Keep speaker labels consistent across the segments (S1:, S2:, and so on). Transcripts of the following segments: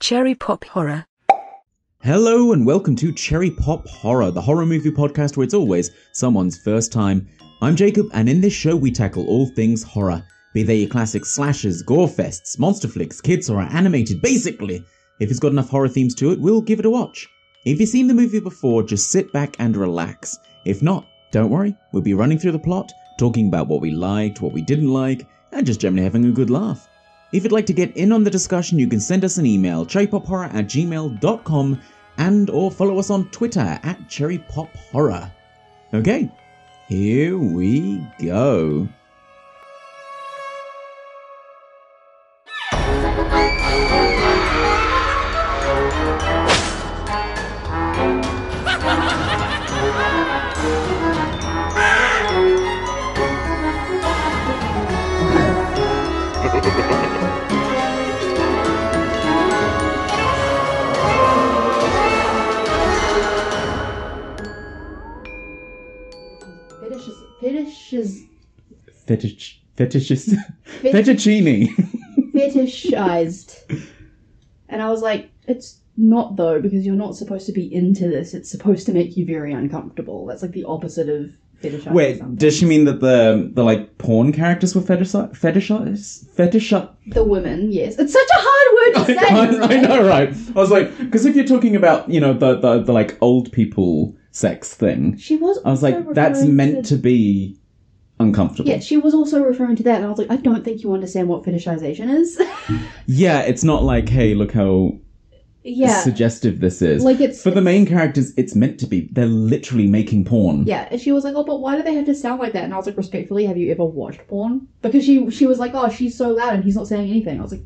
S1: Cherry Pop Horror.
S2: Hello and welcome to Cherry Pop Horror, the horror movie podcast where it's always someone's first time. I'm Jacob, and in this show we tackle all things horror, be they your classic slashers, gore fests, monster flicks, kids horror, animated. Basically, if it's got enough horror themes to it, we'll give it a watch. If you've seen the movie before, just sit back and relax. If not, don't worry, we'll be running through the plot, talking about what we liked, what we didn't like, and just generally having a good laugh. If you'd like to get in on the discussion, you can send us an email, cherrypophorror at gmail.com, and or follow us on Twitter at cherrypophorror. Okay, here we go.
S3: Fetishes, fetishes,
S2: Fetish, fetishes,
S3: fetish,
S2: fettuccine.
S3: fetishized. And I was like, it's not though, because you're not supposed to be into this. It's supposed to make you very uncomfortable. That's like the opposite of fetishized.
S2: Wait, does she mean that the the like porn characters were fetishiz fetishiz fetish?
S3: the women? Yes, it's such a hard word
S2: I,
S3: to say.
S2: I, I
S3: right?
S2: know, right? I was like, because if you're talking about you know the, the the like old people sex thing,
S3: She was.
S2: I was
S3: also
S2: like, that's
S3: referring
S2: meant to be uncomfortable.
S3: Yeah, she was also referring to that, and I was like, I don't think you understand what fetishization is.
S2: Yeah, it's not like, hey, look how
S3: yeah,
S2: suggestive this is.
S3: like it's
S2: For the main characters, it's meant to be. They're literally making porn.
S3: Yeah, and she was like, "Oh, but why do they have to sound like that?" And I was like, "Respectfully, have you ever watched porn?" Because she she was like, "Oh, she's so loud and he's not saying anything." I was like,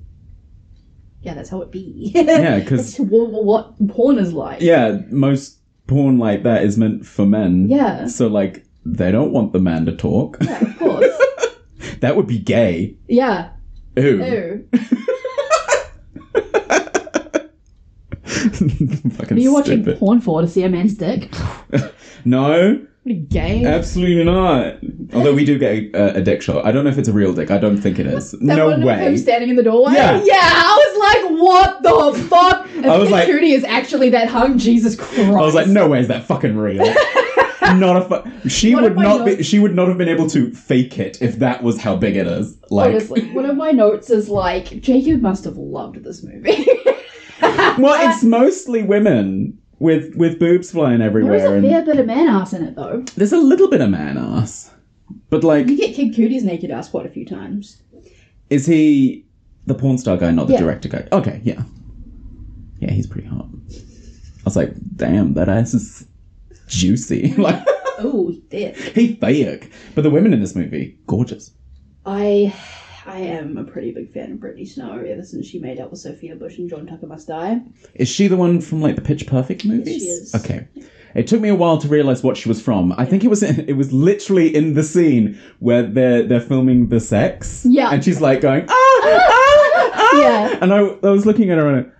S3: "Yeah, that's how it be."
S2: Yeah,
S3: that's
S2: because
S3: what, what porn is like.
S2: yeah, most porn like that is meant for men.
S3: yeah,
S2: So like, they don't want the man to talk.
S3: yeah, of course.
S2: that would be gay.
S3: yeah,
S2: Ooh.
S3: ew.
S2: Fucking
S3: Are you watching
S2: stupid.
S3: porn for to see a man's dick?
S2: No,
S3: What a gay.
S2: Uh, absolutely not. Although we do get a, a dick shot. I don't know if it's a real dick. I don't think it is.
S3: That
S2: no
S3: one of
S2: way.
S3: Him standing in the doorway.
S2: Yeah.
S3: yeah. I was like, "What the fuck?" If
S2: I was like-
S3: Trudy is actually that hung, Jesus Christ!
S2: I was like, no way is that fucking real. not a fu- she
S3: What
S2: would
S3: if I
S2: not
S3: know-
S2: be she would not have been able to fake it if that was how big it is. Like
S3: Honestly, one of my notes is like Jacob must have loved this movie.
S2: Well, it's mostly women with with boobs flying
S3: There is
S2: everywhere
S3: a
S2: and
S3: fair bit of man ass in it though.
S2: there's a little bit of man ass. But like
S3: You get Kid Cootie's naked ass quite a few times.
S2: is he the porn star guy, not the
S3: Yeah.
S2: director guy? Okay, yeah. Yeah, he's pretty hot. I was like, damn, that ass is juicy. like
S3: Oh, dick.
S2: he thick. But the women in this movie, gorgeous.
S3: I I am a pretty big fan of Britney Snow ever since she made out with Sophia Bush and John Tucker Must Die.
S2: Is she the one from like the Pitch Perfect movies?
S3: is.
S2: Okay. It took me a while to realize what she was from. I think it was it was literally in the scene where they're they're filming the sex.
S3: Yeah.
S2: And she's like going ah ah ah.
S3: Yeah.
S2: And I, I was looking at her and. I-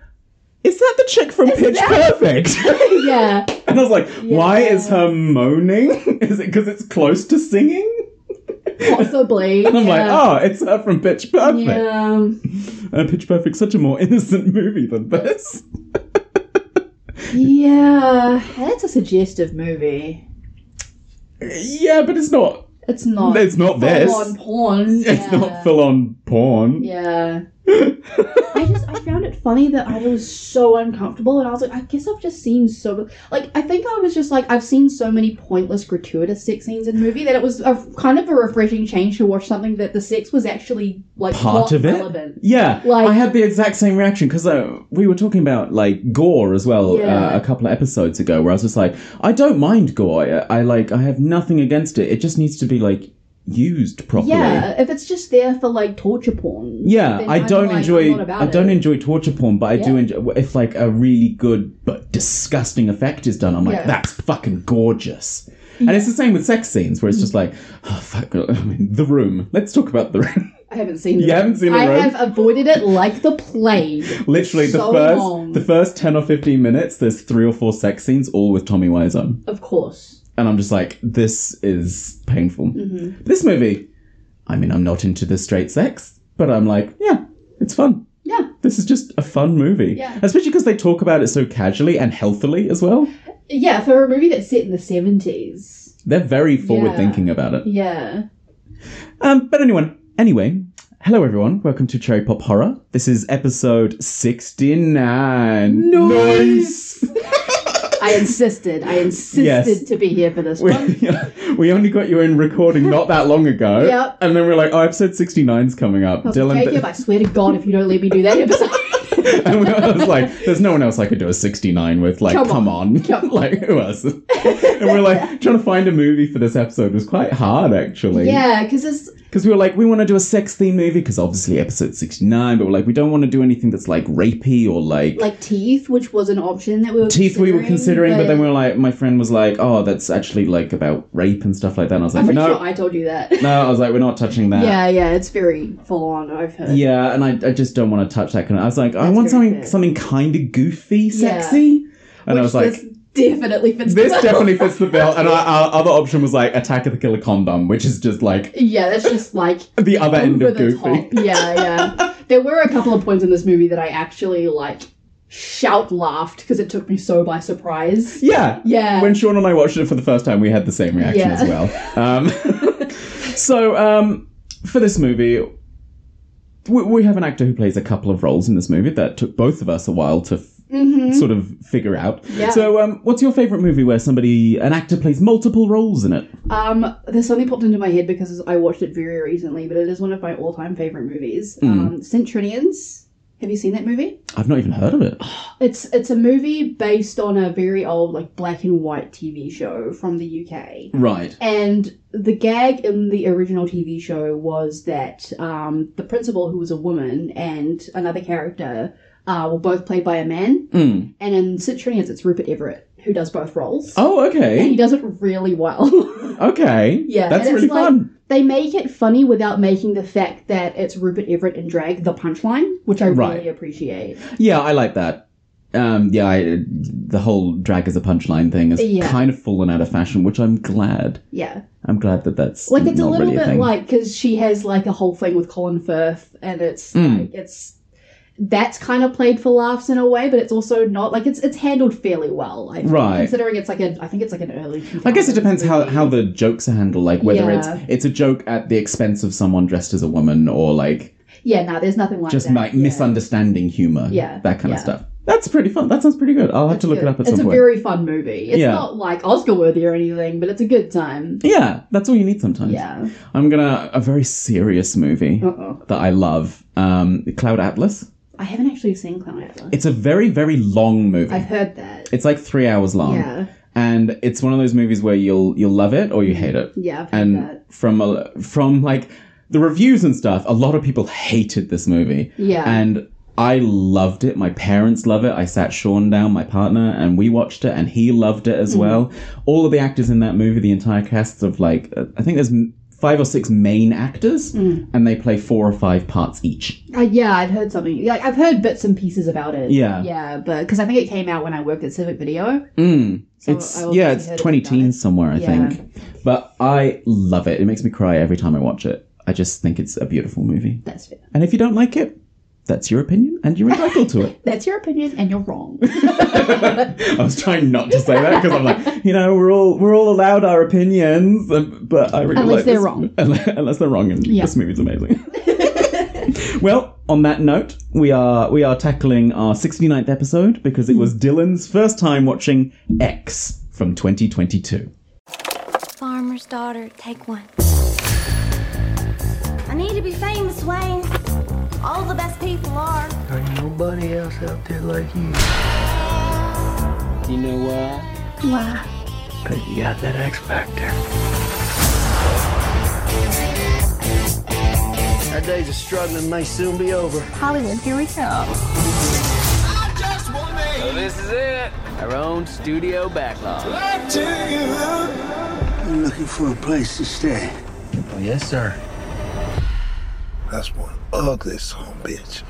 S2: Is that the chick from Pitch
S3: that-
S2: Perfect?
S3: yeah.
S2: and I was like, why
S3: Yeah.
S2: is her moaning? Is it because it's close to singing?
S3: Possibly.
S2: And I'm like,
S3: yeah.
S2: oh, it's her from Pitch Perfect.
S3: Yeah. um,
S2: And Pitch Perfect's such a more innocent movie than this.
S3: Yeah. That's a suggestive movie.
S2: Yeah, but it's not.
S3: It's not
S2: It's not this.
S3: full-on porn.
S2: It's
S3: yeah.
S2: not full on porn.
S3: Yeah. I just I found it funny that I was so uncomfortable and I was like, I guess I've just seen so like I think I was just like I've seen so many pointless gratuitous sex scenes in the movie that it was a kind of a refreshing change to watch something that the sex was actually like
S2: Part
S3: plot
S2: of it?
S3: relevant.
S2: Yeah,
S3: Like-
S2: I had the exact same reaction because uh, we were talking about like gore as well uh,
S3: Yeah.
S2: a couple of episodes ago, where I was just like, I don't mind gore. I, I like, I have nothing against it. It just needs to be like used properly.
S3: Yeah, if it's just there for like torture porn.
S2: Yeah,
S3: then
S2: I
S3: I'm
S2: don't
S3: like, I'm
S2: enjoy.
S3: not about
S2: I don't
S3: it.
S2: enjoy torture porn, but I do
S3: Yeah.
S2: enjoy if like a really good but disgusting effect is done. I'm like,
S3: Yeah.
S2: that's fucking gorgeous. And it's the same with sex scenes where it's just like, oh fuck, I mean, the room. Let's talk about the room.
S3: I haven't seen it.
S2: you haven't seen the
S3: I
S2: room.
S3: have avoided it like the plague.
S2: Literally, the
S3: so
S2: first
S3: long.
S2: the first ten or fifteen minutes, there's three or four sex scenes, all with Tommy Wiseau,
S3: Of course.
S2: and I'm just like, this is painful.
S3: Mhm.
S2: This movie, I mean, I'm not into the straight sex, but I'm like, yeah, it's fun.
S3: Yeah.
S2: This is just a fun movie.
S3: Yeah.
S2: Especially because they talk about it so casually and healthily as well.
S3: Yeah, for a movie that's set in the 70s.
S2: They're very forward thinking about it.
S3: Yeah.
S2: Um, but anyone, anyway, hello everyone. Welcome to Cherry Pop Horror. This is episode 69.
S3: Nice. I insisted. I insisted
S2: Yes.
S3: to be here for this
S2: We,
S3: one.
S2: we only got you in recording not that long ago.
S3: Yep.
S2: And then we're like, oh, episode 69's coming up.
S3: I was
S2: Dylan.
S3: like, Jacob, I swear to God, if you don't let me do that episode.
S2: and we, I was like, there's no one else I could do a 69 with. Like, come,
S3: Come
S2: on. like, who else? and we're like, trying to find a movie for this episode was quite hard, actually.
S3: yeah, because it's
S2: Because we were like, we want to do a sex theme movie, because obviously episode 69, but we're like, we don't want to do anything that's like rapey or like.
S3: like teeth, which was an option that we were
S2: Teeth we were considering, but then we were like, my friend was like, "Oh, that's actually like about rape and stuff like that." And I was like,
S3: I'm pretty
S2: "No,
S3: sure I told you that.
S2: no," I was like, "We're not touching that."
S3: Yeah, yeah, it's very full on. I've heard.
S2: Yeah, and I, I just don't want to touch that kind of. I was like, I
S3: That's
S2: want
S3: very
S2: something
S3: fair.
S2: something kind of goofy,
S3: Yeah.
S2: sexy, and
S3: which
S2: I was like,
S3: this definitely fits.
S2: This
S3: the bill.
S2: definitely fits the bill. And our, our other option was like Attack of the Killer Condom, which is just like
S3: Yeah, that's just like
S2: the other end
S3: over
S2: of
S3: the top.
S2: Goofy.
S3: Yeah, yeah. there were a couple of points in this movie that I actually like shout laughed because it took me so by surprise.
S2: Yeah.
S3: Yeah.
S2: When Sean and I watched it for the first time, we had the same reaction
S3: Yeah.
S2: as well. Um, so, um, for this movie, we, we have an actor who plays a couple of roles in this movie that took both of us a while to f-
S3: hmm
S2: sort of figure out.
S3: Yeah.
S2: So, um, what's your favorite movie where somebody, an actor, plays multiple roles in it?
S3: Um, this only popped into my head because I watched it very recently, but it is one of my all-time favorite movies.
S2: Mm.
S3: Um, Centurions. Have you seen that movie?
S2: I've not even heard of it.
S3: It's it's a movie based on a very old like black and white TV show from the UK.
S2: Right.
S3: And the gag in the original TV show was that um, the principal, who was a woman, and another character uh, were both played by a man.
S2: Mm.
S3: And in Centurions, it's Rupert Everett who does both roles.
S2: Oh,
S3: And he
S2: okay.
S3: does it really well.
S2: Okay.
S3: Yeah,
S2: That's
S3: and it's
S2: really
S3: like-
S2: fun.
S3: they make it funny without making the fact that it's Rupert Everett and drag the punchline, which I
S2: Right.
S3: really appreciate.
S2: Yeah, I like that. Um, yeah, I, the whole drag as a punchline thing has
S3: Yeah.
S2: kind of fallen out of fashion, which I'm glad.
S3: Yeah.
S2: I'm glad that that's
S3: Like, it's a
S2: not
S3: little
S2: really a
S3: bit
S2: thing.
S3: like, because she has like a whole thing with Colin Firth, and it's
S2: Mm.
S3: like, it's that's kind of played for laughs in a way, but it's also not like it's it's handled fairly well. I think,
S2: Right.
S3: Considering it's like a, I think it's like an early.
S2: I guess it depends how,
S3: 2000s
S2: how the jokes are handled, like whether
S3: Yeah.
S2: it's it's a joke at the expense of someone dressed as a woman or like
S3: movie. Yeah, no, there's nothing like
S2: just
S3: that.
S2: like
S3: yeah.
S2: misunderstanding humor,
S3: Yeah,
S2: that kind of
S3: yeah.
S2: stuff. That's pretty fun. That sounds pretty good. I'll have
S3: It's
S2: to look
S3: good.
S2: it up at
S3: It's
S2: some
S3: a
S2: point.
S3: very fun movie. It's
S2: Yeah.
S3: not like Oscar worthy or anything, but it's a good time.
S2: Yeah, that's all you need sometimes.
S3: Yeah.
S2: I'm gonna a very serious movie
S3: Uh oh.
S2: that I love. Um, Cloud Atlas.
S3: I haven't actually seen Clown Atlas.
S2: It's a very very long movie.
S3: I've heard that.
S2: It's like three hours long,
S3: Yeah.
S2: and it's one of those movies where you'll you'll love it or you hate it.
S3: Yeah, I've heard
S2: And
S3: that.
S2: from a, from like the reviews and stuff, a lot of people hated this movie,
S3: Yeah.
S2: and I loved it. My parents love it. I sat Sean down, my partner, and we watched it, and he loved it
S3: Mm-hmm.
S2: as well. All of the actors in that movie, the entire cast of like uh, I think there's m- five or six main actors,
S3: Mm.
S2: and they play four or five parts each.
S3: Uh, yeah, I'd heard something. Like I've heard bits and pieces about it.
S2: Yeah.
S3: Yeah, but because I think it came out when I worked at Civic Video.
S2: Mm.
S3: So
S2: it's
S3: I also
S2: yeah, it's
S3: heard
S2: twenty
S3: about it.
S2: teens somewhere, I
S3: Yeah.
S2: think. But I love it. It makes me cry every time I watch it. I just think it's a beautiful movie.
S3: That's fair.
S2: And if you don't like it, that's your opinion, and you're entitled to it.
S3: That's your opinion, and you're wrong.
S2: I was trying not to say that because I'm like, you know, we're all we're all allowed our opinions, um, but I really
S3: Unless
S2: like
S3: they're
S2: this-
S3: wrong.
S2: Unless, unless they're wrong, and
S3: Yeah.
S2: this movie's amazing. well, on that note, we are we are tackling our 69th episode because it
S3: Hmm.
S2: was Dylan's first time watching X from 2022.
S1: Farmer's daughter, take one. I need to be famous, Wayne. All the best people are.
S4: Ain't nobody else out there like you.
S5: You know why?
S4: Cause you got that X Factor. Our days of struggling may soon be over.
S1: Hollywood, here we go.
S5: So this is it. Our own studio backlog.
S4: I'm looking for a place to stay. Oh, yes, sir.
S6: That's one ugly son of a bitch.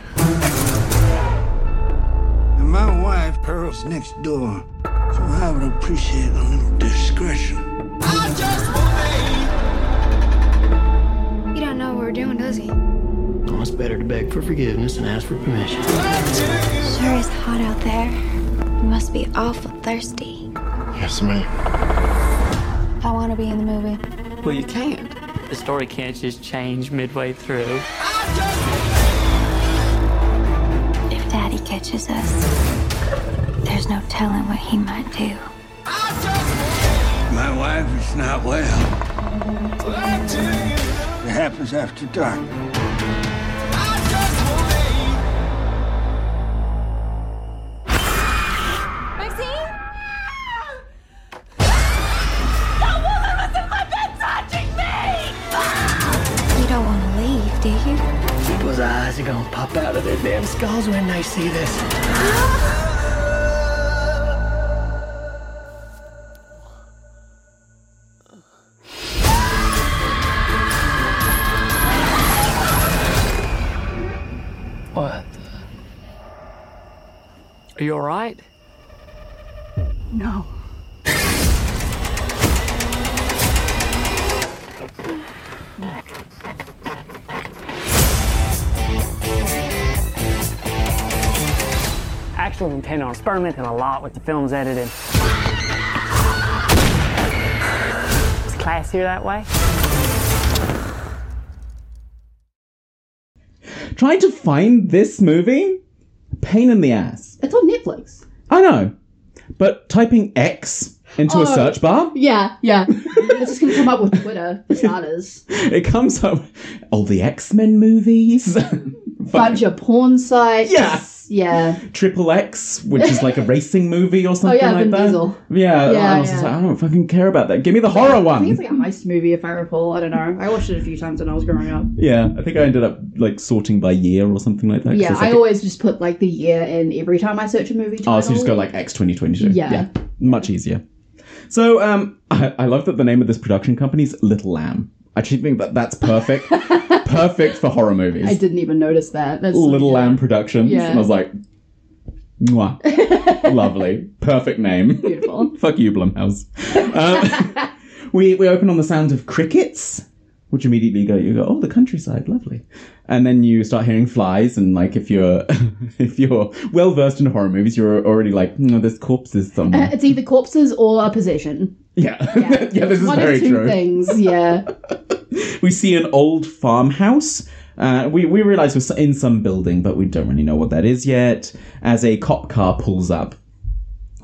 S6: And my wife, Pearl's next door, so I would appreciate a little discretion.
S1: You don't know what we're doing, does he?
S7: Well, it's
S5: Oh, better to beg for forgiveness and ask for permission.
S7: Sure is hot out there. You must be awful thirsty.
S8: Yes, ma'am.
S7: I want to be in the movie.
S9: Well, you can't. The story can't just change midway through.
S7: If Daddy catches us, there's no telling what he might do.
S6: My wife is not well. It happens after dark.
S1: Maxine? That woman was in my bed touching me!
S7: You don't want to leave, do you?
S5: Those eyes are gonna pop out of their damn skulls when they see this. What? Are you alright?
S3: No.
S9: Actually, intend on experimenting a lot with the film's editing. Is class here that way?
S2: Trying to find this movie? Pain in the ass.
S3: It's on Netflix.
S2: I know. But typing X into a
S3: Oh.
S2: search bar,
S3: Yeah, yeah. it's just gonna come up with Twitter for starters.
S2: it comes up all the X Men movies. Fuck.
S3: Bunch of porn sites.
S2: Yes.
S3: Yeah.
S2: Triple X, which is like a racing movie or
S3: Oh
S2: something
S3: yeah,
S2: like
S3: Vin
S2: that.
S3: Diesel.
S2: Yeah,
S3: Yeah,
S2: I was just
S3: yeah.
S2: like, I don't fucking care about that. Give me the horror
S3: I think
S2: one.
S3: it's like a heist movie, if I recall. I don't know. I watched it a few times when I was growing up.
S2: yeah, I think I ended up like sorting by year or something like that. 'cause
S3: Yeah,
S2: it's
S3: I
S2: like a-
S3: always just put like the year in every time I search a movie. Title.
S2: Oh, so you just go like X twenty twenty two.
S3: Yeah.
S2: much easier. So, um, I, I love that the name of this production company is Little Lamb. I actually think that that's perfect, perfect for horror movies.
S3: I didn't even notice that. That's
S2: Little Lamb Productions,
S3: Yeah.
S2: and I was like, mwah, lovely, perfect name.
S3: Beautiful.
S2: Fuck you, Blumhouse. Um, we we open on the sound of crickets, which immediately go you go oh the countryside, lovely, and then you start hearing flies and like if you're if you're well versed in horror movies, you're already like "Mm, no there's corpses
S3: Uh,
S2: somewhere.
S3: it's either corpses or a possession.
S2: yeah, yeah, this is
S3: One
S2: very
S3: of two
S2: true.
S3: things. Yeah.
S2: We see an old farmhouse. Uh, we, we realize we're in some building, but we don't really know what that is yet. As a cop car pulls up,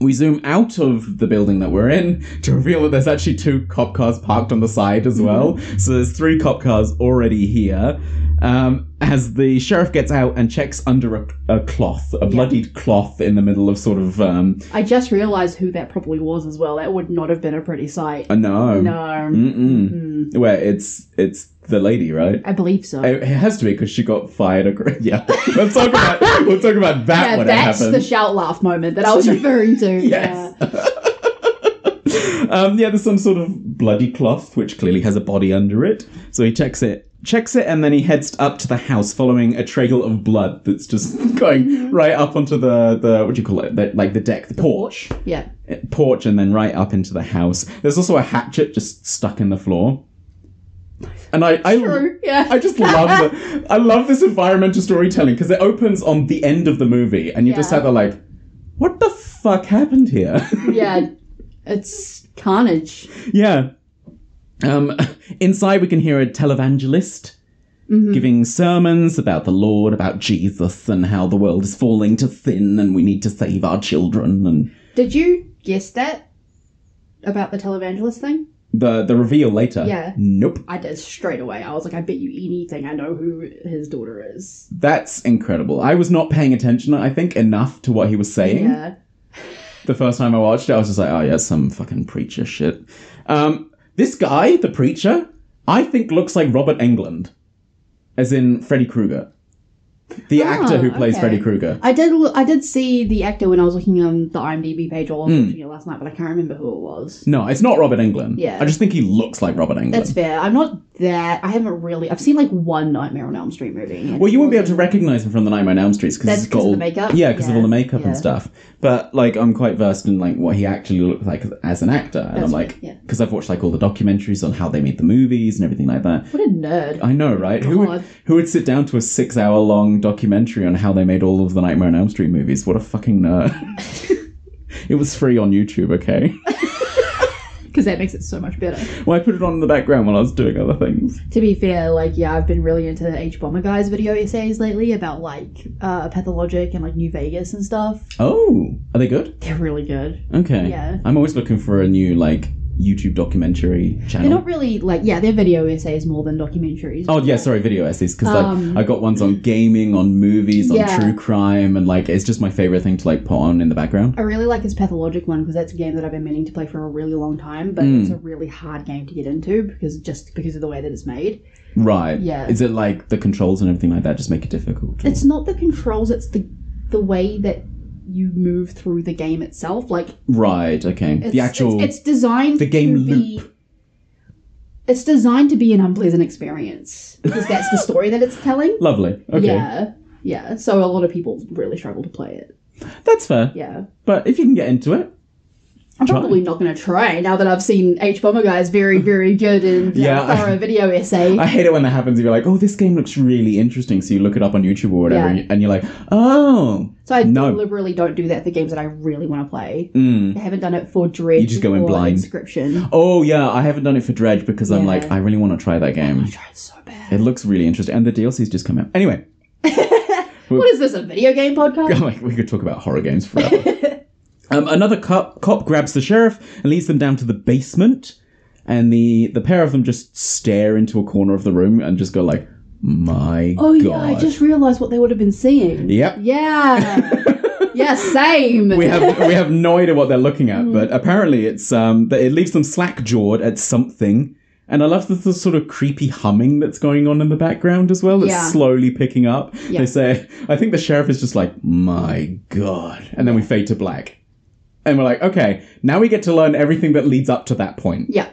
S2: we zoom out of the building that we're in to reveal that there's actually two cop cars parked on the side as well. So there's three cop cars already here. Um, as the sheriff gets out and checks under a, a cloth, a bloodied cloth in the middle of sort of um,
S3: I just realised who that probably was as well. That would not have been a pretty sight. Um,
S2: a no,
S3: No.
S2: Mm. Mm-mm. where it's it's the lady, right?
S3: I believe so.
S2: It it has to be because she got fired. Or, yeah, we'll talk about we'll talk about that
S3: yeah,
S2: when
S3: that's
S2: it
S3: the
S2: happens.
S3: shout laugh moment that I was referring to.
S2: yes. um, yeah, there's some sort of bloody cloth which clearly has a body under it. So he checks it, checks it, and then he heads up to the house following a trail of blood that's just going right up onto the the what do you call it? The, like the deck, the, porch, Eh,
S3: Yeah.
S2: porch, and then right up into the house. There's also a hatchet just stuck in the floor. And I, I
S3: True. Yeah.
S2: I just love the, I love this environmental storytelling because it opens on the end of the movie and you just
S3: Yeah.
S2: have the like, what the fuck happened here?
S3: yeah. It's carnage.
S2: yeah. Um, inside we can hear a televangelist
S3: Mm-hmm.
S2: giving sermons about the Lord, about Jesus, and how the world is falling to thin and we need to save our children and
S3: Did you guess that about the televangelist thing?
S2: the the reveal later.
S3: Yeah.
S2: Nope.
S3: I did straight away. I was like, I bet you anything I know who his daughter is.
S2: That's incredible. I was not paying attention, I think, enough to what he was saying.
S3: Yeah.
S2: the first time I watched it, I was just like, oh yeah, some fucking preacher shit. Um, this guy, the preacher, I think looks like Robert Englund, as in Freddy Krueger. the actor who plays
S3: Ah, okay.
S2: Freddy Krueger.
S3: I did. I did see the actor when I was looking on the IMDb page while I was
S2: Hmm.
S3: watching it last night, but I can't remember who it was.
S2: No, it's not Robert Englund.
S3: Yeah.
S2: I just think he looks like Robert Englund.
S3: That's fair. I'm not that. I haven't really. I've seen like one Nightmare on Elm Street movie. and
S2: Well, you
S3: it
S2: won't be able to
S3: wasn't-
S2: recognize him from the Nightmare on Elm Street because
S3: That's
S2: he's got
S3: 'cause of
S2: all
S3: the makeup?
S2: Yeah, because of all the
S3: Yeah,
S2: makeup
S3: yeah.
S2: and stuff. But like, I'm quite versed in like what he actually looked like as an actor, and I'm
S3: That's
S2: like,
S3: right, yeah.
S2: because I've watched like all the documentaries on how they made the movies and everything like that.
S3: What a nerd.
S2: I know, right? Who would,
S3: God.
S2: who would sit down to a six-hour-long documentary on how they made all of the Nightmare on Elm Street movies? What a fucking nerd! it was free on YouTube, okay?
S3: Because that makes it so much better.
S2: well, I put it on in the background while I was doing other things.
S3: To be fair, like yeah, I've been really into H Bomber Guy's video essays lately about like uh, pathologic and like New Vegas and stuff.
S2: Oh, are they good?
S3: They're really good.
S2: Okay.
S3: Yeah.
S2: I'm always looking for a new like YouTube documentary channel.
S3: They're not really like yeah, they're video essays more than
S2: Mm.
S3: documentaries.
S2: Oh yeah, sorry, video essays because
S3: Um,
S2: like I got ones on gaming, on movies, on
S3: Yeah.
S2: true crime, and like it's just my favorite thing to like put on in the background.
S3: I really like his Pathologic one because that's a game that I've been meaning to play for a really long time, but
S2: Mm.
S3: it's a really hard game to get into because just because of the way that it's made.
S2: Right?
S3: Yeah.
S2: Is it like the controls and everything like that just make it difficult?
S3: It's not the controls; it's the the way that you move through the game itself. Like
S2: right. Okay.
S3: it's,
S2: the actual.
S3: it's, it's designed
S2: the game
S3: to be-
S2: loop.
S3: It's designed to be an unpleasant experience because that's the story that it's telling.
S2: Lovely. Okay.
S3: Yeah, yeah. So a lot of people really struggle to play it.
S2: That's fair.
S3: Yeah.
S2: But if you can get into it.
S3: I'm
S2: Try.
S3: probably not going to try now that I've seen H Bomber Guy's very, very good and uh,
S2: Yeah, I-
S3: thorough video essay.
S2: I hate it when that happens. You're like, oh, this game looks really interesting. So you look it up on YouTube or whatever,
S3: Yeah.
S2: and you- and you're like, oh,
S3: so I
S2: no.
S3: deliberately don't do that for games that I really want to play.
S2: mm.
S3: I haven't done it for Dread.
S2: You just go in
S3: or
S2: blind.
S3: Inscription.
S2: oh yeah, I haven't done it for Dredge because I'm
S3: Yeah.
S2: like, I really want to try that game.
S3: I tried so bad.
S2: It looks really interesting, and the DLC's just come out. Anyway,
S3: What is this, a video game podcast?
S2: I'm like, we could talk about horror games forever. um, another cop, cop grabs the sheriff and leads them down to the basement, and the the pair of them just stare into a corner of the room and just go like, "My
S3: Oh,
S2: god!"
S3: yeah, I just realised what they would have been seeing.
S2: Yep.
S3: Yeah. yeah, same.
S2: We have we have no idea what they're looking at,
S3: Mm-hmm.
S2: but apparently it's um that it leaves them slack jawed at something. And I love the, the sort of creepy humming that's going on in the background as well. That's
S3: Yeah.
S2: slowly picking up.
S3: Yeah.
S2: They say, I think the sheriff is just like, my god, and then we fade to black, and we're like, okay, now we get to learn everything that leads up to that point.
S3: yeah.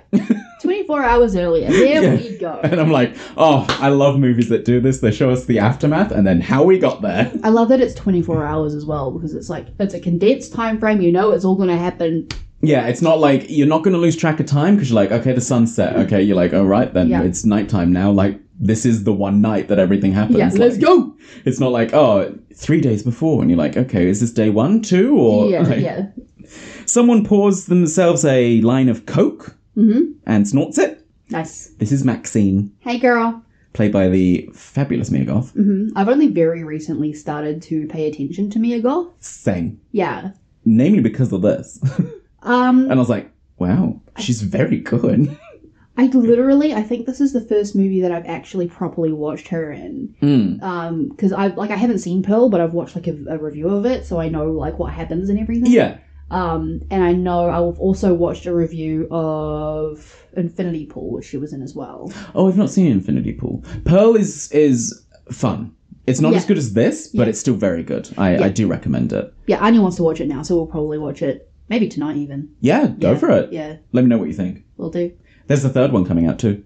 S3: 24 hours earlier. There
S2: Yeah.
S3: we go.
S2: And I'm like, oh, I love movies that do this. They show us the aftermath and then how we got there.
S3: I love that it's 24 hours as well because it's like, it's a condensed time frame. You know it's all going to happen
S2: Yeah, it's not like you're not going to lose track of time because you're like, okay, the sunset. Okay, you're like, all right, then
S3: Mm. Yeah.
S2: it's nighttime now. Like, this is the one night that everything happens.
S3: Yeah, let's
S2: Like,
S3: go.
S2: It's not like, oh, three days before, and you're like, okay, is this day one, two, or
S3: yeah,
S2: like-
S3: yeah.
S2: someone pours themselves a line of coke
S3: Mhm.
S2: and snorts it.
S3: Nice.
S2: This is Maxine,
S3: Hey, girl.
S2: played by the fabulous Mia Goth.
S3: hmm I've only very recently started to pay attention to Mia Goth.
S2: Same,
S3: Yeah.
S2: namely because of this,
S3: Um,
S2: and I was like, wow, she's very good.
S3: I literally, I think this is the first movie that I've actually properly watched her in.
S2: Mm.
S3: Um, because I like I haven't seen Pearl, but I've watched like a, a review of it, so I know like what happens and everything.
S2: Yeah,
S3: Um, and I know I've also watched a review of Infinity Pool, which she was in as well.
S2: Oh, I've not seen Infinity Pool. Pearl is is fun. It's not
S3: Yeah.
S2: as good as this, but
S3: Yeah.
S2: it's still very good. I,
S3: Yeah.
S2: I do recommend it.
S3: Yeah, Anya wants to watch it now, so we'll probably watch it maybe tonight even.
S2: Yeah, go
S3: Yeah.
S2: for it.
S3: Yeah,
S2: Let me know what you think.
S3: we'll do.
S2: There's the third one coming out too.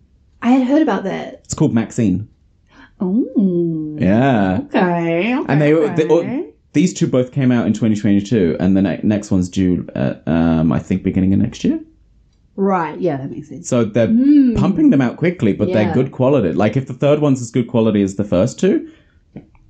S3: I had heard about that.
S2: It's called Maxine.
S3: Oh.
S2: Yeah.
S3: Okay.
S2: And they, they all, these two both came out in 2022, and the ne- next one's due, uh, um, I think, beginning of next year.
S3: right. Yeah, that makes sense.
S2: So they're
S3: Mm.
S2: pumping them out quickly, but they're
S3: Yeah.
S2: good quality. Like if the third one's as good quality as the first two,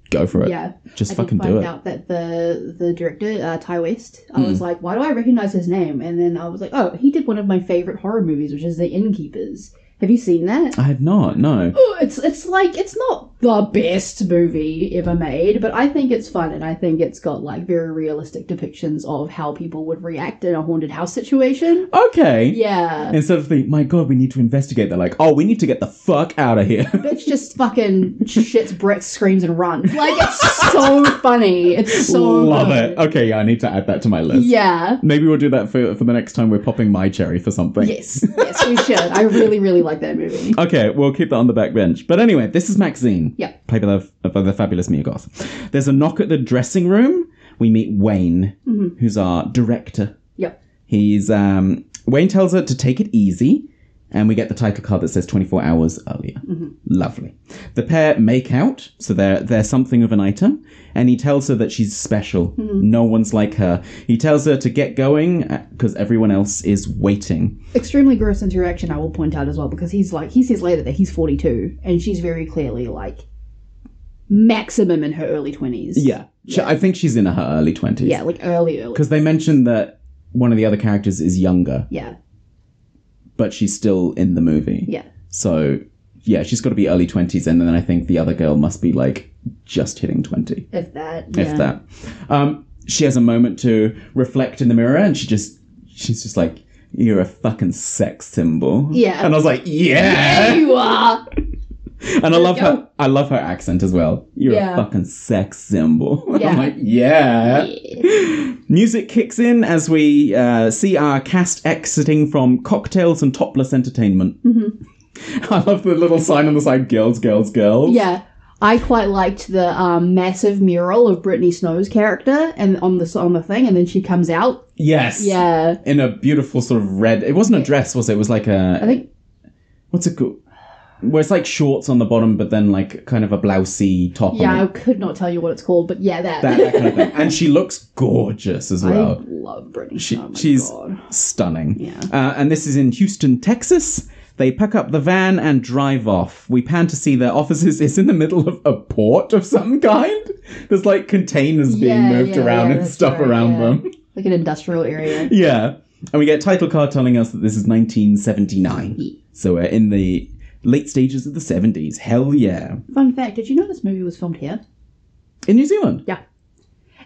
S2: go for it.
S3: Yeah,
S2: Just
S3: I
S2: fucking
S3: did find
S2: do it.
S3: out that the the director uh, Ty West. I was like, why do I recognize his name? And then I was like, oh, he did one of my favorite horror movies, which is The Innkeepers. Have you seen that?
S2: I had not. No.
S3: Oh, It's it's like it's not the best movie ever made, but I think it's fun and I think it's got like very realistic depictions of how people would react in a haunted house situation.
S2: Okay.
S3: Yeah,
S2: Instead of thinking, my god, we need to investigate, they're like, oh, we need to get the fuck out of here.
S3: bitch just fucking shits bricks, screams and runs. Like it's so funny. It's so
S2: Love
S3: good.
S2: it. Okay, yeah, I need to add that to my list.
S3: Yeah.
S2: Maybe we'll do that for, for the next time we're popping my cherry for something.
S3: Yes, yes, we should. I really, really like that movie.
S2: Okay, we'll keep that on the back bench. But anyway, this is Maxine. Wayne.
S3: Yeah.
S2: Played by the, by the fabulous Mia Goth. There's a knock at the dressing room. We meet Wayne,
S3: Mm-hmm.
S2: who's our director.
S3: Yep.
S2: He's um, Wayne tells her to take it easy, and we get the title card that says 24 hours earlier.
S3: Mm-hmm.
S2: Lovely. The pair make out, so they're they're something of an item, and he tells her that she's special.
S3: Mm-hmm.
S2: No one's like her. He tells her to get going because everyone else is waiting.
S3: Extremely gross interaction, I will point out as well, because he's like, he says later that he's 42, and she's very clearly like maximum in her early 20s.
S2: Yeah, She- I think she's in her early 20s.
S3: Yeah, like early, early.
S2: because they mentioned that one of the other characters is younger,
S3: Yeah,
S2: but she's still in the movie.
S3: yeah.
S2: So yeah, she's got to be early twenties, and then I think the other girl must be like just hitting twenty,
S3: If that.
S2: if that. Um, she has a moment to reflect in the mirror, and she just she's just like, "You're a fucking sex symbol."
S3: Yeah.
S2: and I was like, "Yeah,",
S3: There you are!
S2: and I love
S3: go.
S2: her. I love her accent as well. You're
S3: Yeah.
S2: a fucking sex symbol.
S3: Yeah.
S2: I'm like, yeah. Music kicks in as we uh, see our cast exiting from cocktails and topless entertainment.
S3: Mm-hmm.
S2: I love the little sign on the side, girls, girls, girls.
S3: Yeah. I quite liked the um, massive mural of Brittany Snow's character and on the on the thing, and then she comes out.
S2: Yes.
S3: Yeah,
S2: In a beautiful sort of red. It wasn't a dress, was it? It was like a.
S3: I think
S2: What's it called? Where it's like shorts on the bottom, but then like kind of a blousey top.
S3: yeah, I
S2: On it.
S3: could not tell you what it's called, but yeah, that.
S2: That, that kind of thing. And she looks gorgeous as
S3: I
S2: well.
S3: love Brittany
S2: She,
S3: Snow. oh my
S2: she's
S3: God.
S2: stunning.
S3: Yeah.
S2: Uh, and this is in Houston, Texas. They pack up the van and drive off. We pan to see their offices. It's in the middle of a port of some kind. There's like containers being
S3: Yeah,
S2: moved
S3: yeah,
S2: around
S3: yeah,
S2: and
S3: that's
S2: stuff
S3: right,
S2: around
S3: yeah.
S2: them.
S3: like an industrial area.
S2: yeah. And we get title card telling us that this is 1979. So we're in the late stages of the 70s. Hell yeah.
S3: Fun fact: Did you know this movie was filmed here?
S2: In New Zealand.
S3: Yeah.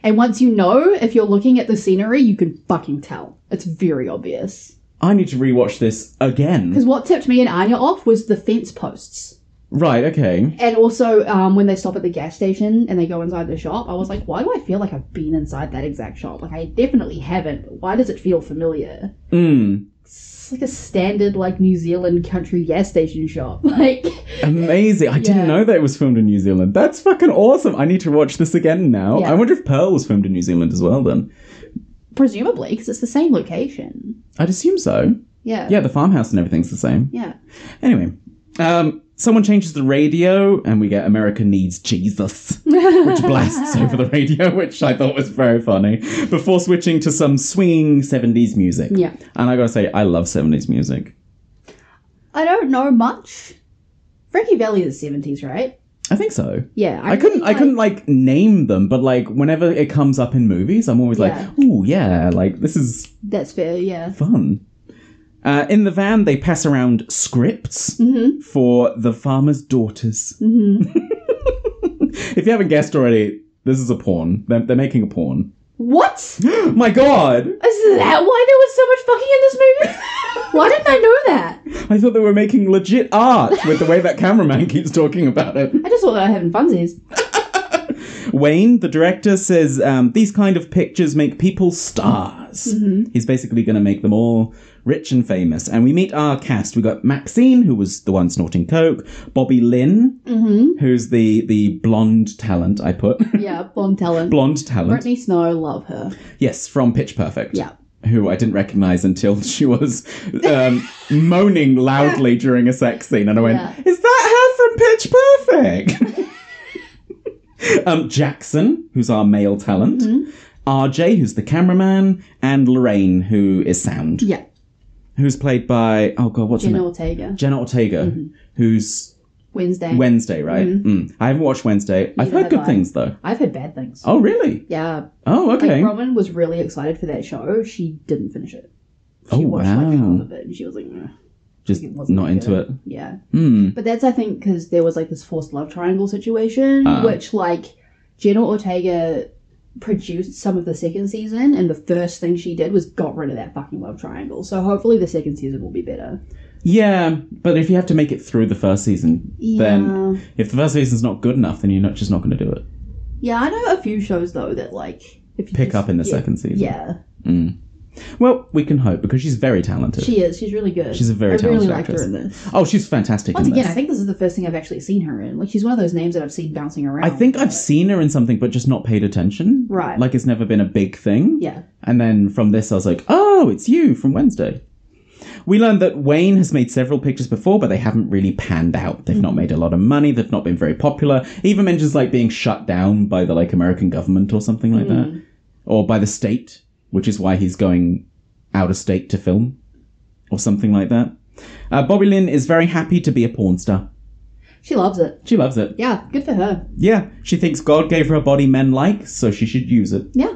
S3: And once you know, if you're looking at the scenery, you can fucking tell. It's very obvious.
S2: I need to rewatch this again.
S3: Because what tipped me and Anya off was the fence posts.
S2: Right, okay.
S3: And also, um, when they stop at the gas station and they go inside the shop, I was like, why do I feel like I've been inside that exact shop? Like, I definitely haven't. But why does it feel familiar?
S2: Mm.
S3: It's like a standard, like, New Zealand country gas station shop. Like,
S2: Amazing. I
S3: Yeah.
S2: didn't know that it was filmed in New Zealand. That's fucking awesome. I need to watch this again now.
S3: Yeah.
S2: I wonder if Pearl was filmed in New Zealand as well then.
S3: presumably, because it's the same location.
S2: I'd assume so.
S3: Yeah.
S2: Yeah, the farmhouse and everything's the same.
S3: Yeah.
S2: Anyway, um, someone changes the radio and we get America Needs Jesus, which blasts over the radio, which I thought was very funny, before switching to some swinging 70s music.
S3: Yeah.
S2: And I gotta say, I love 70s music.
S3: I don't know much. Frankie Valley is 70s, right?
S2: I think so.
S3: Yeah.
S2: I couldn't.
S3: really
S2: I couldn't like name them, but like whenever it comes up in movies, I'm always
S3: Yeah.
S2: like, "Ooh, yeah! Like this is
S3: That's fair, yeah.
S2: fun." Uh, in the van, they pass around scripts for the farmer's daughters. if you haven't guessed already, this is a porn. They're, they're making a porn.
S3: What? Is
S2: My God!
S3: that why there was so much fucking in this movie? why didn't I know that?
S2: I thought they were making legit art with the way that cameraman keeps talking about it.
S3: I just thought they were having funsies.
S2: Wayne, the director, says um, these kind of pictures make people stars. He's basically going to make them all rich and famous. And we meet our cast. We got Maxine, who was the one snorting coke, Bobby Lynn, who's the the blonde talent I put,
S3: Yeah, blonde talent.
S2: blonde talent.
S3: Brittany Snow, love her.
S2: Yes, from Pitch Perfect.
S3: Yeah.
S2: Who I didn't recognize until she was um, moaning loudly during a sex scene, and I went,
S3: Yeah.
S2: "Is that her from Pitch Perfect?" um, Jackson, who's our male talent,
S3: Mm-hmm.
S2: RJ, who's the cameraman, and Lorraine, who is sound,
S3: Yeah,
S2: who's played by oh god, what's her
S3: Jenna
S2: name?
S3: Ortega. Mm-hmm.
S2: Jenna Ortega, who's
S3: Wednesday.
S2: Wednesday, right? Mm. I haven't watched Wednesday. I've
S3: Mm-hmm. Neither
S2: heard
S3: have
S2: good
S3: I.
S2: things though.
S3: I've heard bad things.
S2: Oh really?
S3: Yeah,
S2: Oh
S3: like
S2: okay.
S3: Roman was really excited for that show. She didn't finish it.
S2: oh
S3: She watched like half
S2: wow.
S3: of it, and she was like, "Ugh."
S2: Just
S3: it wasn't
S2: not into
S3: good.
S2: it.
S3: yeah.
S2: Hmm.
S3: But that's I think because there was like this forced love triangle situation,
S2: Ah.
S3: which like Jenna Ortega produced some of the second season, and the first thing she did was got rid of that fucking love triangle. So hopefully the second season will be better.
S2: Yeah, but if you have to make it through the first season, then
S3: Yeah.
S2: if the first season's not good enough, then you're not just not going to do it.
S3: Yeah, I know a few shows though that like if you
S2: Pick
S3: just-
S2: up in the
S3: yeah,
S2: second season.
S3: Yeah.
S2: Well, we can hope because she's very talented.
S3: She is. She's really good.
S2: She's a very
S3: I
S2: talented
S3: really liked
S2: actress.
S3: her in this.
S2: oh, she's fantastic
S3: Once
S2: in
S3: again,
S2: this.
S3: I think this is the first thing I've actually seen her in. Like she's one of those names that I've seen bouncing around.
S2: I think I've seen her in something, but just not paid attention.
S3: Right.
S2: Like it's never been a big thing.
S3: Yeah.
S2: And then from this, I was like, oh, it's you from Wednesday. We learned that Wayne has made several pictures before, but they haven't really panned out. They've not made a lot of money. They've not been very popular. He even mentions like being shut down by the like American government or something like that, or by the state, which is why he's going out of state to film, or something like that. Uh, Bobby Lynn is very happy to be a porn star.
S3: she loves it.
S2: She loves it.
S3: Yeah, good for her.
S2: Yeah, she thinks God gave her a body men like, so she should use it.
S3: Yeah,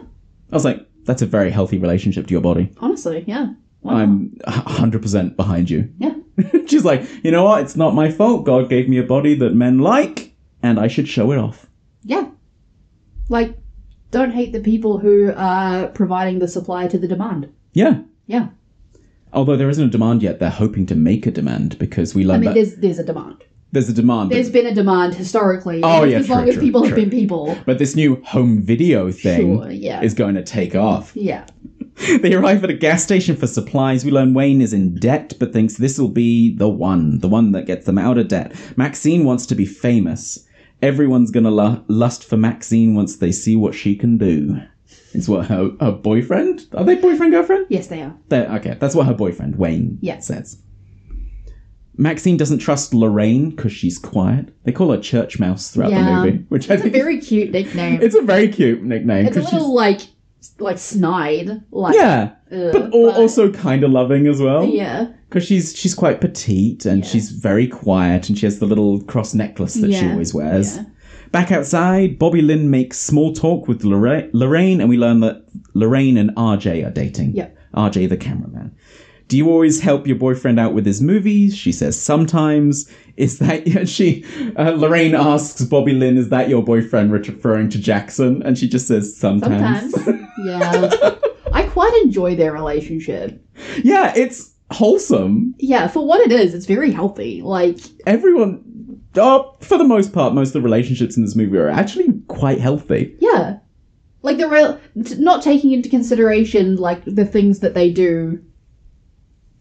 S2: I was like, that's a very healthy relationship to your body.
S3: honestly, yeah. Why not?
S2: I'm 100% behind you.
S3: Yeah,
S2: She's like, you know what? It's not my fault. God gave me a body that men like, and I should show it off.
S3: yeah. Like, don't hate the people who are providing the supply to the demand.
S2: Yeah.
S3: Yeah,
S2: Although there isn't a demand yet, they're hoping to make a demand because we
S3: I
S2: learned
S3: mean,
S2: that
S3: there's there's a demand.
S2: there's a demand.
S3: There's
S2: But,
S3: been a demand historically.
S2: Oh,
S3: and
S2: yeah,
S3: as
S2: true,
S3: long as
S2: true,
S3: people have
S2: true.
S3: been people.
S2: but this new home video thing
S3: Sure, yeah.
S2: is going to take off.
S3: Yeah,
S2: They arrive at a gas station for supplies. We learn Wayne is in debt, but thinks this will be the one, the one that gets them out of debt. Maxine wants to be famous. Everyone's gonna lu- lust for Maxine once they see what she can do. Is what her, her boyfriend? Are they boyfriend girlfriend?
S3: yes, they are.
S2: They're- okay, that's what her boyfriend Wayne
S3: Yeah.
S2: says. Maxine doesn't trust Lorraine because she's quiet. They call her Church Mouse throughout
S3: Yeah.
S2: the movie, which I
S3: It's a
S2: think
S3: very cute nickname.
S2: it's a very cute nickname.
S3: It's a
S2: 'cause she's-
S3: little like like snide. Like
S2: yeah,
S3: ugh,
S2: but, al also kind of loving as well.
S3: yeah,
S2: because she's she's quite petite and
S3: Yeah.
S2: she's very quiet and she has the little cross necklace that she
S3: Yeah.
S2: always wears.
S3: Yeah.
S2: Back outside, Bobby Lynn makes small talk with Lorra- Lorraine, and we learn that Lorraine and RJ are dating.
S3: Yep.
S2: RJ, the cameraman. Do you always help your boyfriend out with his movies? She says sometimes. Is that yeah, she? Uh, Lorraine asks Bobby Lynn, "Is that your boyfriend?" Referring to Jackson, and she just says
S3: sometimes. yeah, I quite enjoy their relationship.
S2: yeah, it's wholesome.
S3: Yeah, for what it is, it's very healthy. Like
S2: everyone oh, for the most part most of the relationships in this movie are actually quite healthy
S3: yeah, like the real t- not taking into consideration like the things that they do.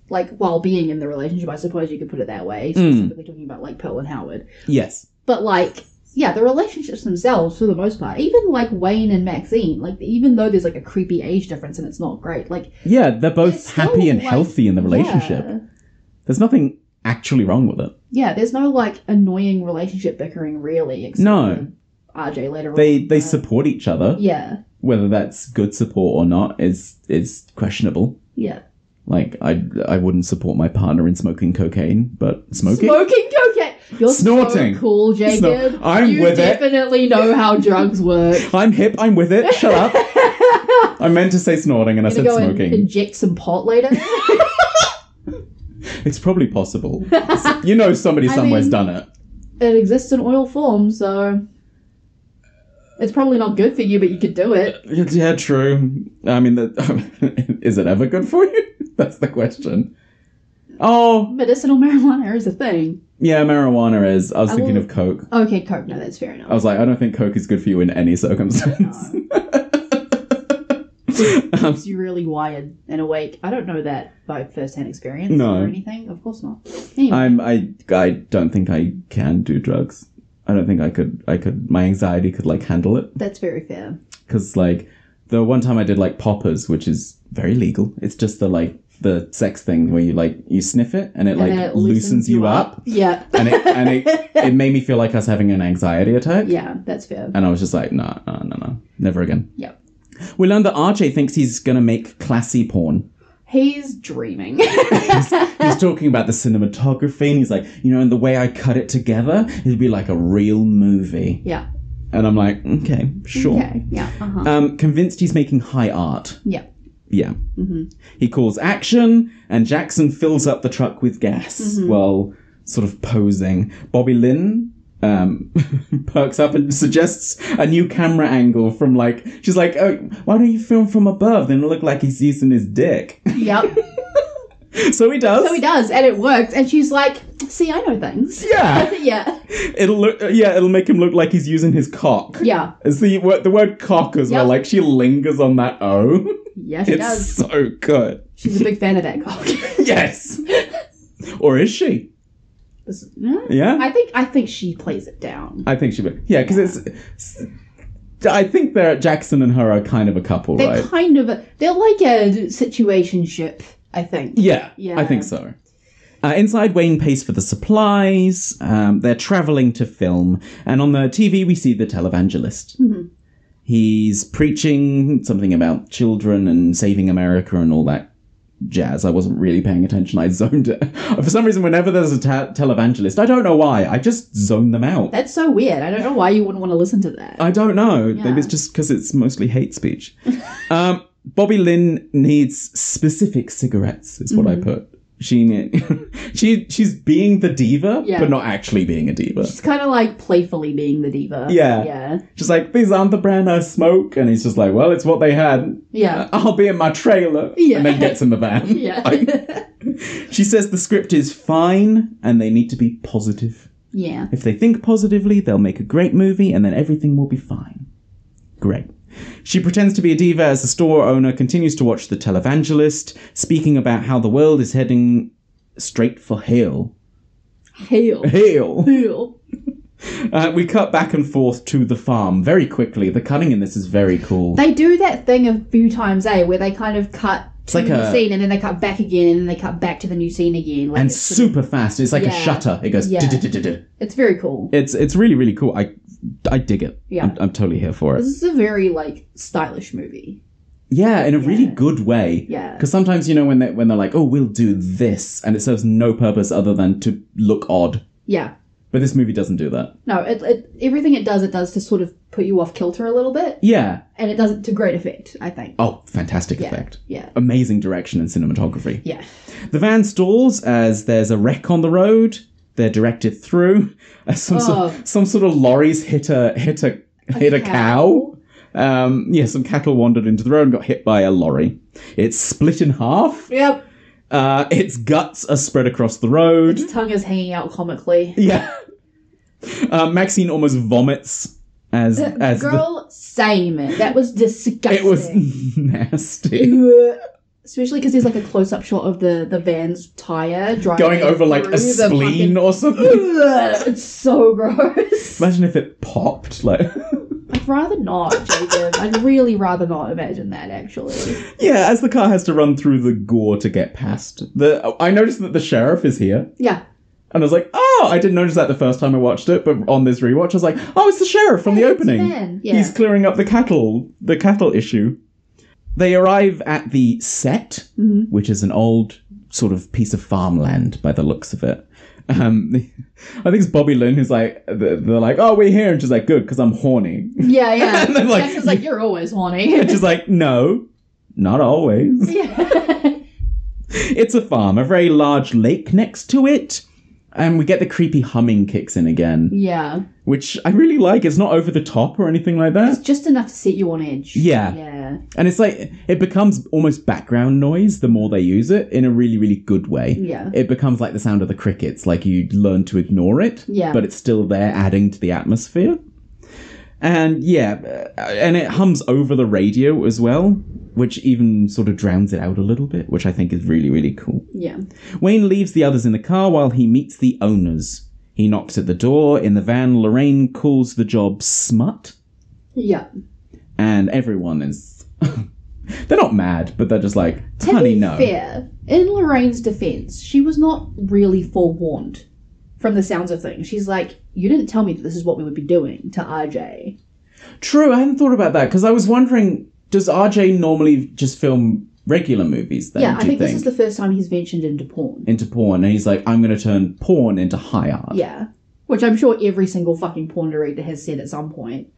S3: Like while being in the relationship, I suppose you could put it that way.
S2: Hmm.
S3: Specifically talking about like Pearl and Howard.
S2: yes
S3: but like yeah the relationships themselves for the most part even like wayne and maxine like even though there's like a creepy age difference and it's not great like
S2: yeah they're both
S3: It's still,
S2: happy and
S3: like,
S2: healthy in the relationship
S3: yeah,
S2: there's nothing actually wrong with it
S3: Yeah, there's no like annoying relationship bickering really except
S2: No.
S3: for rj later
S2: they
S3: on,
S2: they
S3: but-
S2: support each other
S3: yeah
S2: whether that's good support or not is is questionable
S3: yeah
S2: like i i wouldn't support my partner in smoking cocaine but smoking
S3: smoking cocaine you're
S2: Snorting.
S3: so cool jacob
S2: Snor- I'm
S3: you
S2: with it.
S3: definitely know how drugs work
S2: i'm hip i'm with it shut up i meant to say snorting and i
S3: gonna
S2: said
S3: go and
S2: smoking
S3: inject some pot later
S2: it's probably possible you know somebody
S3: I
S2: somewhere's
S3: mean-
S2: done it
S3: it exists in oil form so it's probably not good for you but you could do it
S2: Yeah, true. I mean, that, is it ever good for you? That's the question. Oh,
S3: medicinal marijuana is a thing.
S2: yeah, marijuana is. I was
S3: I
S2: thinking
S3: will-
S2: of coke.
S3: Okay, coke. No, that's fair enough.
S2: I was like, I don't think coke is good for you in any circumstance. Oh.
S3: Keeps you really wired and awake. I don't know that by first-hand experience
S2: No.
S3: or anything. Of course not. Anyway,
S2: I'm. I. I don't think I can do drugs. I don't think I could. I could. My anxiety could like handle it
S3: that's very fair.
S2: because like the one time I did like poppers, which is very legal. It's just the like the sex thing where you like you sniff it and it like
S3: And it
S2: loosens you up.
S3: Yeah,
S2: and it and it, it made me feel like I was having an anxiety attack.
S3: yeah, that's fair.
S2: And I was just like, no, no, no, no, never again.
S3: Yeah,
S2: We learned that RJ thinks he's gonna make classy porn.
S3: he's dreaming.
S2: He's talking about the cinematography, and he's like, you know, and the way I cut it together, it'd be like a real movie.
S3: yeah.
S2: And I'm like, okay, sure.
S3: Okay. Yeah. Uh huh.
S2: Um, convinced he's making high art.
S3: Yeah.
S2: Yeah.
S3: Mm-hmm.
S2: He calls action, and Jackson fills up the truck with gas
S3: Mm-hmm.
S2: while sort of posing. Bobby Lynn um, perks up and suggests a new camera angle from like, she's like, oh, why don't you film from above? Then it'll look like he's using his dick.
S3: Yep.
S2: So he does.
S3: So he does, and it works. And she's like, "See, I know things."
S2: Yeah.
S3: yeah,
S2: It'll look. Yeah, it'll make him look like he's using his cock.
S3: yeah,
S2: It's the word, the word cock as well.
S3: Yep.
S2: Like she lingers on that O.
S3: yeah. She
S2: It's
S3: does.
S2: so good.
S3: She's a big fan of that cock.
S2: Yes. or is she?
S3: This- yeah.
S2: Yeah.
S3: I think I think she plays it down.
S2: I think she would. Yeah, because it's, it's- I think they're Jackson and her are kind of a couple,
S3: They're
S2: right?
S3: kind of a, they're like a situationship, I think.
S2: Yeah,
S3: Yeah.
S2: I think so. Uh, inside, Wayne pays for the supplies. Um, they're traveling to film, and on the TV we see the televangelist.
S3: Mm-hmm.
S2: He's preaching something about children and saving America and all that jazz. I wasn't really paying attention. I zoned it. For some reason, whenever there's a ta- televangelist, I don't know why. I just zone them out.
S3: That's so weird. I don't know why you wouldn't want to listen to that.
S2: I don't know. Maybe it's
S3: Yeah.
S2: just because it's mostly hate speech. um, Bobby Lynn needs specific cigarettes. Is
S3: Mm-hmm.
S2: what I put. She need, she she's being the diva,
S3: Yeah.
S2: but not actually being a diva.
S3: It's kind of like playfully being the diva.
S2: Yeah.
S3: Yeah.
S2: She's like, these aren't the brand I smoke, and he's just like, well, it's what they had. Uh,
S3: Yeah.
S2: I'll be in my trailer,
S3: Yeah.
S2: and then gets in the van.
S3: Yeah.
S2: Like, she says the script is fine, and they need to be positive.
S3: yeah.
S2: If they think positively, they'll make a great movie and then everything will be fine. Great. She pretends to be a diva as the store owner continues to watch the televangelist, speaking about how the world is heading straight for hell.
S3: Hail.
S2: Hell!
S3: Hail.
S2: Uh, we cut back and forth to the farm very quickly. The cutting in this is very cool.
S3: They do that thing a few times, eh, where they kind of cut to
S2: like
S3: the
S2: a-
S3: scene and then they cut back again and then they cut back to the new scene again. Like
S2: And
S3: it's,
S2: super fast. It's like a
S3: Yeah.
S2: shutter. It goes.
S3: Yeah.
S2: "Du-du-du-du-du."
S3: it's very cool.
S2: It's it's really really cool. I I dig it.
S3: Yeah.
S2: I'm, I'm totally here for it.
S3: This is a very like stylish movie.
S2: Yeah, in a really
S3: Yeah.
S2: good way.
S3: Yeah.
S2: Because sometimes you know when they when they're like, oh, we'll do this, and it serves no purpose other than to look odd.
S3: Yeah.
S2: But this movie doesn't do that.
S3: No, it, it everything it does, it does to sort of put you off kilter a little bit,
S2: Yeah.
S3: and it does it to great effect, I think.
S2: Oh, fantastic
S3: Yeah.
S2: effect.
S3: Yeah.
S2: Amazing direction and cinematography.
S3: Yeah.
S2: The van stalls as there's a wreck on the road. They're directed through. As some
S3: Oh.
S2: sort, some sort of lorries hit a hit a hit a cow. Um, yeah, some cattle wandered into the road and got hit by a lorry. It's split in half.
S3: Yep.
S2: Uh, its guts are spread across the road.
S3: His tongue is hanging out comically.
S2: Yeah. Uh, Maxine almost vomits as as the-
S3: Girl, same. That was disgusting.
S2: it was nasty.
S3: Ugh. Especially because there's like a close up shot of the, the van's tire driving
S2: Going over like
S3: through
S2: a
S3: the
S2: spleen
S3: fucking-
S2: or something.
S3: Ugh, it's so gross.
S2: Imagine if it popped like
S3: I'd rather not, Jacob. I'd really rather not imagine that actually.
S2: Yeah, as the car has to run through the gore to get past. The I noticed that the sheriff is here.
S3: Yeah.
S2: And I was like, oh, I didn't notice that the first time I watched it, but on this rewatch, I was like, oh, it's the sheriff from the
S3: Hey, it's
S2: opening.
S3: Ben. Yeah.
S2: He's clearing up the cattle, the cattle issue. They arrive at the set,
S3: Mm-hmm.
S2: which is an old sort of piece of farmland by the looks of it. Um, I think it's Bobby Lynn who's like, they're they're like, oh, we're here. And she's like, good, because I'm horny.
S3: Yeah, yeah.
S2: And then, like-
S3: Jackson's like, you're always horny.
S2: And she's like, no, not always.
S3: yeah.
S2: It's a farm, a very large lake next to it. And we get the creepy humming kicks in again,
S3: yeah.
S2: which I really like. It's not over the top or anything like that.
S3: It's just enough to set you on edge.
S2: Yeah.
S3: Yeah.
S2: And it's like it becomes almost background noise the more they use it in a really, really good way.
S3: Yeah.
S2: It becomes like the sound of the crickets, like you learn to ignore it,
S3: Yeah.
S2: but it's still there adding to the atmosphere. And yeah, uh, and it hums over the radio as well, which even sort of drowns it out a little bit, which I think is really, really cool.
S3: Yeah.
S2: Wayne leaves the others in the car while he meets the owners. He knocks at the door. In the van, Lorraine calls the job smut,
S3: Yeah.
S2: and everyone is. they're not mad, but they're just like,
S3: To
S2: honey,
S3: be
S2: no.
S3: fair, in Lorraine's defense, she was not really forewarned from the sounds of things. She's like, you didn't tell me that this is what we would be doing to RJ.
S2: True, I hadn't thought about that because I was wondering does RJ normally just film regular movies then?
S3: yeah,
S2: do
S3: I
S2: you
S3: think, this is the first time he's ventured into porn.
S2: Into porn, and he's like, I'm going to turn porn into high art.
S3: yeah. Which I'm sure every single fucking porn director has said at some point.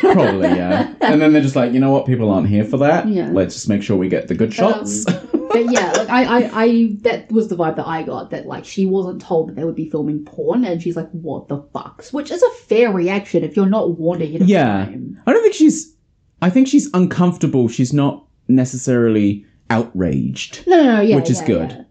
S2: Probably, yeah. and then they're just like, you know what? People aren't here for that.
S3: Yeah.
S2: Let's just make sure we get the good shots.
S3: But yeah, like I, I, I that was the vibe that I got that like she wasn't told that they would be filming porn and she's like, What the fucks? Which is a fair reaction if you're not warned ahead of
S2: Yeah.
S3: time.
S2: I don't think she's. I think she's uncomfortable. She's not necessarily outraged.
S3: No, no, no, yeah.
S2: Which is
S3: yeah,
S2: good.
S3: yeah.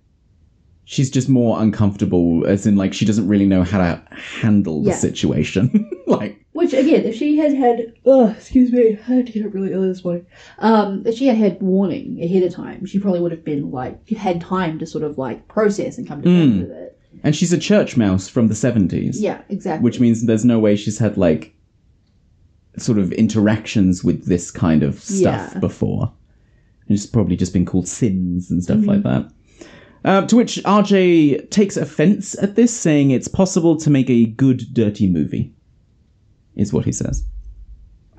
S2: She's just more uncomfortable, as in like she doesn't really know how to handle the
S3: Yeah.
S2: situation. like,
S3: Which again, if she had had, oh, excuse me, I had to get up really early this morning. Um, if she had had warning ahead of time, she probably would have been like had time to sort of like process and come to terms
S2: Mm.
S3: with it.
S2: and she's a church mouse from the seventies.
S3: Yeah, exactly.
S2: which means there's no way she's had like sort of interactions with this kind of stuff
S3: Yeah.
S2: before. And it's probably just been called sins and stuff like
S3: Mm-hmm.
S2: that. Uh, to which RJ takes offense at this, saying it's possible to make a good dirty movie, is what he says.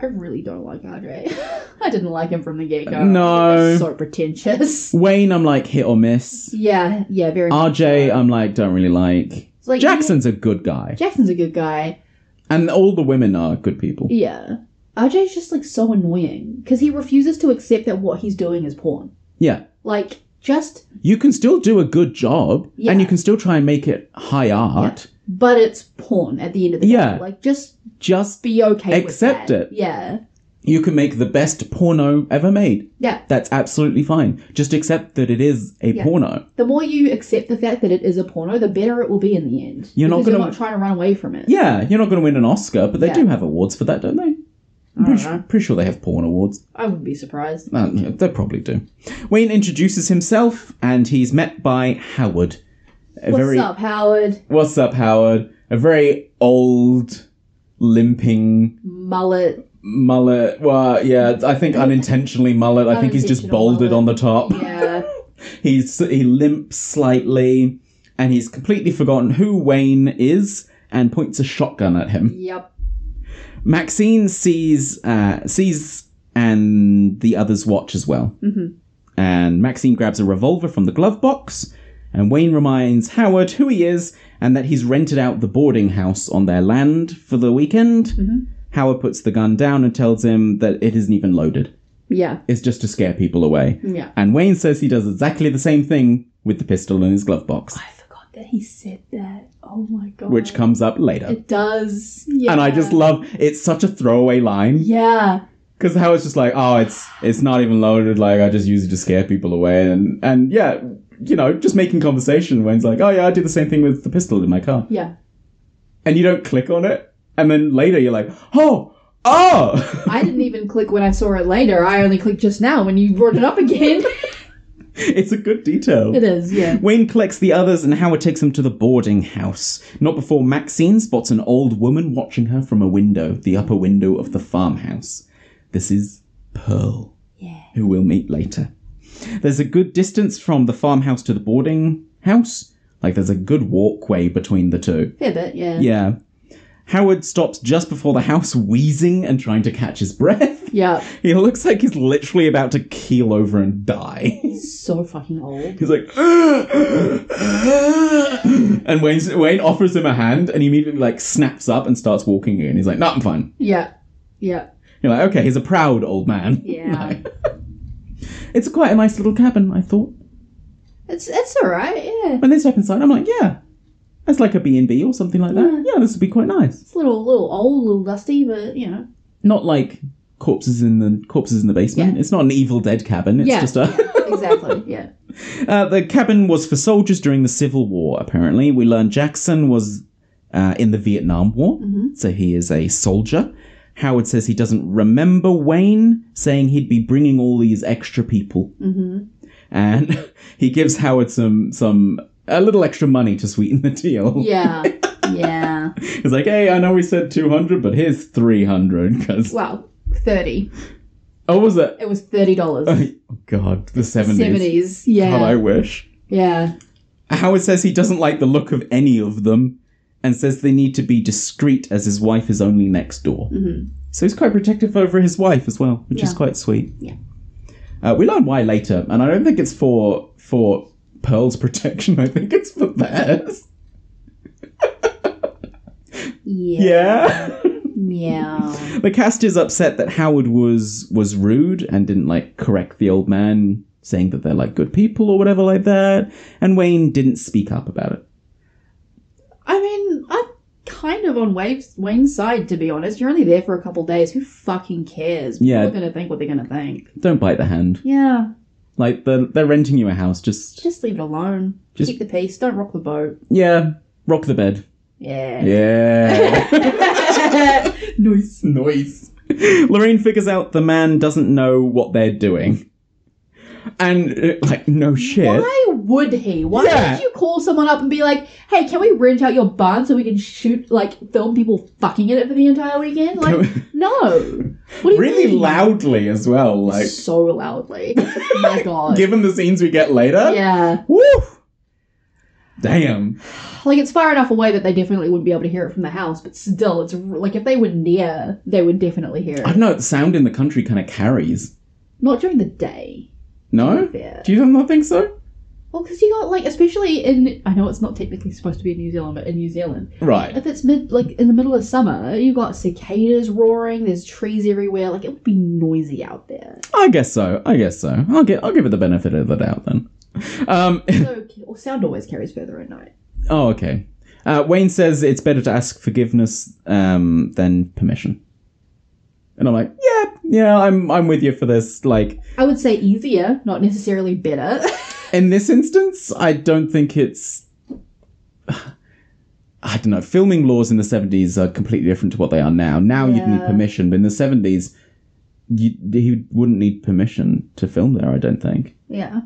S3: I really don't like Andre. I didn't like him from the get go.
S2: No.
S3: so pretentious.
S2: Wayne, I'm like hit or miss.
S3: Yeah, yeah, very. much
S2: RJ,
S3: so.
S2: I'm like don't really like.
S3: It's like,
S2: Jackson's a good guy,
S3: yeah, Jackson's a good guy.
S2: and all the women are good people.
S3: Yeah, RJ's just like so annoying because he refuses to accept that what he's doing is porn.
S2: Yeah,
S3: Like, just
S2: you can still do a good job,
S3: Yeah.
S2: and you can still try and make it high art.
S3: but it's porn at the end of the
S2: Yeah.
S3: day. Like, just
S2: just
S3: be okay with
S2: Accept
S3: that.
S2: it.
S3: Yeah.
S2: you can make the best porno ever made.
S3: Yeah.
S2: That's absolutely fine. Just accept that it is a
S3: Yeah.
S2: porno.
S3: The more you accept the fact that it is a porno, the better it will be in the end.
S2: You're not
S3: Because
S2: gonna-
S3: you're not trying to run away from it.
S2: Yeah, you're not going to win an Oscar, but they
S3: Yeah.
S2: do have awards for that, don't they? I'm
S3: I don't
S2: pretty, su-
S3: know.
S2: pretty sure they have porn awards.
S3: I wouldn't be surprised.
S2: Uh, yeah, they probably do. Wayne introduces himself, and he's met by Howard. A
S3: What's
S2: very
S3: up, Howard?
S2: What's up, Howard? A very old, limping
S3: Mullet.
S2: mullet. Well, yeah, I think unintentionally mullet. I think he's just
S3: Unintentional
S2: balded on the
S3: mullet.
S2: top.
S3: Yeah.
S2: He's he limps slightly, and he's completely forgotten who Wayne is, and points a shotgun at him.
S3: yep.
S2: Maxine sees uh, sees and the others watch as well. Mm-hmm. And Maxine grabs a revolver from the glove box, and Wayne reminds Howard who he is and that he's rented out the boarding house on their land for the weekend.
S3: Mm-hmm.
S2: Howard puts the gun down and tells him that it isn't even loaded.
S3: Yeah.
S2: It's just to scare people away.
S3: Yeah.
S2: And Wayne says he does exactly the same thing with the pistol in his glove box,
S3: I forgot that he said that. Oh my god.
S2: which comes up later.
S3: It does. Yeah.
S2: And I just love it's such a throwaway line
S3: Yeah.
S2: because how it's just like oh it's it's not even loaded like I just use it to scare people away and and yeah you know just making conversation Wayne's like oh yeah I do the same thing with the pistol in my car
S3: Yeah.
S2: and you don't click on it and then later you're like oh oh
S3: I didn't even click when I saw it later. I only clicked just now when you brought it up again.
S2: it's a good detail
S3: it is, yeah.
S2: Wayne collects the others and Howard takes them to the boarding house. Not before Maxine spots an old woman watching her from a window, the upper window of the farmhouse. This is Pearl, who we'll meet later. There's a good distance from the farmhouse to the boarding house. Like, there's a good walkway between the two.
S3: Fair bit, yeah.
S2: Yeah. Howard stops just before the house, wheezing and trying to catch his breath.
S3: Yeah.
S2: He looks like he's literally about to keel over and die.
S3: He's so fucking old.
S2: He's like, and Wayne's, Wayne offers him a hand, and he immediately like snaps up and starts walking again. He's like, "No, I'm fine."
S3: Yeah. Yeah.
S2: You're like, "Okay, he's a proud old man."
S3: Yeah.
S2: it's quite a nice little cabin, I thought.
S3: It's it's alright, yeah.
S2: When they step inside, I'm like, "Yeah, that's like a B and B or something like that. Yeah, this would be quite nice."
S3: It's a little little old, little dusty, but you know.
S2: Not like corpses in the corpses in the basement.
S3: Yeah.
S2: It's not an Evil Dead cabin. It's
S3: Yeah.
S2: just a.
S3: Exactly. yeah.
S2: Uh, the cabin was for soldiers during the Civil War, apparently. We learn Jackson was uh, in the Vietnam War,
S3: Mm-hmm.
S2: so he is a soldier. Howard says he doesn't remember Wayne, saying he'd be bringing all these extra people. Mm-hmm. And he gives Howard some, some, a little extra money to sweeten the deal.
S3: Yeah. Yeah.
S2: He's like, hey, I know we said 200, but here's 300. Because,
S3: Well, thirty.
S2: oh, was it?
S3: It was thirty dollars.
S2: Oh, God, the 70s.
S3: Seventies. Yeah.
S2: God, I wish.
S3: Yeah.
S2: Howard says he doesn't like the look of any of them and says they need to be discreet as his wife is only next door. So he's quite protective over his wife as well, which is
S3: Mm-hmm. Yeah.
S2: quite sweet.
S3: Yeah.
S2: Uh, we learn why later, and I don't think it's for for Pearl's protection. I think it's for theirs.
S3: Yeah.
S2: Yeah.
S3: Yeah.
S2: the cast is upset that Howard was was rude and didn't like correct the old man, saying that they're like good people or whatever like that. And Wayne didn't speak up about it.
S3: I mean, I'm kind of on Wave's, Wayne's side to be honest. You're only there for a couple days. Who fucking cares?
S2: Yeah.
S3: People are gonna think what they're gonna think.
S2: Don't bite the hand.
S3: Yeah.
S2: Like they're they're renting you a house. Just
S3: Just leave it alone.
S2: Just-
S3: Keep the peace. Don't rock the boat.
S2: yeah, rock the bed.
S3: Yeah.
S2: Yeah.
S3: nice.
S2: noise. Lorraine figures out the man doesn't know what they're doing. And, uh, like, no shit.
S3: Why would he? Why
S2: Yeah.
S3: would you call someone up and be like, "Hey, can we rent out your barn so we can shoot like film people fucking in it for the entire weekend?" Like, no. What do you
S2: Really
S3: mean?
S2: loudly as well, like,
S3: so loudly. My God.
S2: given the scenes we get later.
S3: yeah.
S2: Woo! Damn.
S3: Like it's far enough away that they definitely wouldn't be able to hear it from the house, but still, it's r- like if they were near, they would definitely hear
S2: I
S3: it.
S2: don't know, the sound in the country kind of carries.
S3: Not during the day.
S2: No?
S3: Yeah.
S2: Do you not think so?
S3: Well, because you got like, especially in, I know it's not technically supposed to be in New Zealand, but in New Zealand,
S2: Right.
S3: if it's mid, like in the middle of summer, you got cicadas roaring. There's trees everywhere. Like it would be noisy out there.
S2: I guess so. I guess so. I'll, get, I'll give it the benefit of the doubt then. Um,
S3: So, well, sound always carries further at night.
S2: oh, okay. Uh, Wayne says it's better to ask forgiveness um, than permission. And I'm like, yeah, yeah, I'm, I'm with you for this. Like,
S3: I would say easier, not necessarily better.
S2: in this instance, I don't think it's. I don't know. Filming laws in the 70s are completely different to what they are now. Now you'd need
S3: Yeah.
S2: permission, but in the 70s, you, he wouldn't need permission to film there, I don't think.
S3: yeah.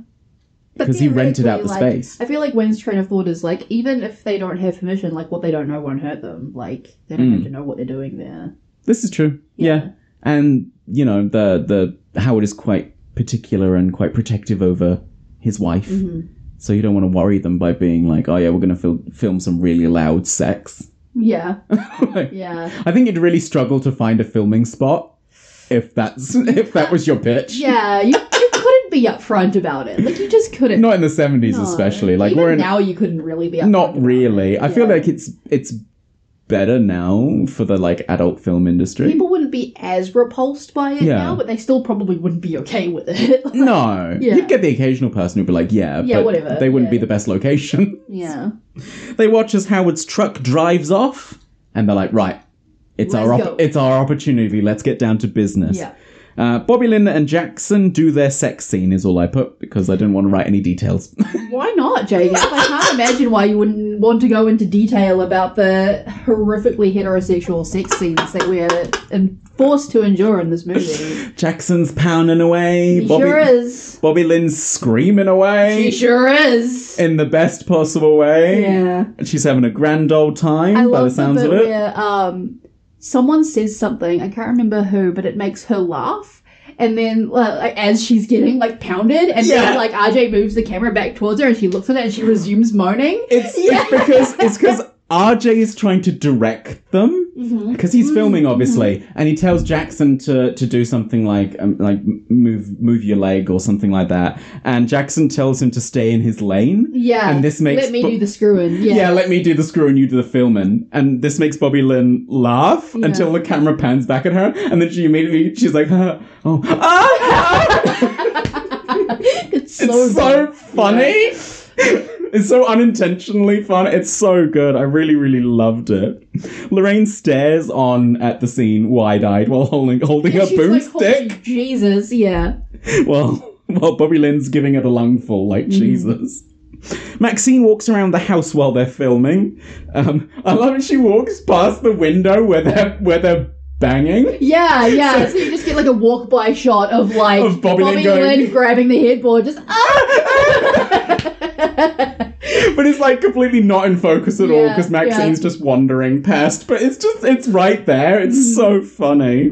S3: But
S2: Because he rented out the
S3: theoretically, like,
S2: space.
S3: I feel like Wayne's train of thought is like, even if they don't have permission, like what they don't know won't hurt them. Like they don't
S2: Hmm.
S3: have to know what they're doing there.
S2: This is true. Yeah.
S3: Yeah.
S2: And, you know, the, the Howard is quite particular and quite protective over his wife.
S3: Mm-hmm.
S2: So you don't want to worry them by being like, oh, yeah, we're going to fil- film some really loud sex.
S3: Yeah,
S2: Like,
S3: yeah,
S2: I think you'd really struggle to find a filming spot if that's if that was your pitch.
S3: yeah. You, you couldn't be upfront about it. Like you just couldn't.
S2: Not in the seventies,
S3: No.
S2: especially. Like
S3: Even
S2: we're in,
S3: now, you couldn't really be. Upfront
S2: not
S3: about
S2: really.
S3: it.
S2: I feel
S3: Yeah.
S2: like it's it's better now for the like adult film industry.
S3: people wouldn't be as repulsed by it
S2: Yeah.
S3: now, but they still probably wouldn't be okay with it.
S2: no,
S3: Yeah.
S2: you'd get the occasional person who'd be like, "Yeah,
S3: Yeah,
S2: but
S3: whatever,
S2: They wouldn't be
S3: yeah.
S2: the best location.
S3: yeah,
S2: they watch as Howard's truck drives off, and they're like, "Right, it's our
S3: Let's
S2: op-
S3: go."
S2: it's our opportunity. Let's get down to business."
S3: yeah.
S2: Uh, Bobby Lynn and Jackson do their sex scene is all I put because I didn't want to write any details.
S3: Why not, Jacob? I can't imagine why you wouldn't want to go into detail about the horrifically heterosexual sex scenes that we're en- forced to endure in this movie.
S2: Jackson's pounding away.
S3: She
S2: Bobby,
S3: sure is.
S2: Bobby Lynn's screaming
S3: She
S2: away
S3: sure is.
S2: in the best possible way.
S3: Yeah.
S2: And she's having a grand old time
S3: I
S2: by
S3: love
S2: the sounds
S3: the
S2: of
S3: bit
S2: it.
S3: where um, someone says something I can't remember who, but it makes her laugh. And then, uh, like, as she's getting like pounded, and
S2: Yeah.
S3: then like RJ moves the camera back towards her, and she looks at it, and she resumes moaning.
S2: It's,
S3: Yeah.
S2: it's because it's because RJ is trying to direct them
S3: Mm-hmm.
S2: because he's filming obviously, and he tells Jackson to to do something like um, like m- move move your leg or something like that, and Jackson tells him to stay in his lane.
S3: Yeah,
S2: and this makes
S3: let me
S2: Bo-
S3: do the screwing.
S2: Yeah.
S3: Yeah,
S2: let me do the screw and you do the filming. And this makes Bobby Lynn laugh
S3: Yeah.
S2: until the camera pans back at her, and then she immediately she's like, "Huh, "Oh, ah, ah."
S3: it's so
S2: it's so
S3: good.
S2: funny." It's so unintentionally fun. It's so good. I really, really loved it. Lorraine stares on at the scene wide-eyed while holding holding
S3: Yeah,
S2: a
S3: she's like,
S2: boomstick.
S3: "Holy Jesus, yeah.
S2: Well, well, Bobby Lynn's giving it a lungful, like
S3: Mm.
S2: Jesus. Maxine walks around the house while they're filming. Um, I love it. She walks past the window where they're where they're banging.
S3: Yeah, yeah. So, you just get like a walk by shot of like
S2: Of Bobby Lynn going-
S3: Lynn grabbing the headboard, just ah!
S2: But it's like completely not in focus at all
S3: Yeah,
S2: because Maxine's
S3: yeah.
S2: just wandering past. But it's just it's right there.
S3: Mm-hmm.
S2: It's so funny.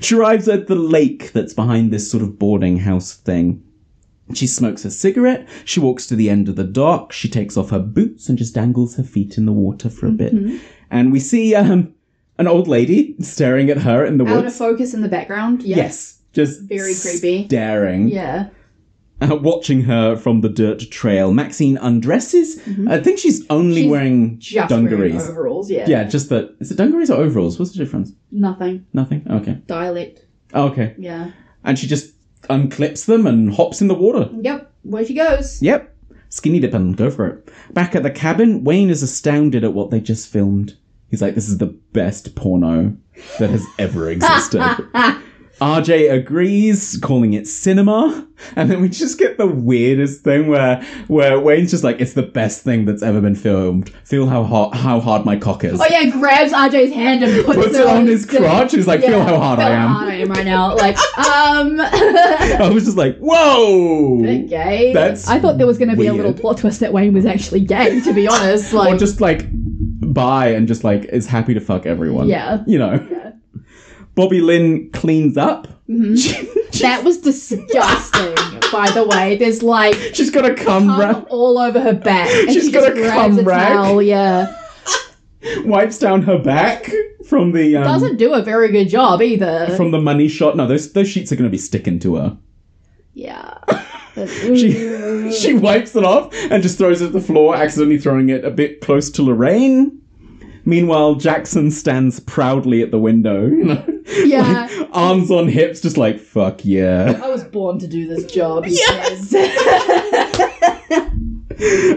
S2: She arrives at the lake that's behind this sort of boarding house thing. She smokes a cigarette. She walks to the end of the dock. She takes off her boots and just dangles her feet in the water for a
S3: Mm-hmm.
S2: bit. And we see um, an old lady staring at her in the
S3: Out of
S2: woods.
S3: focus in the background. Yeah.
S2: Yes, just
S3: Very creepy.
S2: Staring,
S3: Yeah.
S2: uh, watching her from the dirt trail. Maxine undresses. I think she's only
S3: Mm-hmm. She's
S2: wearing
S3: Just
S2: dungarees.
S3: wearing overalls. Yeah.
S2: yeah, just the is it dungarees or overalls? What's the difference?
S3: Nothing.
S2: Nothing. Okay.
S3: Dialect.
S2: Okay.
S3: Yeah.
S2: And she just unclips them and hops in the water.
S3: Yep. Where she goes.
S2: Yep. Skinny dip and go for it. Back at the cabin, Wayne is astounded at what they just filmed. He's like, this is the best porno that has ever existed. RJ agrees, calling it cinema, and then we just get the weirdest thing where where Wayne's just like, "It's the best thing that's ever been filmed. Feel how hot, how hard my cock is."
S3: Oh yeah, grabs RJ's hand and puts,
S2: Puts it on his crotch. He's like, "Feel how hard
S3: feel
S2: I am."
S3: how hard I am right now. Like, um,
S2: I was just like, "Whoa!"
S3: okay.
S2: That's
S3: I thought there was going to be a little
S2: weird.
S3: plot twist that Wayne was actually gay. To be honest, like,
S2: or just like by and just like is happy to fuck everyone.
S3: Yeah. Mm-hmm.
S2: You know. Bobby Lynn cleans up.
S3: that was disgusting. by the way, there's like
S2: She's got a cum
S3: cum
S2: wrap,
S3: all over her back. And
S2: She's
S3: she
S2: got
S3: just
S2: a
S3: grabs
S2: cum rag.
S3: Towel, yeah,
S2: wipes down her back from the um,
S3: doesn't do a very good job either.
S2: from the money shot. No, those those sheets are gonna be sticking to her.
S3: yeah. mm,
S2: She she wipes it off and just throws it at the floor, accidentally throwing it a bit close to Lorraine. Meanwhile, Jackson stands proudly at the window, you know,
S3: yeah.
S2: arms on hips, just like fuck yeah.
S3: I was born to do this job. He says.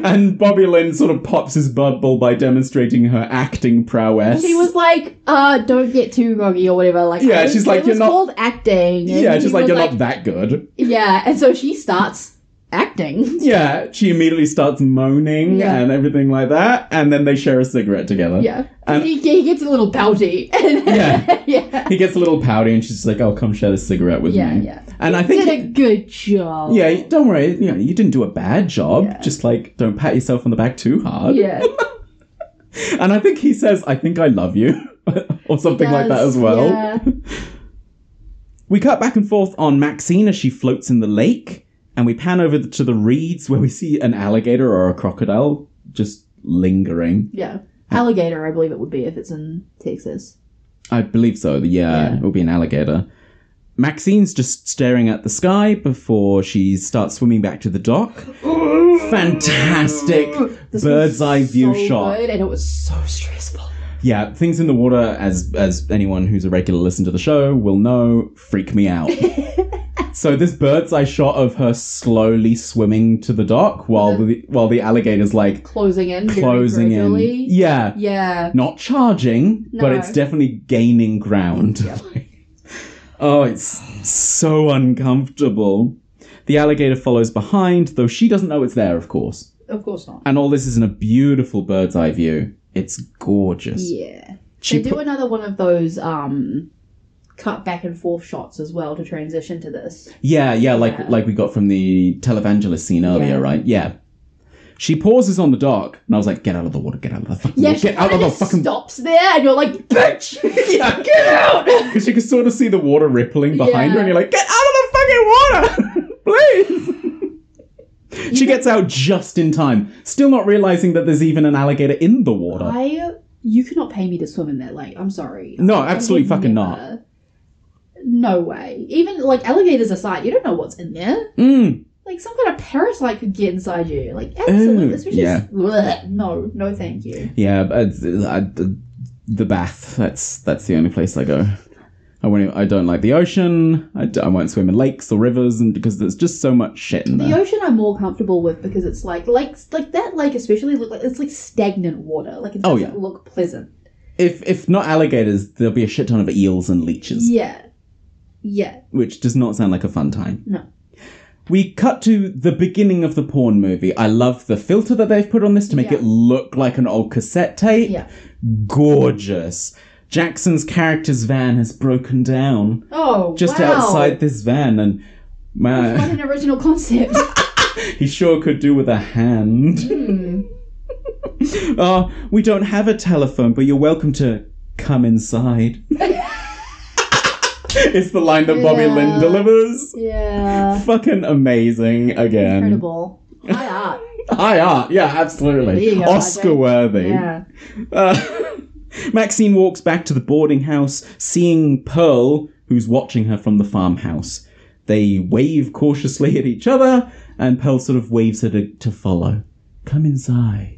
S2: And Bobby Lynn sort of pops his bubble by demonstrating her acting prowess.
S3: she was like, uh, don't get too groggy or whatever. Like,
S2: Yeah,
S3: it was-
S2: she's like,
S3: it
S2: "You're
S3: was
S2: not-
S3: called acting. and
S2: yeah,
S3: he
S2: just like
S3: was
S2: you're not that good.
S3: Yeah, and so she starts acting.
S2: Yeah, she immediately starts moaning
S3: Yeah.
S2: and everything like that, and then they share a cigarette together.
S3: Yeah,
S2: And-
S3: he, he gets a little pouty.
S2: Um, Yeah.
S3: yeah,
S2: He gets a little pouty and she's just like, "Oh, come share this cigarette with
S3: Yeah,
S2: me."
S3: yeah.
S2: And I
S3: did a
S2: think
S3: good job.
S2: yeah, don't worry, you know, you didn't do a bad job.
S3: Yeah.
S2: Just like don't pat yourself on the back too hard.
S3: yeah,
S2: And I think he says, "I think I love you." or something like that as well.
S3: Yeah.
S2: We cut back and forth on Maxine as she floats in the lake, and we pan over to the reeds where we see an alligator or a crocodile just lingering.
S3: yeah, alligator. I believe it would be if it's in Texas.
S2: I believe so. Yeah,
S3: Yeah.
S2: it will be an alligator. Maxine's just staring at the sky before she starts swimming back to the dock. Fantastic
S3: This
S2: bird's
S3: was
S2: eye view
S3: so
S2: shot.
S3: good, and it was so stressful.
S2: Yeah, things in the water, as as anyone who's a regular listener to the show will know, freak me out. so this bird's eye shot of her slowly swimming to the dock while the, while the alligator's like
S3: Closing in, very
S2: closing in.
S3: gradually.
S2: Yeah,
S3: yeah.
S2: not charging, but
S3: No.
S2: it's definitely gaining ground. oh, it's so uncomfortable. The alligator follows behind, though she doesn't know it's there, of course.
S3: Of course not.
S2: And all this is in a beautiful bird's eye view. It's gorgeous.
S3: Yeah.
S2: She
S3: they do
S2: put-
S3: another one of those um cut back and forth shots as well to transition to this.
S2: Yeah, yeah, like
S3: Yeah.
S2: like we got from the televangelist scene earlier,
S3: Yeah.
S2: right? Yeah. She pauses on the dock, and I was like, "Get out of the water! Get out of the fucking
S3: Yeah,
S2: water!
S3: she
S2: Get out
S3: kinda
S2: of the
S3: just
S2: fucking
S3: stops there and you're like, bitch!
S2: yeah, get out!" Because you can sort of see the water rippling behind her,
S3: Yeah.
S2: and you're like, "Get out of the fucking water, please!" she gets out just in time, still not realizing that there's even an alligator in the water.
S3: I you cannot pay me to swim in that lake. I'm sorry.
S2: No,
S3: I would
S2: absolutely fucking not.
S3: never. No way. Even like alligators aside, you don't know what's in there.
S2: Mm.
S3: Like some kind of parasite could get inside you. Like absolutely,
S2: Ew,
S3: especially
S2: yeah.
S3: bleh, no, no, thank you.
S2: Yeah, but it's- I, the, the bath. That's that's the only place I go. I won't, e, I don't like the ocean. I, d- I won't swim in lakes or rivers, and because there's just so much shit in
S3: The
S2: there.
S3: ocean I'm more comfortable with because it's like lakes like that lake especially look like it's like stagnant water. Like it
S2: Oh,
S3: doesn't
S2: yeah.
S3: look pleasant.
S2: If if not alligators, there'll be a shit ton of eels and leeches.
S3: Yeah. Yeah.
S2: which does not sound like a fun time.
S3: No.
S2: We cut to the beginning of the porn movie. I love the filter that they've put on this to make
S3: Yeah.
S2: it look like an old cassette tape.
S3: Yeah.
S2: Gorgeous. Jackson's character's van has broken down
S3: Oh.
S2: just
S3: wow.
S2: outside this van, and
S3: What
S2: man,
S3: an original concept.
S2: he sure could do with a hand.
S3: Hmm.
S2: oh, we don't have a telephone, but you're welcome to come inside. it's the line that Bobby
S3: Yeah.
S2: Lynn delivers.
S3: Yeah.
S2: fucking amazing again.
S3: Incredible. High art.
S2: High art, yeah,
S3: There
S2: absolutely.
S3: you go,
S2: Oscar worthy.
S3: Yeah.
S2: Uh, Maxine walks back to the boarding house, seeing Pearl, who's watching her from the farmhouse. They wave cautiously at each other, and Pearl sort of waves her to, to follow. Come inside.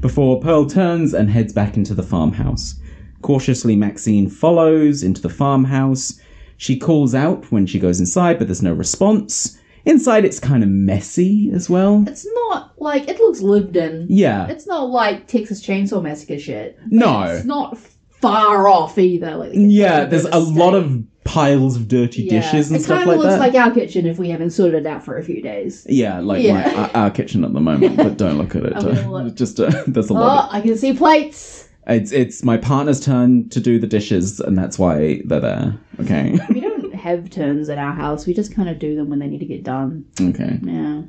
S2: Before Pearl turns and heads back into the farmhouse. Cautiously, Maxine follows into the farmhouse. She calls out when she goes inside, but there's no response. Inside, it's kind of messy as well.
S3: It's not like it looks lived in.
S2: Yeah.
S3: It's not like Texas Chainsaw Massacre shit.
S2: no.
S3: It's not far off either. Like
S2: Yeah, there's a lot of piles of dirty
S3: Yeah.
S2: dishes and
S3: it
S2: stuff
S3: kinda
S2: like
S3: looks
S2: that.
S3: like our kitchen if we haven't sorted it out for a few days.
S2: yeah, like
S3: Yeah.
S2: My, our, our kitchen at the moment, but don't look at it.
S3: I will
S2: uh,
S3: look.
S2: Just uh, there's a lot.
S3: Oh, I can see plates.
S2: Of, it's it's my partner's turn to do the dishes, and that's why they're there. Okay,
S3: We don't have turns at our house. We just kind of do them when they need to get done.
S2: okay.
S3: Yeah,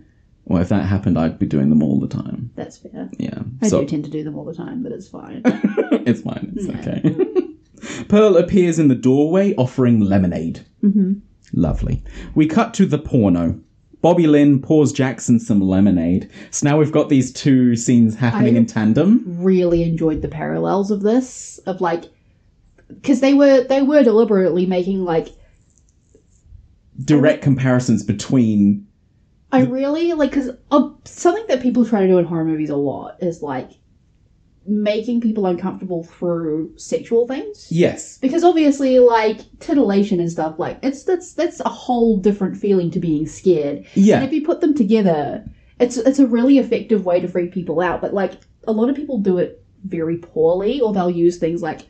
S2: Well, if that happened, I'd be doing them all the time.
S3: that's fair.
S2: Yeah,
S3: I
S2: so
S3: do tend to do them all the time, but it's fine.
S2: it's fine. It's okay. Pearl appears in the doorway, offering lemonade.
S3: mm-hmm.
S2: Lovely. We cut to the porno. Bobby Lynn pours Jackson some lemonade. So now we've got these two scenes happening
S3: I-
S2: in tandem.
S3: really enjoyed the parallels of this of like because they were they were deliberately making like
S2: Direct comparisons between.
S3: I really like because something that people try to do in horror movies a lot is like making people uncomfortable through sexual things
S2: Yes.
S3: because obviously like titillation and stuff like it's that's that's a whole different feeling to being scared And
S2: Yeah.
S3: if you put them together, it's it's a really effective way to freak people out. But like a lot of people do it very poorly, or they'll use things like,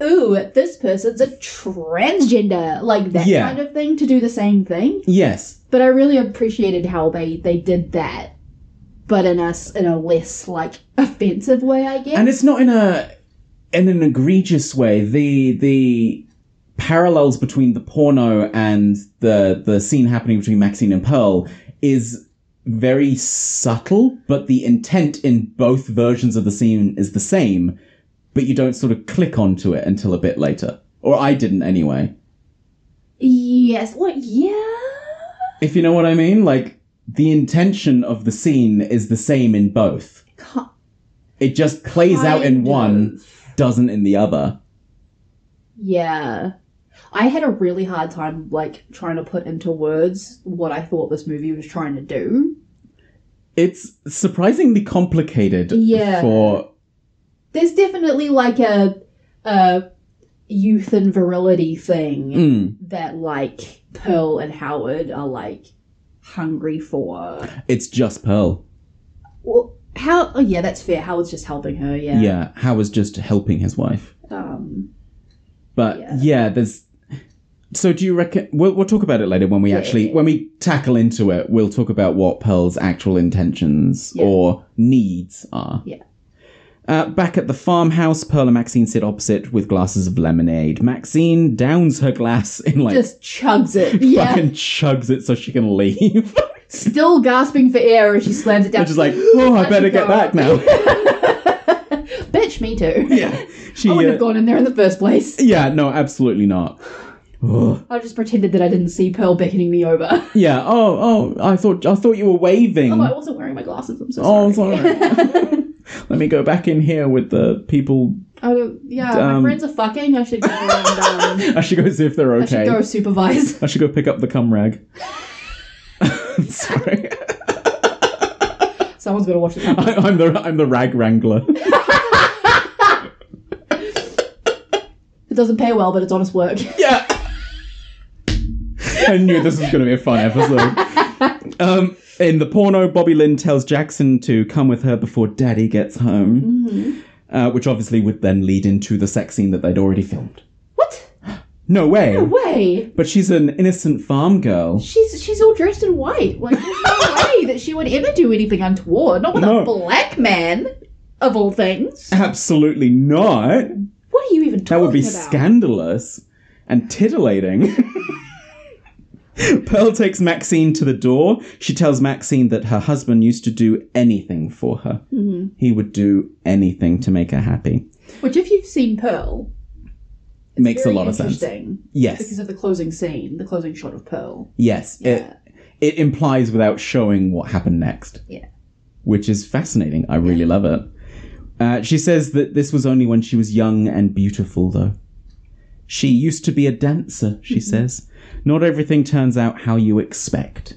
S3: "Ooh, this person's a transgender," like that
S2: Yeah.
S3: kind of thing to do the same thing.
S2: Yes.
S3: But I really appreciated how they they did that, but in a s- in a less like offensive way, I guess.
S2: And it's not in a in an egregious way. The the parallels between the porno and the the scene happening between Maxine and Pearl is very subtle, but the intent in both versions of the scene is the same, but you don't sort of click onto it until a bit later. Or I didn't anyway.
S3: yes, what? Yeah.
S2: If you know what I mean, like the intention of the scene is the same in both.
S3: Ki-
S2: It just plays out in
S3: kind
S2: one,
S3: of.
S2: doesn't in the other.
S3: Yeah. I had a really hard time like trying to put into words what I thought this movie was trying to do.
S2: it's surprisingly complicated
S3: Yeah.
S2: for
S3: There's definitely like a a youth and virility thing
S2: Mm.
S3: that like Pearl and Howard are like hungry for.
S2: it's just pearl
S3: Well, how oh yeah, that's fair. Howard's just helping her, yeah.
S2: yeah, howard's just helping his wife
S3: Um
S2: but yeah,
S3: Yeah.
S2: there's so do you reckon we'll, we'll talk about it later when we
S3: Yeah,
S2: actually
S3: yeah, yeah.
S2: when we tackle into it we'll talk about what pearl's actual intentions
S3: Yeah.
S2: or needs are
S3: Yeah.
S2: uh, back at the farmhouse, Pearl and Maxine sit opposite with glasses of lemonade. Maxine downs her glass in like
S3: just chugs it. Yeah.
S2: fucking chugs it so she can leave.
S3: Still gasping for air as she slams it down.
S2: and she's like, "Oh, I better get back now."
S3: Bitch, me too.
S2: yeah, she.
S3: I wouldn't
S2: uh,
S3: have gone in there in the first place.
S2: Yeah, no, absolutely not. Ugh.
S3: I just pretended that I didn't see Pearl beckoning me over.
S2: Yeah. Oh, oh. I thought I thought you were waving.
S3: Oh, I wasn't wearing my glasses. I'm so sorry.
S2: Mm. Oh, sorry. Let me go back in here with the people.
S3: Oh, yeah,
S2: Um,
S3: my friends are fucking. I should go and um,
S2: I should go see if they're
S3: I should
S2: okay.
S3: go supervise.
S2: I should go pick up the cum rag. sorry,
S3: Someone's got to watch the
S2: I, I'm the I'm the rag wrangler.
S3: It doesn't pay well, but it's honest work.
S2: Yeah. I knew this was going to be a fun episode. Um, in the porno, Bobby Lynn tells Jackson to come with her before Daddy gets home,
S3: Mm-hmm.
S2: uh, which obviously would then lead into the sex scene that they'd already filmed.
S3: What?
S2: No way.
S3: No way.
S2: But she's an innocent farm girl.
S3: She's she's all dressed in white. Like there's no way that she would ever do anything untoward. Not with
S2: No.
S3: a black man, of all things.
S2: Absolutely not.
S3: What are you even talking
S2: That would be
S3: about?
S2: scandalous and titillating. Pearl takes Maxine to the door. She tells Maxine that her husband used to do anything for her.
S3: Mm-hmm.
S2: He would do anything to make her happy.
S3: Which, if you've seen Pearl,
S2: It makes a
S3: very
S2: lot of sense.
S3: interesting
S2: Yes,
S3: because of the closing scene, the closing shot of Pearl.
S2: yes. It it implies without showing what happened next.
S3: Yeah.
S2: Which is fascinating. I really love it. Uh, she says that this was only when she was young and beautiful, though. She used to be a dancer, she says. Not everything turns out how you expect.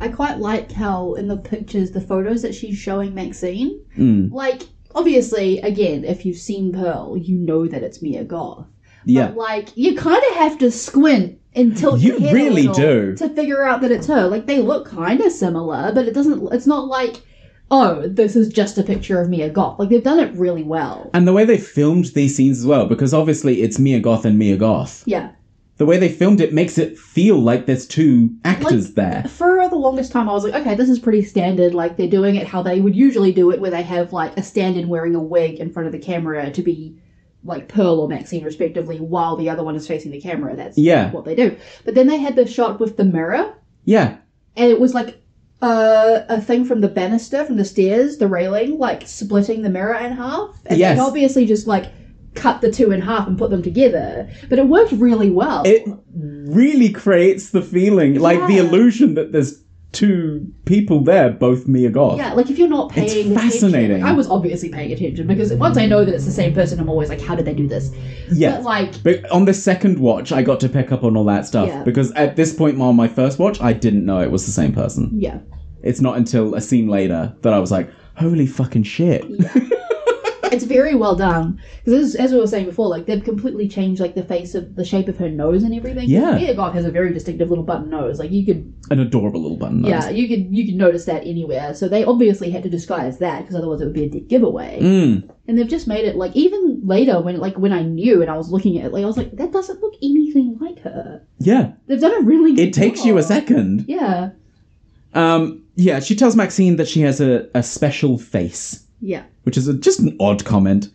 S3: I quite like how in the pictures, the photos that she's showing Maxine,
S2: Mm.
S3: like obviously, again, if you've seen Pearl, you know that it's Mia Goth.
S2: Yeah.
S3: But like, you kind of have to squint and tilt
S2: You
S3: your head a
S2: really
S3: little
S2: do.
S3: to figure out that it's her. Like they look kind of similar, but it doesn't. It's not like. Oh, this is just a picture of Mia Goth. Like they've done it really well.
S2: And the way they filmed these scenes as well, because obviously it's Mia Goth and Mia Goth.
S3: Yeah,
S2: the way they filmed it makes it feel like there's two actors there.
S3: For the longest time, I was like, okay, this is pretty standard. Like, they're doing it how they would usually do it, where they have, like, a stand in wearing a wig in front of the camera to be, like, Pearl or Maxine, respectively, while the other one is facing the camera. That's
S2: Yeah.
S3: what they do. But then they had the shot with the mirror,
S2: Yeah,
S3: and it was like uh, a thing from the banister, from the stairs, the railing, like splitting the mirror in half. And
S2: Yes.
S3: they obviously just like cut the two in half and put them together. But it worked really well.
S2: it really creates the feeling, like the
S3: Yeah.
S2: illusion that there's two people there, both me and God.
S3: yeah, like if you're not paying
S2: It's
S3: attention-
S2: fascinating.
S3: I was obviously paying attention because once I know that it's the same person, I'm always like, how did they do this?
S2: Yeah.
S3: But like,
S2: But on the second watch, I got to pick up on all that stuff
S3: Yeah.
S2: because at this point, on my first watch, I didn't know it was the same person.
S3: yeah.
S2: It's not until a scene later that I was like, "Holy fucking shit!"
S3: it's very well done because as, as we were saying before like they've completely changed like the face of the shape of her nose and everything
S2: Yeah.
S3: Mia Goth has a very distinctive little button nose like you could
S2: An adorable little button nose.
S3: yeah you could you could notice that anywhere so they obviously had to disguise that because otherwise it would be a dead giveaway
S2: Mm.
S3: and they've just made it like even later when like when I knew and I was looking at it like I was like that doesn't look anything like her
S2: Yeah.
S3: they've done a really good
S2: It takes you a
S3: job.
S2: second.
S3: yeah
S2: Um. Yeah. She tells Maxine that she has a, a special face.
S3: yeah
S2: which is a, just an odd comment.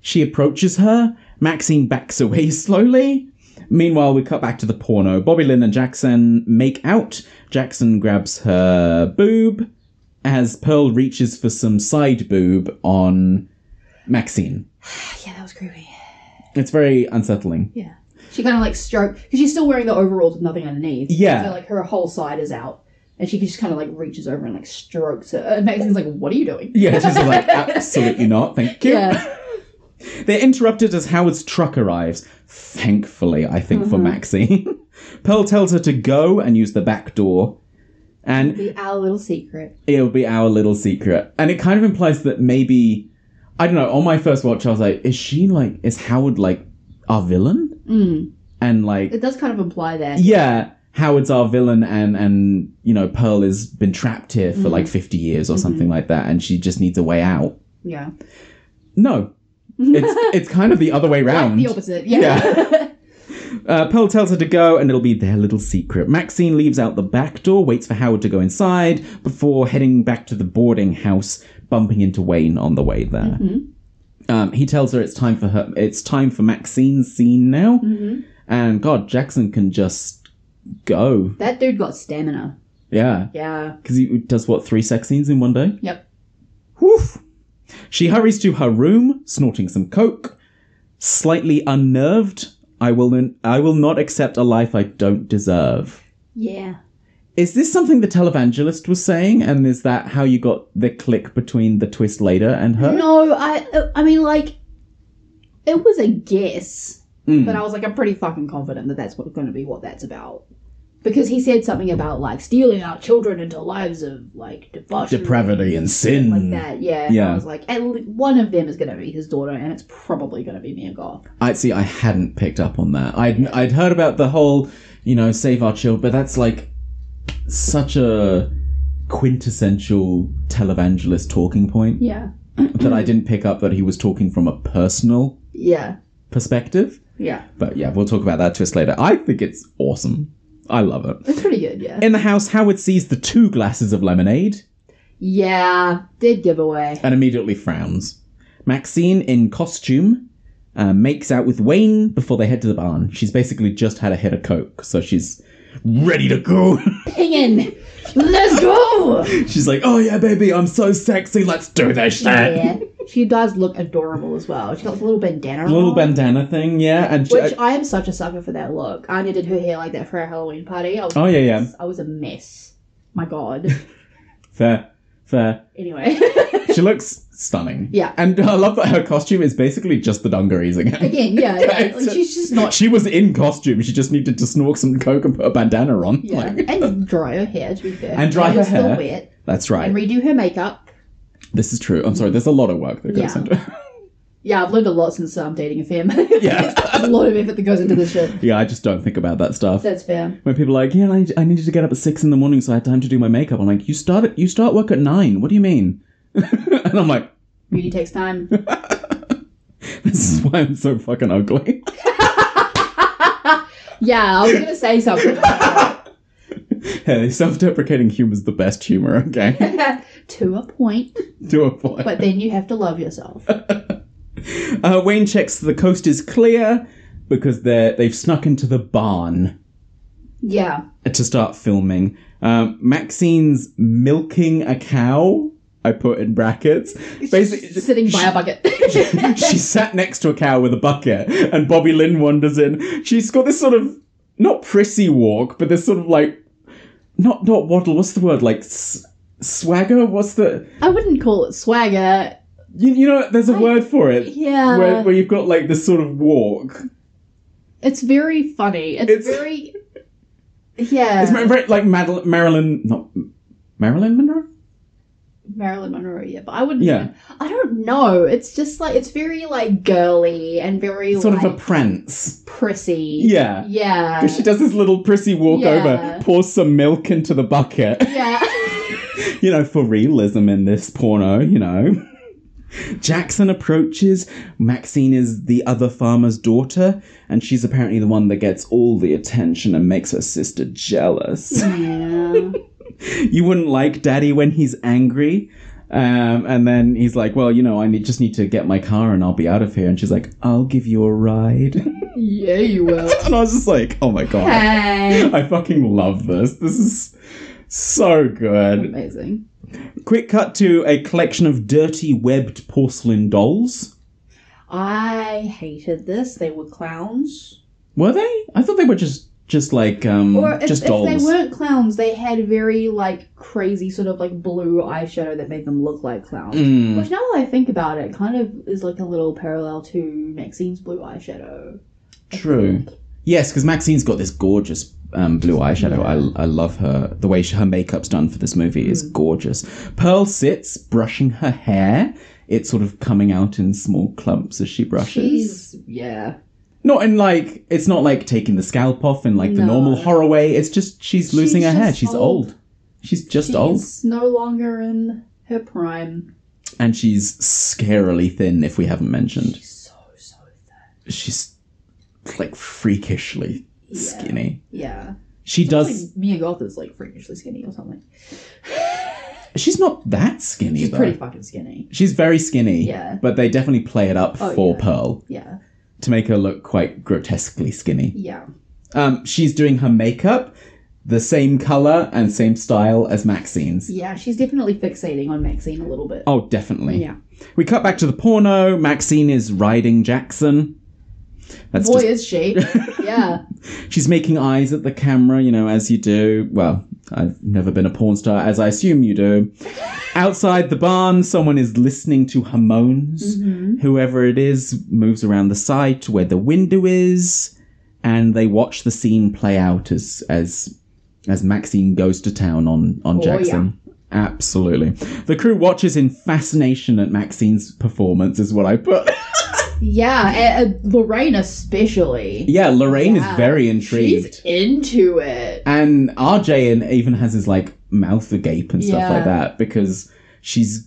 S2: She approaches her. Maxine backs away slowly. Meanwhile, we cut back to the porno. Bobby Lynn and Jackson make out. Jackson grabs her boob as Pearl reaches for some side boob on Maxine.
S3: yeah that was creepy
S2: It's very unsettling.
S3: yeah she kind of like stroked because she's still wearing the overalls with nothing underneath
S2: Yeah.
S3: So like her whole side is out. And she just kind of like reaches over and like strokes it. And Maxine's like, what are you doing?
S2: Yeah, she's like, absolutely not, thank you.
S3: Yeah.
S2: They're interrupted as Howard's truck arrives. Thankfully, I think,
S3: Mm-hmm.
S2: for Maxine. Pearl tells her to go and use the back door. And
S3: The our little secret.
S2: it'll be our little secret. And it kind of implies that maybe I don't know, on my first watch I was like, is she like is Howard like our villain?
S3: Mm.
S2: And like
S3: It does kind of imply that.
S2: yeah, Howard's our villain and and you know, Pearl has been trapped here for like
S3: Mm-hmm.
S2: 50 years or something like that and she just needs a way out.
S3: Yeah.
S2: No. It's it's kind of the other way round.
S3: The opposite. Yeah.
S2: Yeah. Uh, Pearl tells her to go, and it'll be their little secret. Maxine leaves out the back door, waits for Howard to go inside, before heading back to the boarding house, bumping into Wayne on the way there. Um, he tells her it's time for her. It's time for Maxine's scene now, and God, Jackson can just go.
S3: that dude got stamina.
S2: Yeah,
S3: Yeah.
S2: because he does what three sex scenes in one day.
S3: Yep.
S2: Woof. She hurries to her room, snorting some coke. Slightly unnerved, I will I will not accept a life I don't deserve.
S3: Yeah.
S2: Is this something the televangelist was saying, and is that how you got the click between the twist later and her?
S3: No, I I mean like it was a guess,
S2: Mm.
S3: but I was like I'm pretty fucking confident that that's what going to be what that's about. Because he said something about like stealing our children into lives of like debauchery.
S2: Depravity and sin.
S3: Something like that. Yeah. And
S2: Yeah.
S3: I was like, at le- one of them is going to be his daughter, and it's probably going to be Mia Goth.
S2: I see. I hadn't picked up on that. I'd I'd heard about the whole, you know, save our children, but that's like such a quintessential televangelist talking point
S3: Yeah.
S2: that I didn't pick up that he was talking from a personal
S3: Yeah.
S2: perspective.
S3: Yeah.
S2: But yeah, we'll talk about that twist later. I think it's awesome. I love it.
S3: It's pretty good. Yeah.
S2: In the house, Howard sees the two glasses of lemonade
S3: yeah. Did giveaway.
S2: and immediately frowns. Maxine, in costume, uh, makes out with Wayne before they head to the barn. She's basically just had a hit of coke, so she's ready to go.
S3: Pingin. Let's go.
S2: she's like, "Oh yeah, baby, I'm so sexy. Let's do this shit."
S3: Yeah. She does look adorable as well. She got a little bandana.
S2: Little
S3: on,
S2: bandana thing, yeah, and she, uh,
S3: Which I am such a sucker for that look. Anya did her hair like that for our Halloween party. I was
S2: Oh, yeah, yeah.
S3: I was a mess. My God.
S2: fair, fair.
S3: anyway.
S2: She looks stunning.
S3: Yeah.
S2: and I love that her costume is basically just the dungarees again.
S3: Again, yeah. yeah. Like, she's just not.
S2: She was in costume. She just needed to snork some coke and put a bandana on.
S3: Yeah.
S2: Like-
S3: and dry her hair to be fair.
S2: And dry
S3: While
S2: her
S3: it's still
S2: hair.
S3: wet.
S2: that's right.
S3: and redo her makeup.
S2: this is true. I'm sorry. There's a lot of work that goes
S3: Yeah.
S2: into.
S3: Yeah, I've learned a lot since I'm dating a femme.
S2: yeah.
S3: There's a lot of effort that goes into this shit.
S2: Yeah, I just don't think about that stuff.
S3: That's fair.
S2: When people are like, yeah, I, I needed to get up at six in the morning so I had time to do my makeup. I'm like, you start at, you start work at nine. What do you mean? and I'm like,
S3: Beauty takes time.
S2: this is why I'm so fucking ugly.
S3: Yeah, I was gonna say something.
S2: Hey, self-deprecating humor's the best humor, okay?
S3: to a point,
S2: to a point.
S3: but then you have to love yourself.
S2: Uh, Wayne checks the coast is clear because they're they've snuck into the barn
S3: Yeah.
S2: to start filming. Um, Maxine's milking a cow. I put in brackets. Basically,
S3: Sitting by a bucket.
S2: she sat next to a cow with a bucket, and Bobby Lynn wanders in. She's got this sort of not prissy walk, but this sort of like not not waddle. What's the word? Like s- swagger. What's the
S3: I wouldn't call it swagger.
S2: you, you know? There's a word for it.
S3: Yeah.
S2: Where, where you've got like this sort of walk.
S3: It's very funny. It's,
S2: It's-
S3: very. Yeah.
S2: It's ma- very- like Madeline, Marilyn, not Marilyn Monroe.
S3: Marilyn Monroe, yeah, but I wouldn't.
S2: Yeah.
S3: I don't know. It's just like it's very like girly and very
S2: Sort
S3: like
S2: of a prance.
S3: prissy.
S2: Yeah.
S3: Yeah.
S2: 'Cause she does this little prissy walk
S3: Yeah.
S2: over, pours some milk into the bucket.
S3: Yeah.
S2: you know, for realism in this porno, you know. Jackson approaches. Maxine is the other farmer's daughter, and she's apparently the one that gets all the attention and makes her sister jealous.
S3: yeah.
S2: you wouldn't like daddy when he's angry. Um, and then he's like, Well, you know, I need, just need to get my car and I'll be out of here. And she's like, I'll give you a ride. and
S3: Yeah, you will.
S2: I was just like, Oh my God.
S3: Hey.
S2: I fucking love this. This is so good.
S3: Amazing.
S2: Quick cut to a collection of dirty webbed porcelain dolls.
S3: I hated this. They were clowns.
S2: Were they? I thought they were just just like um
S3: Or if,
S2: just
S3: if
S2: dolls.
S3: they weren't clowns, they had very like crazy sort of like blue eyeshadow that made them look like clowns.
S2: Mm.
S3: Which now that I think about it, kind of is like a little parallel to Maxine's blue eyeshadow.
S2: True. Yes, because Maxine's got this gorgeous um, blue eyeshadow. I, I love her. The way she, her makeup's done for this movie
S3: Hmm.
S2: is gorgeous. Pearl sits brushing her hair. It's sort of coming out in small clumps as she brushes.
S3: She's yeah.
S2: Not in like it's not like taking the scalp off in like the
S3: No.
S2: normal horror way. It's just she's losing
S3: She's
S2: her hair.
S3: just
S2: She's
S3: old.
S2: old. She's just
S3: She's
S2: old,
S3: no longer in her prime.
S2: and she's scarily thin. If we haven't mentioned,
S3: She's so so thin.
S2: she's like freakishly skinny.
S3: Yeah.
S2: She does.
S3: Like Mia Goth is like freakishly skinny or something.
S2: She's not that skinny
S3: She's
S2: though.
S3: pretty fucking skinny.
S2: She's very skinny.
S3: Yeah.
S2: But they definitely play it up
S3: Oh,
S2: for
S3: yeah.
S2: Pearl
S3: Yeah.
S2: to make her look quite grotesquely skinny.
S3: Yeah.
S2: Um, she's doing her makeup the same color and same style as Maxine's.
S3: Yeah, she's definitely fixating on Maxine a little bit.
S2: Oh, definitely.
S3: Yeah.
S2: We cut back to the porno. Maxine is riding Jackson. That's
S3: Boy
S2: just,
S3: is she. yeah.
S2: she's making eyes at the camera, you know, as you do. Well, I've never been a porn star, as I assume you do. Outside the barn, someone is listening to her moans. Whoever it is moves around the site where the window is, and they watch the scene play out as as as Maxine goes to town on on
S3: Oh,
S2: Jackson. Absolutely. The crew watches in fascination at Maxine's performance, is what I put.
S3: Yeah, and, and Lorraine especially.
S2: yeah, Lorraine
S3: Yeah.
S2: is very intrigued.
S3: She's into it.
S2: and RJ and even has his like mouth agape and stuff
S3: Yeah.
S2: like that because she's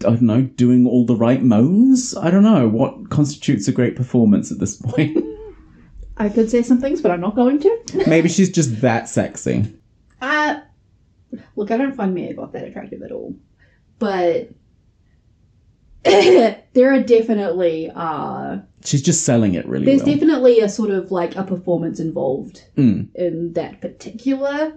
S2: I don't know doing all the right moans. I don't know what constitutes a great performance at this point.
S3: I could say some things, but I'm not going to.
S2: Maybe she's just that sexy.
S3: Uh, look, I don't find Mia Goth that attractive at all, but there are definitely uh,
S2: She's just selling it really
S3: there's
S2: well.
S3: definitely a sort of like a performance involved
S2: Mm.
S3: in that particular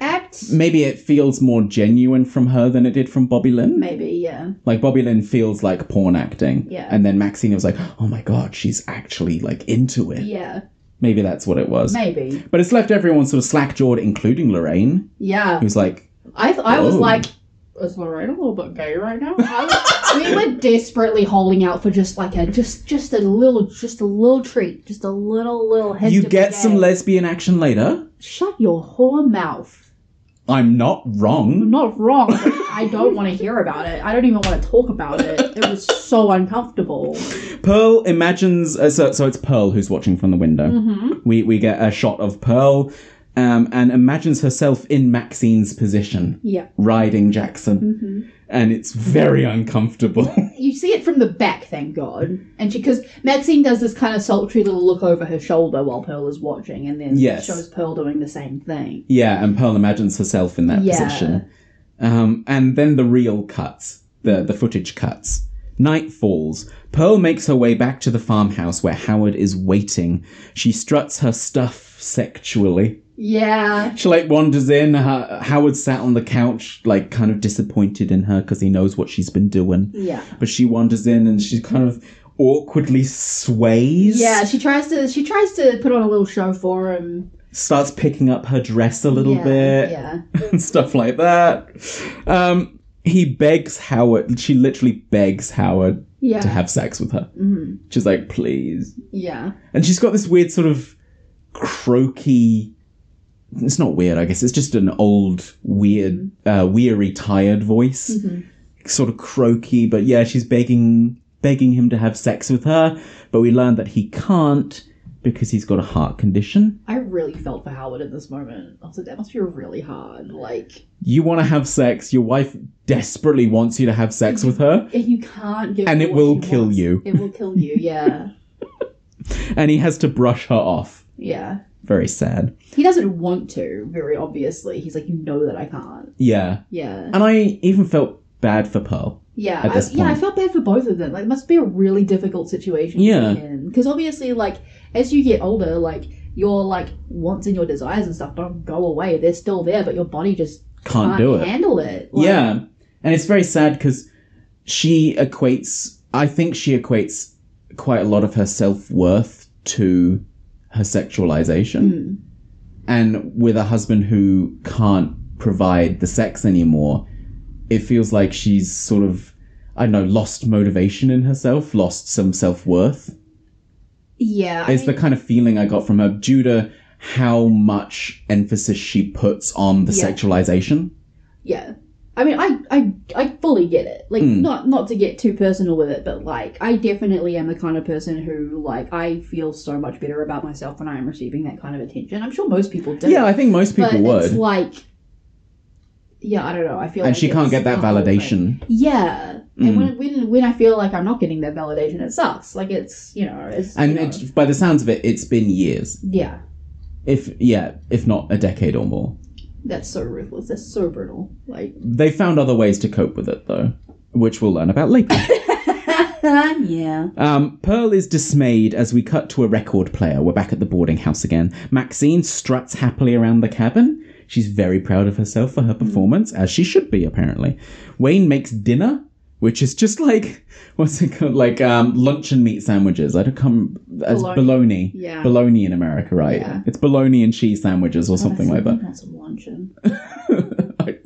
S3: act.
S2: Maybe it feels more genuine from her than it did from Bobby Lynn.
S3: Maybe, yeah,
S2: Like Bobby Lynn feels like porn acting,
S3: Yeah.
S2: and then Maxine was like, "Oh my god, she's actually like into it."
S3: yeah,
S2: Maybe that's what it was.
S3: maybe,
S2: But it's left everyone sort of slack jawed, including Lorraine,
S3: yeah.
S2: who's like,
S3: I th- I was
S2: Oh.
S3: like, is Lorraine a little bit gay right now? I was- we were desperately holding out for just like a just just a little just a little treat, just a little little. hint
S2: You
S3: of
S2: get some
S3: gay.
S2: lesbian action later.
S3: Shut your whore mouth.
S2: I'm not
S3: I'm
S2: wrong.
S3: not wrong. but I don't want to hear about it. I don't even want to talk about it. It was so uncomfortable.
S2: Pearl
S3: Mm-hmm.
S2: imagines. Uh, so, so it's Pearl who's watching from the window. We we get a shot of Pearl um, and imagines herself in Maxine's position,
S3: Yeah. Mm-hmm.
S2: riding Jackson. And it's very uncomfortable.
S3: You see it from the back, thank God. And she, because Maxine does this kind of sultry little look over her shoulder while Pearl is watching, and then
S2: Yes.
S3: shows Pearl doing the same thing.
S2: yeah, and Pearl imagines herself in that
S3: Yeah.
S2: position. Um, and then the reel cuts, the, the footage cuts. Night falls. Pearl makes her way back to the farmhouse where Howard is waiting. She struts her stuff sexually.
S3: Yeah.
S2: She like wanders in. Her, Howard sat on the couch, like kind of disappointed in her because he knows what she's been doing.
S3: Yeah.
S2: But she wanders in and she kind of awkwardly sways.
S3: Yeah, she tries to she tries to put on a little show for him.
S2: Starts picking up her dress a little
S3: yeah,
S2: bit
S3: Yeah.
S2: and stuff like that. Um, he begs Howard. She literally begs Howard
S3: Yeah.
S2: to have sex with her. Mm-hmm. She's like, please.
S3: yeah.
S2: And she's got this weird sort of croaky. It's not weird, I guess. It's just an old, weird, uh, weary, tired voice, sort of croaky. But yeah, she's begging, begging him to have sex with her. But we learn that he can't because he's got a heart condition.
S3: I really felt for Howard in this moment. I was like, that must be really hard. Like,
S2: You want to have sex. Your wife desperately wants you to have sex with her,
S3: if you can't give
S2: And
S3: her
S2: it
S3: what
S2: will
S3: she
S2: kill
S3: wants,
S2: you.
S3: It will kill you. Yeah.
S2: and he has to brush her off.
S3: yeah.
S2: Very sad.
S3: He doesn't want to, very obviously. He's like, you know that I can't.
S2: Yeah,
S3: Yeah.
S2: and I even felt bad for Pearl.
S3: Yeah,
S2: at
S3: I,
S2: this
S3: yeah, I
S2: point.
S3: felt bad for both of them. Like, it must be a really difficult situation.
S2: Yeah.
S3: because obviously, like as you get older, like your like wants and your desires and stuff don't go away. They're still there, but your body just
S2: Can't do it.
S3: Handle it. Like,
S2: yeah, and it's very sad because she equates. I think she equates quite a lot of her self worth to her sexualization,
S3: Hmm. mm,
S2: and with a husband who can't provide the sex anymore, it feels like she's sort of. I don't know, lost motivation in herself, lost some self worth.
S3: yeah. I
S2: It's the
S3: mean,
S2: kind of feeling I got from her, due to how much emphasis she puts on the
S3: Yeah.
S2: sexualization.
S3: yeah. I mean, I, I, I fully get it. Like,
S2: Hmm.
S3: not not to get too personal with it, but like, I definitely am the kind of person who, like, I feel so much better about myself when I am receiving that kind of attention. I'm sure most people do.
S2: Yeah, I think most people
S3: but
S2: would.
S3: it's like yeah i don't know i feel
S2: and
S3: like
S2: she can't
S3: it's
S2: get that
S3: the whole thing.
S2: validation. Hmm.
S3: yeah and when, when when i feel like i'm not getting that validation it sucks like it's you know it's you
S2: And
S3: know,
S2: it, by the sounds of it, it's been years,
S3: yeah
S2: if yeah, if not a decade or more.
S3: that's so ruthless that's so brutal like
S2: They found other ways to cope with it though, which we'll learn about later.
S3: yeah
S2: Um, Pearl is dismayed as we cut to a record player. We're back at the boarding house again. Maxine struts happily around the cabin. She's very proud of herself for her
S3: Hmm.
S2: performance, as she should be, apparently. Wayne makes dinner, which is just like, what's it called? Like um, lunch and meat sandwiches. I don't come as
S3: Bologna.
S2: bologna.
S3: Yeah.
S2: Bologna in America, right?
S3: Yeah. Oh,
S2: It's bologna and cheese sandwiches or something like that.
S3: That's some luncheon.
S2: I,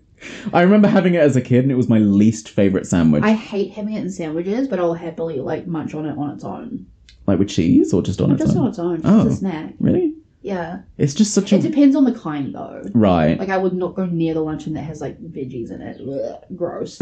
S2: I remember having it as a kid, and it was my least favorite sandwich.
S3: I hate having it in sandwiches, but I'll happily like munch on it on its own.
S2: Like with cheese or just on its
S3: Just
S2: own?
S3: on its own, just
S2: Oh.
S3: a snack.
S2: Really?
S3: Yeah.
S2: It's just such
S3: It
S2: a.
S3: depends on the kind though.
S2: Right.
S3: Like I would not go near the luncheon that has like veggies in it. Blech, gross.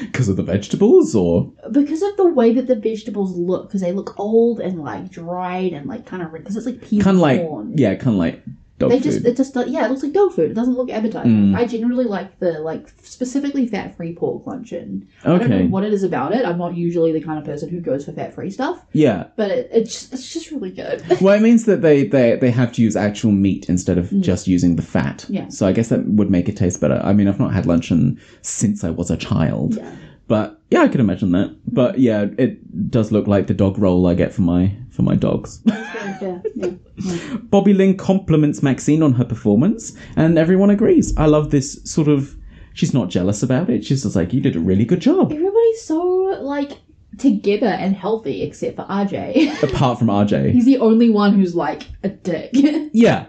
S2: Because of the vegetables, or
S3: because of the way that the vegetables look, because they look old and like dried and like kind of because it's like peas
S2: kind
S3: and
S2: of like
S3: corn.
S2: yeah, kind of like dog
S3: they
S2: food. Hmm.
S3: just it just yeah, it looks like dog food. It doesn't look appetizing. I generally like the like specifically fat free pork luncheon. I don't know
S2: okay,
S3: what it is about it. I'm not usually the kind of person who goes for fat free stuff,
S2: yeah.
S3: but it, it's just, it's just really good.
S2: Well, it means that they, they they have to use actual meat instead of just using the fat.
S3: Mm. Yeah.
S2: So I guess that would make it taste better. I mean, I've not had luncheon since I was a child,
S3: yeah.
S2: but yeah, I can imagine that. But yeah, it does look like the dog roll I get for my for my dogs.
S3: Yeah, yeah.
S2: Bobby Lynn compliments Maxine on her performance, and everyone agrees. I love this sort of. She's not jealous about it. She's just like, you did a really good job.
S3: Everybody's so like together and healthy except for RJ.
S2: Apart from RJ.
S3: He's the only one who's like a dick.
S2: Yeah.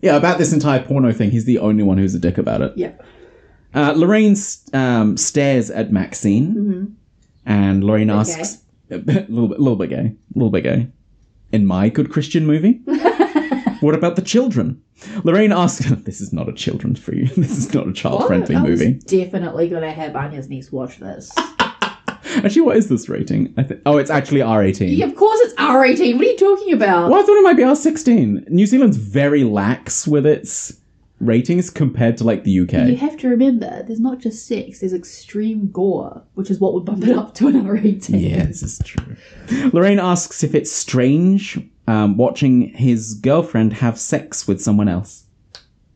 S2: Yeah, about this entire porno thing, he's the only one who's a dick about it.
S3: yeah.
S2: Uh, Lorraine um, stares at Maxine,
S3: Mm-hmm.
S2: and Lorraine asks, a bit- little bit, little bit gay, little bit gay. In my good Christian movie, what about the children? Lorraine asks, "This is not a children's free. This is not a
S3: What?
S2: child-friendly
S3: I Oh, was
S2: movie."
S3: definitely gonna have Anya's niece watch this.
S2: Actually, what is this rating? I th- oh, it's actually R eighteen.
S3: Yeah, of course it's R eighteen. What are you talking about?
S2: Well, I thought it might be R sixteen. New Zealand's very lax with its ratings compared to like the UK.
S3: You have to remember, there's not just sex. There's extreme gore, which is what would bump it up to an R eighteen.
S2: Yeah, this is true. Lorraine asks if it's strange um, watching his girlfriend have sex with someone else.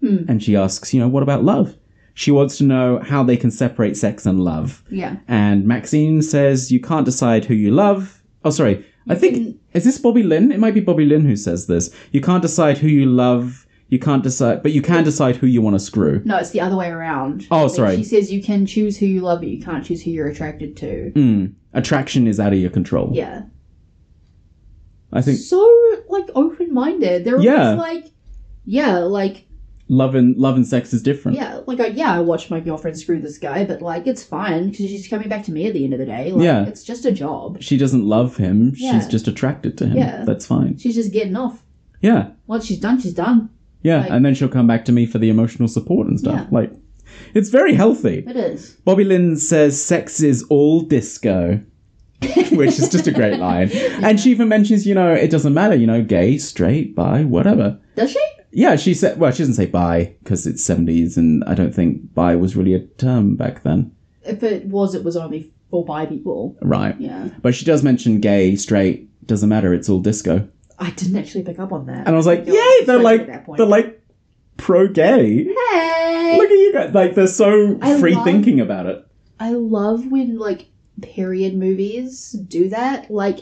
S3: Hmm.
S2: And she asks, you know, what about love? She wants to know how they can separate sex and love.
S3: Yeah.
S2: And Maxine says, you can't decide who you love. Oh, sorry. I think, is this Bobby Lynn? It might be Bobby Lynn who says this. You can't decide who you love. You can't decide, but you can decide who you want to screw.
S3: No, it's the other way around.
S2: Oh,
S3: Like,
S2: sorry.
S3: She says you can choose who you love, but you can't choose who you're attracted to.
S2: Mm. Hmm. Attraction is out of your control.
S3: Yeah.
S2: I think
S3: So like open minded. They're
S2: Yeah.
S3: always like, yeah, like
S2: love and love and sex is different.
S3: yeah, like I, yeah. I watched my girlfriend screw this guy, but like it's fine because she's coming back to me at the end of the day. Like,
S2: Yeah.
S3: It's just a job.
S2: She doesn't love him. She's
S3: Yeah.
S2: just attracted to him.
S3: Yeah.
S2: That's fine.
S3: She's just getting off.
S2: Yeah.
S3: Once she's done, she's done.
S2: Yeah,
S3: Like-
S2: and then she'll come back to me for the emotional support and stuff.
S3: Yeah.
S2: Like, it's very healthy.
S3: It is.
S2: Bobby Lynn says sex is all disco, which is just a great line. And she even mentions, you know, it doesn't matter, you know, gay, straight, bi, whatever.
S3: Does she?
S2: Yeah, she said, well, she doesn't say bi because it's 70s and I don't think bi was really a term back then.
S3: If it was, it was only for bi people.
S2: Right.
S3: Yeah.
S2: But she does mention gay, straight, doesn't matter, it's all disco.
S3: I didn't actually pick up on that.
S2: And I was like,
S3: Yeah, I
S2: yay,
S3: was
S2: they're like,
S3: like at that point.
S2: they're like pro gay.
S3: hey.
S2: Look at you guys. Like, they're so
S3: I
S2: free
S3: love-
S2: thinking about it.
S3: I love when like period movies do that. Like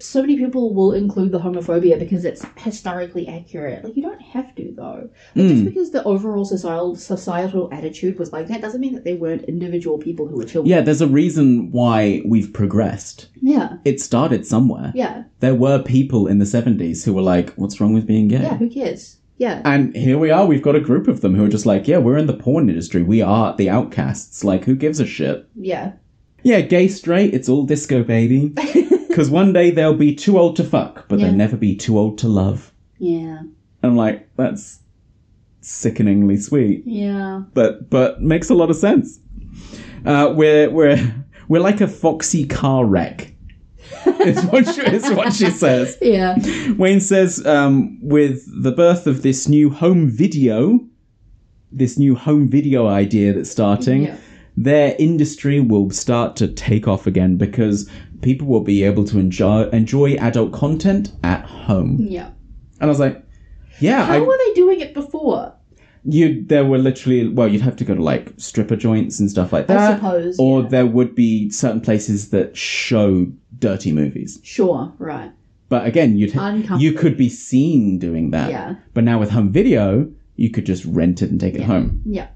S3: so many people will include the homophobia because it's historically accurate. Like you don't have to though. Like, Just
S2: Mm.
S3: because the overall societal societal attitude was like that doesn't mean that they weren't individual people who were children.
S2: Yeah, there's a reason why we've progressed.
S3: Yeah.
S2: It started somewhere.
S3: Yeah.
S2: There were people in the 70s who were like, what's wrong with being gay?
S3: Yeah. Who cares? Yeah.
S2: And here we are, we've got a group of them who are just like, yeah, we're in the porn industry. We are the outcasts. Like, who gives a shit?
S3: Yeah.
S2: Yeah, gay, straight, it's all disco, baby. Because one day they'll be too old to fuck, but
S3: Yeah.
S2: they'll never be too old to love.
S3: Yeah.
S2: And I'm like, that's sickeningly sweet.
S3: Yeah.
S2: but but makes a lot of sense. Uh, we're we're we're like a foxy car wreck. is what she, is what she says.
S3: Yeah.
S2: Wayne says, um, with the birth of this new home video, this new home video idea that's starting,
S3: Yeah.
S2: their industry will start to take off again because people will be able to enjoy enjoy adult content at home.
S3: Yeah.
S2: And I was like, yeah,
S3: Mm. How
S2: I,
S3: were they doing it before?
S2: you there were literally well you'd have to go to like stripper joints and stuff like that
S3: suppose,
S2: or
S3: yeah.
S2: there would be certain places that show dirty movies
S3: Sure. Right.
S2: but again you'd
S3: Uncomfortable.
S2: you could be seen doing that
S3: Yeah.
S2: but now with home video you could just rent it and take it home
S3: Yeah.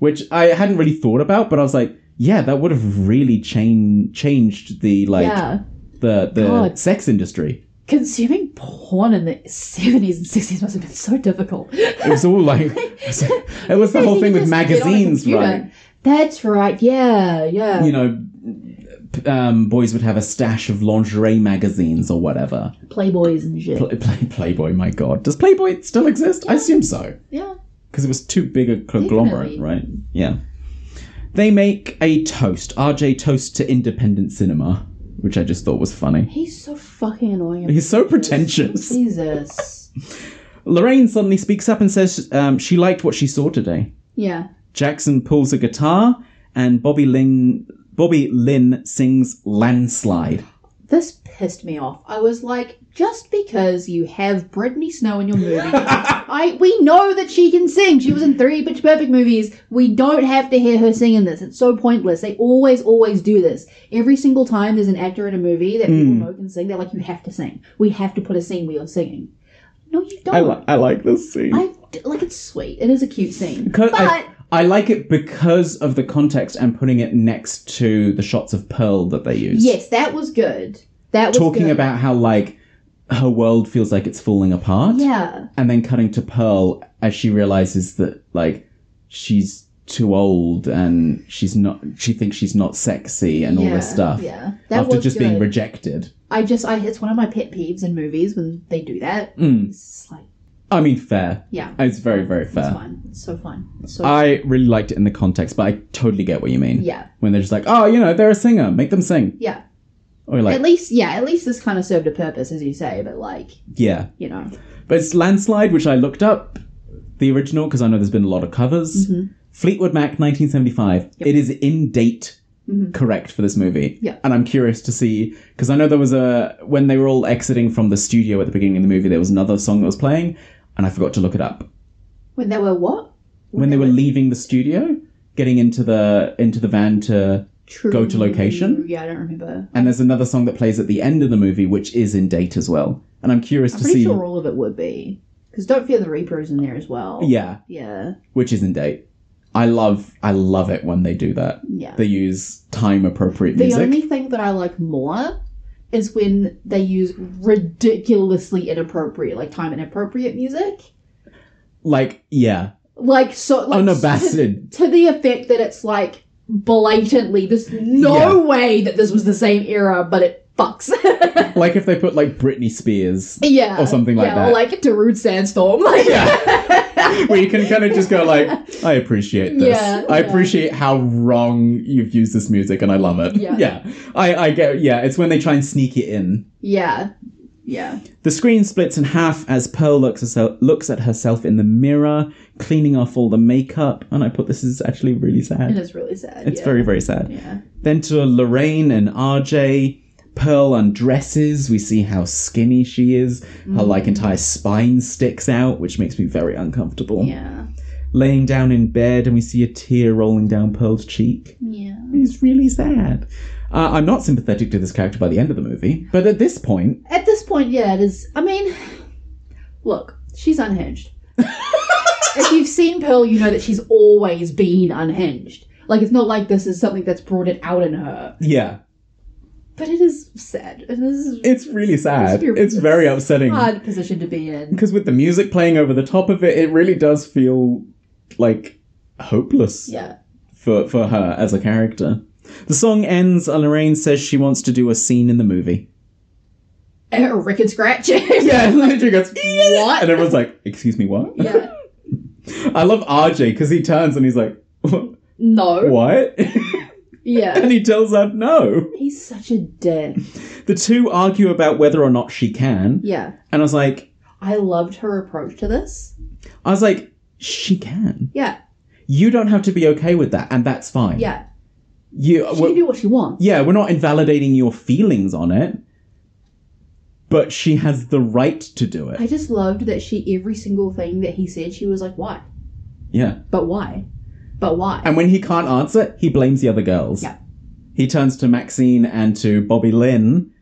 S2: which i hadn't really thought about but i was like yeah that would have really changed changed the like
S3: yeah.
S2: the the
S3: God.
S2: sex industry
S3: Consuming porn in the 70s and 60s must have been so difficult.
S2: it was all like it was the whole thing with magazines right
S3: That's right. Yeah, yeah.
S2: you know, p- um, boys would have a stash of lingerie magazines or whatever.
S3: Playboys and shit.
S2: Pl- play- Playboy, my god. Does Playboy still exist? I assume so.
S3: yeah.
S2: Because it was too big a conglomerate,
S3: Definitely.
S2: right? Yeah. They make a toast. RJ toasts to independent cinema, which I just thought was funny.
S3: He's so fucking annoying.
S2: He's so pretentious.
S3: Jesus.
S2: Lorraine suddenly speaks up and says um, she liked what she saw today.
S3: Yeah.
S2: Jackson pulls a guitar, and Bobby Lynn, Bobby Lynn sings Landslide.
S3: This pissed me off. I was like, just because you have Brittany Snow in your movie, I we know that she can sing. She was in three Pitch Perfect movies. We don't have to hear her sing in this. It's so pointless. They always, always do this. Every single time there's an actor in a movie that
S2: Hmm.
S3: people know can sing, they're like, you have to sing. We have to put a scene where you're singing. No, you don't.
S2: I, li- I like this scene.
S3: I d- like it's sweet. It is a cute scene.
S2: Co-
S3: But
S2: I, I like it because of the context and putting it next to the shots of Pearl that they use.
S3: yes, that was good. That was
S2: Talking
S3: good.
S2: about how, like, her world feels like it's falling apart.
S3: yeah,
S2: And then cutting to Pearl as she realizes that, like, she's too old and she's not, she thinks she's not sexy and all
S3: yeah,
S2: this stuff.
S3: Yeah,
S2: after just being
S3: good.
S2: rejected.
S3: I just I it's one of my pet peeves in movies when they do that.
S2: Mm.
S3: It's like
S2: I mean, fair.
S3: Yeah.
S2: It's very, very
S3: It's
S2: fair. Uh,
S3: fun. It's so fun. It's so
S2: I really liked it in the context, but I totally get what you mean.
S3: Yeah.
S2: When they're just like, oh, you know, they're a singer, make them sing.
S3: yeah.
S2: Or you're like,
S3: At least yeah, at least this kind of served a purpose, as you say. But like
S2: yeah.
S3: you know,
S2: But it's Landslide, which I looked up, the original, because I know there's been a lot of covers.
S3: Mm-hmm.
S2: Fleetwood Mac, 1975. It is in date correct for this movie.
S3: Mm-hmm. Yeah.
S2: And I'm curious to see, because I know there was a, when they were all exiting from the studio at the beginning of the movie, there was another song that was playing, and I forgot to look it up.
S3: when they were what
S2: When they were leaving the studio, getting into the into the van to
S3: True.
S2: go to location,
S3: Yeah, I don't remember.
S2: and there's another song that plays at the end of the movie, which is in date as well. And I'm curious
S3: I'm
S2: to
S3: pretty
S2: see,
S3: sure all of it would be because don't fear the Reaper is in there as well.
S2: yeah,
S3: Yeah.
S2: which is in date. I love I love it when they do that.
S3: Yeah.
S2: They use time appropriate
S3: The
S2: music.
S3: only thing that I like more is when they use ridiculously inappropriate, like time inappropriate music.
S2: Like yeah,
S3: Like so like to,
S2: unabashed.
S3: to the effect that it's like blatantly there's no way that this was the same era, but it fucks.
S2: like if they put like Britney Spears,
S3: yeah.
S2: Or something like
S3: yeah,
S2: that.
S3: Or like Darude Sandstorm. Like yeah.
S2: where you can kind of just go like, I appreciate this.
S3: Yeah,
S2: I
S3: yeah.
S2: appreciate how wrong you've used this music, and I love it.
S3: Yeah.
S2: I I get yeah. It's when they try and sneak it in.
S3: yeah. Yeah.
S2: The screen splits in half as Pearl looks, herself, looks at herself in the mirror, cleaning off all the makeup. And I put this is actually really
S3: It
S2: sad.
S3: is really sad.
S2: It's
S3: yeah.
S2: very, very sad.
S3: Yeah.
S2: Then to Lorraine and RJ, Pearl undresses. We see how skinny she is.
S3: Mm.
S2: Her like entire spine sticks out, which makes me very uncomfortable.
S3: Yeah.
S2: Laying down in bed, and we see a tear rolling down Pearl's cheek.
S3: Yeah.
S2: It's really sad. Uh, I'm not sympathetic to this character by the end of the movie, but at this point,
S3: At this point, yeah, it is. I mean, look, she's unhinged. if you've seen Pearl, you know that she's always been unhinged. Like, it's not like this is something that's brought it out in her.
S2: yeah,
S3: But it is sad. It is
S2: it's really sad.
S3: It's-
S2: It's very
S3: a
S2: upsetting.
S3: hard position to be in.
S2: because with the music playing over the top of it, it really does feel like hopeless
S3: Yeah.
S2: for, for her as a character. The song ends, and Lorraine says she wants to do a scene in the movie.
S3: And a record scratch. yeah.
S2: Yeah, and literally goes,
S3: What?
S2: And everyone's like, Excuse me, what?
S3: yeah.
S2: I love RJ because he turns and he's like,
S3: No.
S2: What?
S3: Yeah.
S2: and he tells her no.
S3: He's such a dick.
S2: The two argue about whether or not she can.
S3: Yeah.
S2: And I was like,
S3: I loved her approach to this.
S2: I was like, she can.
S3: Yeah.
S2: You don't have to be okay with that, and that's fine.
S3: Yeah.
S2: You,
S3: She
S2: we're-
S3: can do what she wants.
S2: yeah, we're not invalidating your feelings on it, but she has the right to do it.
S3: I just loved that she, every single thing that he said, she was like, why?
S2: Yeah.
S3: But why? But why?
S2: And when he can't answer, he blames the other girls.
S3: Yeah.
S2: He turns to Maxine and to Bobby Lynn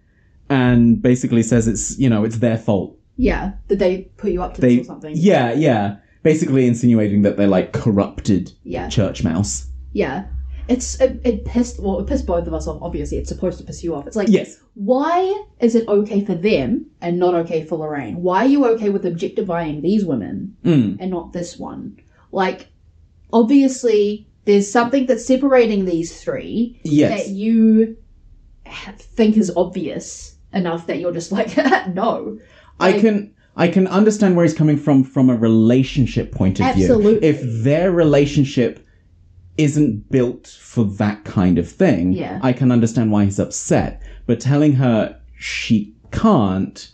S2: and basically says it's, you know, it's their fault.
S3: yeah, that they put you up to
S2: They
S3: this or something.
S2: Yeah, yeah. Basically insinuating that they like corrupted
S3: Yeah.
S2: Church Mouse.
S3: yeah. It's it, it pissed well, it pissed both of us off. Obviously, it's supposed to piss you off. It's like,
S2: Yes.
S3: why is it okay for them and not okay for Lorraine? Why are you okay with objectifying these women
S2: Mm.
S3: and not this one? Like, obviously, there's something that's separating these three
S2: Yes.
S3: that you ha- think is obvious enough that you're just like, no,
S2: I can I can understand where he's coming from from a relationship point of
S3: Absolutely.
S2: view. If their relationship isn't built for that kind of thing,
S3: Yeah.
S2: I can understand why he's upset. But telling her she can't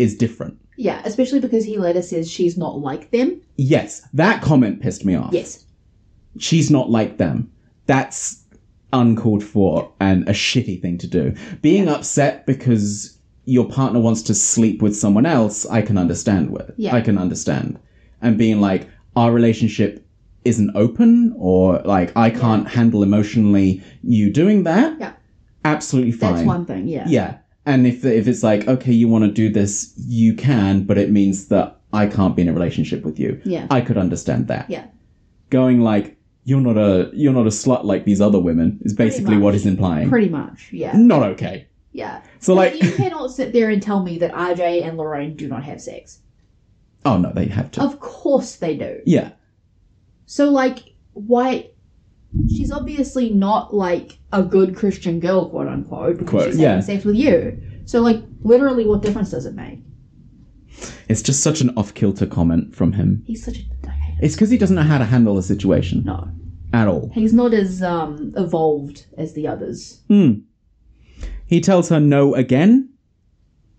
S2: is different.
S3: yeah. Especially because he later says she's not like them.
S2: Yes, that comment pissed me off.
S3: Yes,
S2: She's not like them. That's uncalled for and a shitty thing to do. Being upset because your partner wants to sleep with someone else, I can understand with.
S3: Yeah.
S2: I can understand. And being like, our relationship isn't open or like I can't handle emotionally you doing that.
S3: Yeah.
S2: Absolutely fine.
S3: that's one thing. Yeah.
S2: Yeah. And if if it's like, okay, you want to do this, you can, but it means that I can't be in a relationship with you.
S3: Yeah.
S2: I could understand that.
S3: Yeah.
S2: Going like, you're not a you're not a slut like these other women is basically
S3: much.
S2: what it's implying.
S3: Pretty much, yeah.
S2: Not okay.
S3: Yeah.
S2: Mm. So like
S3: you cannot sit there and tell me that RJ and Lorraine do not have sex.
S2: Oh no, they have to.
S3: Of course they do.
S2: yeah.
S3: So like why she's obviously not like a good Christian girl, quote unquote, because
S2: Quote,
S3: she's
S2: yeah.
S3: having sex with you. So like literally what difference does it make?
S2: It's just such an off kilter comment from him.
S3: He's such a dickhead.
S2: It's because he doesn't know how to handle the situation
S3: No.
S2: at all.
S3: He's not as um evolved as the others.
S2: He tells her no again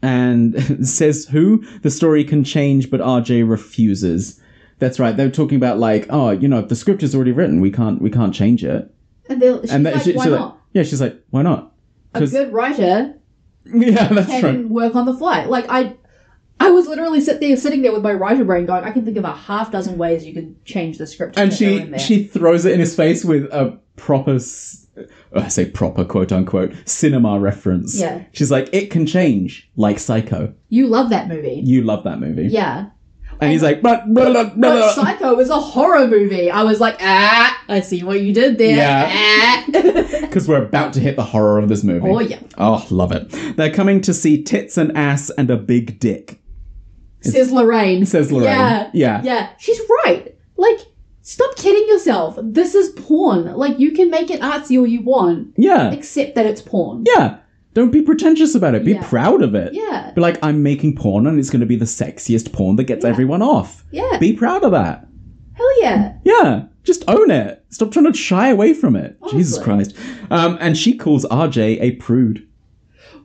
S2: and says who. The story can change, but RJ refuses. That's right. They're talking about like, oh, you know, the script is already written. We can't, we can't change it.
S3: And they'll she's
S2: And
S3: like,
S2: she-
S3: why
S2: she's like-
S3: not?
S2: yeah, she's like, why not?
S3: a
S2: 'cause-
S3: good writer
S2: Yeah, that's
S3: can
S2: right.
S3: work on the fly. Like I I was literally sit there sitting there with my writer brain going, I can think of a half dozen ways you could change the script. to
S2: and
S3: fit her in
S2: she
S3: there."
S2: she throws it in his face with a proper s- oh, I say proper quote unquote cinema reference.
S3: Yeah.
S2: She's like, it can change, like Psycho.
S3: You love that movie.
S2: You love that movie.
S3: yeah.
S2: And he's like, but blah, blah, blah,
S3: But
S2: blah."
S3: Psycho was a horror movie. I was like, ah, I see what you did there.
S2: Yeah.
S3: Ah.
S2: Because we're about to hit the horror of this movie.
S3: oh yeah.
S2: Oh, love it. They're coming to see tits and ass and a big dick,
S3: Says Lorraine.
S2: says Lorraine.
S3: Yeah.
S2: Yeah.
S3: Yeah, she's right. Like, stop kidding yourself. This is porn. Like, you can make it artsy all you want,
S2: Yeah.
S3: except that it's porn.
S2: Yeah. Don't be pretentious about it. Be
S3: Yeah.
S2: proud of it.
S3: Yeah.
S2: Be like, I'm making porn and it's going to be the sexiest porn that gets
S3: Yeah.
S2: everyone off.
S3: Yeah.
S2: Be proud of that.
S3: Hell yeah.
S2: Yeah, just own it. Stop trying to shy away from it. Jesus
S3: Honestly.
S2: Christ. Um, and she calls RJ a prude,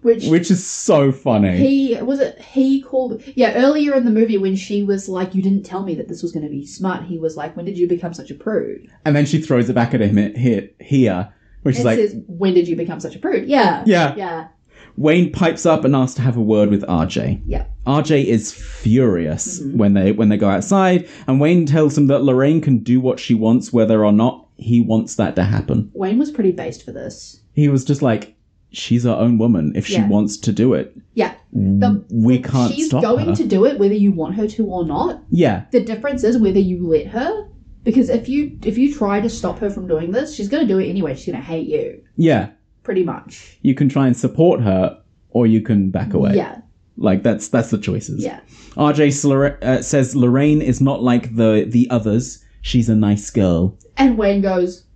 S3: Which,
S2: which is so funny.
S3: he was it he called yeah earlier in the movie when she was like you didn't tell me that this was going to be smart he was like when did you become such a prude
S2: and then she throws it back at him here, here which is
S3: and
S2: like,
S3: says when did you become such a prude yeah
S2: Yeah.
S3: yeah
S2: Wayne pipes up and asks to have a word with RJ.
S3: yeah
S2: RJ is furious
S3: Mm-hmm.
S2: when they when they go outside, and Wayne tells him that Lorraine can do what she wants, whether or not he wants that to happen.
S3: Wayne was pretty based for this
S2: He was just like, she's her own woman. If she
S3: Yeah.
S2: wants to do it,
S3: yeah the,
S2: Mm, we can't
S3: she's
S2: stop
S3: going
S2: her.
S3: to do it whether you want her to or not
S2: yeah,
S3: the difference is whether you let her because if you if you try to stop her from doing this she's going to do it anyway she's going to hate you
S2: yeah.
S3: pretty much
S2: you can try and support her or you can back away.
S3: yeah
S2: Like that's that's the choices.
S3: yeah
S2: RJ Slora- uh, says Lorraine is not like the the others. She's a nice girl.
S3: and wayne goes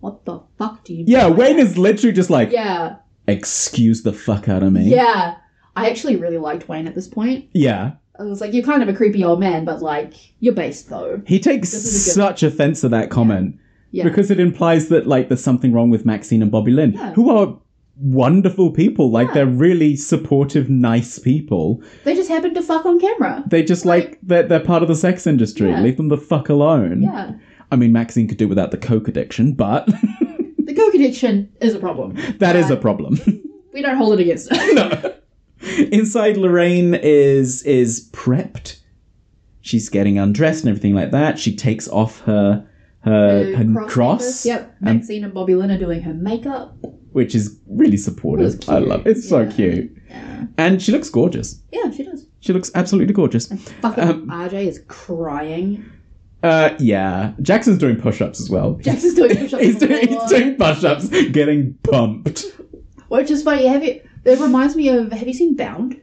S3: what the fuck do you
S2: Yeah,
S3: mean by
S2: Wayne
S3: that?"
S2: is literally just like,
S3: yeah
S2: excuse the fuck out of me.
S3: yeah i actually really liked wayne at this point
S2: Yeah.
S3: i was like you're kind of a creepy old man but like you're based though
S2: He takes
S3: This is a good-
S2: such offense to that comment
S3: yeah
S2: because it implies that like there's something wrong with Maxine and Bobby Lynn,
S3: Yeah.
S2: who are wonderful people. Like
S3: Yeah.
S2: they're really supportive, nice people.
S3: they just happened to fuck on camera
S2: They just like they're, they're part of the sex industry.
S3: Yeah.
S2: Leave them the fuck alone.
S3: yeah
S2: I mean, Maxine could do without the coke addiction, but
S3: the coke addiction is a problem
S2: that is a
S3: Right.
S2: problem.
S3: we don't hold it against her
S2: no. Inside, Lorraine is is prepped. She's getting undressed and everything like that. She takes off her her, her Uh, cross,
S3: necklace. Yep.
S2: and-
S3: Maxine and Bobby Lynn are doing her makeup.
S2: which is really supportive.
S3: It was
S2: I
S3: cute.
S2: love it. It's so
S3: Yeah.
S2: cute,
S3: Yeah.
S2: and she looks gorgeous.
S3: Yeah, she does.
S2: She looks absolutely gorgeous.
S3: Fucking
S2: Um,
S3: RJ is crying.
S2: Uh, yeah. Jackson's doing push-ups as well.
S3: Jackson's doing push-ups.
S2: he's
S3: on the
S2: doing
S3: floor.
S2: he's doing push-ups, getting bumped.
S3: Which is funny. Have you? It reminds me of. Have you seen Bound?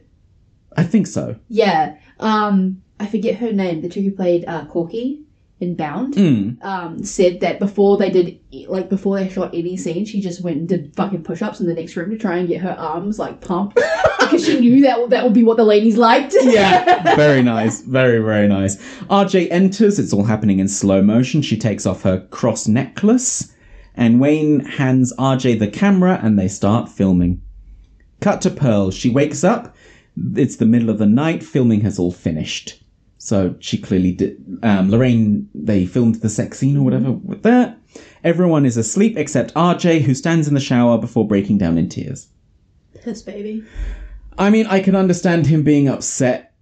S2: I think so.
S3: Yeah. Um, I forget her name. The chick who played uh, Corky in Bound
S2: Mm.
S3: um, said that before they did, like before they shot any scene, she just went and did fucking push-ups in the next room to try and get her arms like pumped because she knew that that would be what the ladies liked.
S2: yeah, very nice. Very, very nice. RJ enters. It's all happening in slow motion. She takes off her cross necklace, and Wayne hands RJ the camera, and they start filming. Cut to Pearl. She wakes up. It's the middle of the night. Filming has all finished. So she clearly did. Um, Lorraine, they filmed the sex scene or whatever with that. Everyone is asleep except RJ, who stands in the shower before breaking down in tears.
S3: Piss baby.
S2: I mean, I can understand him being upset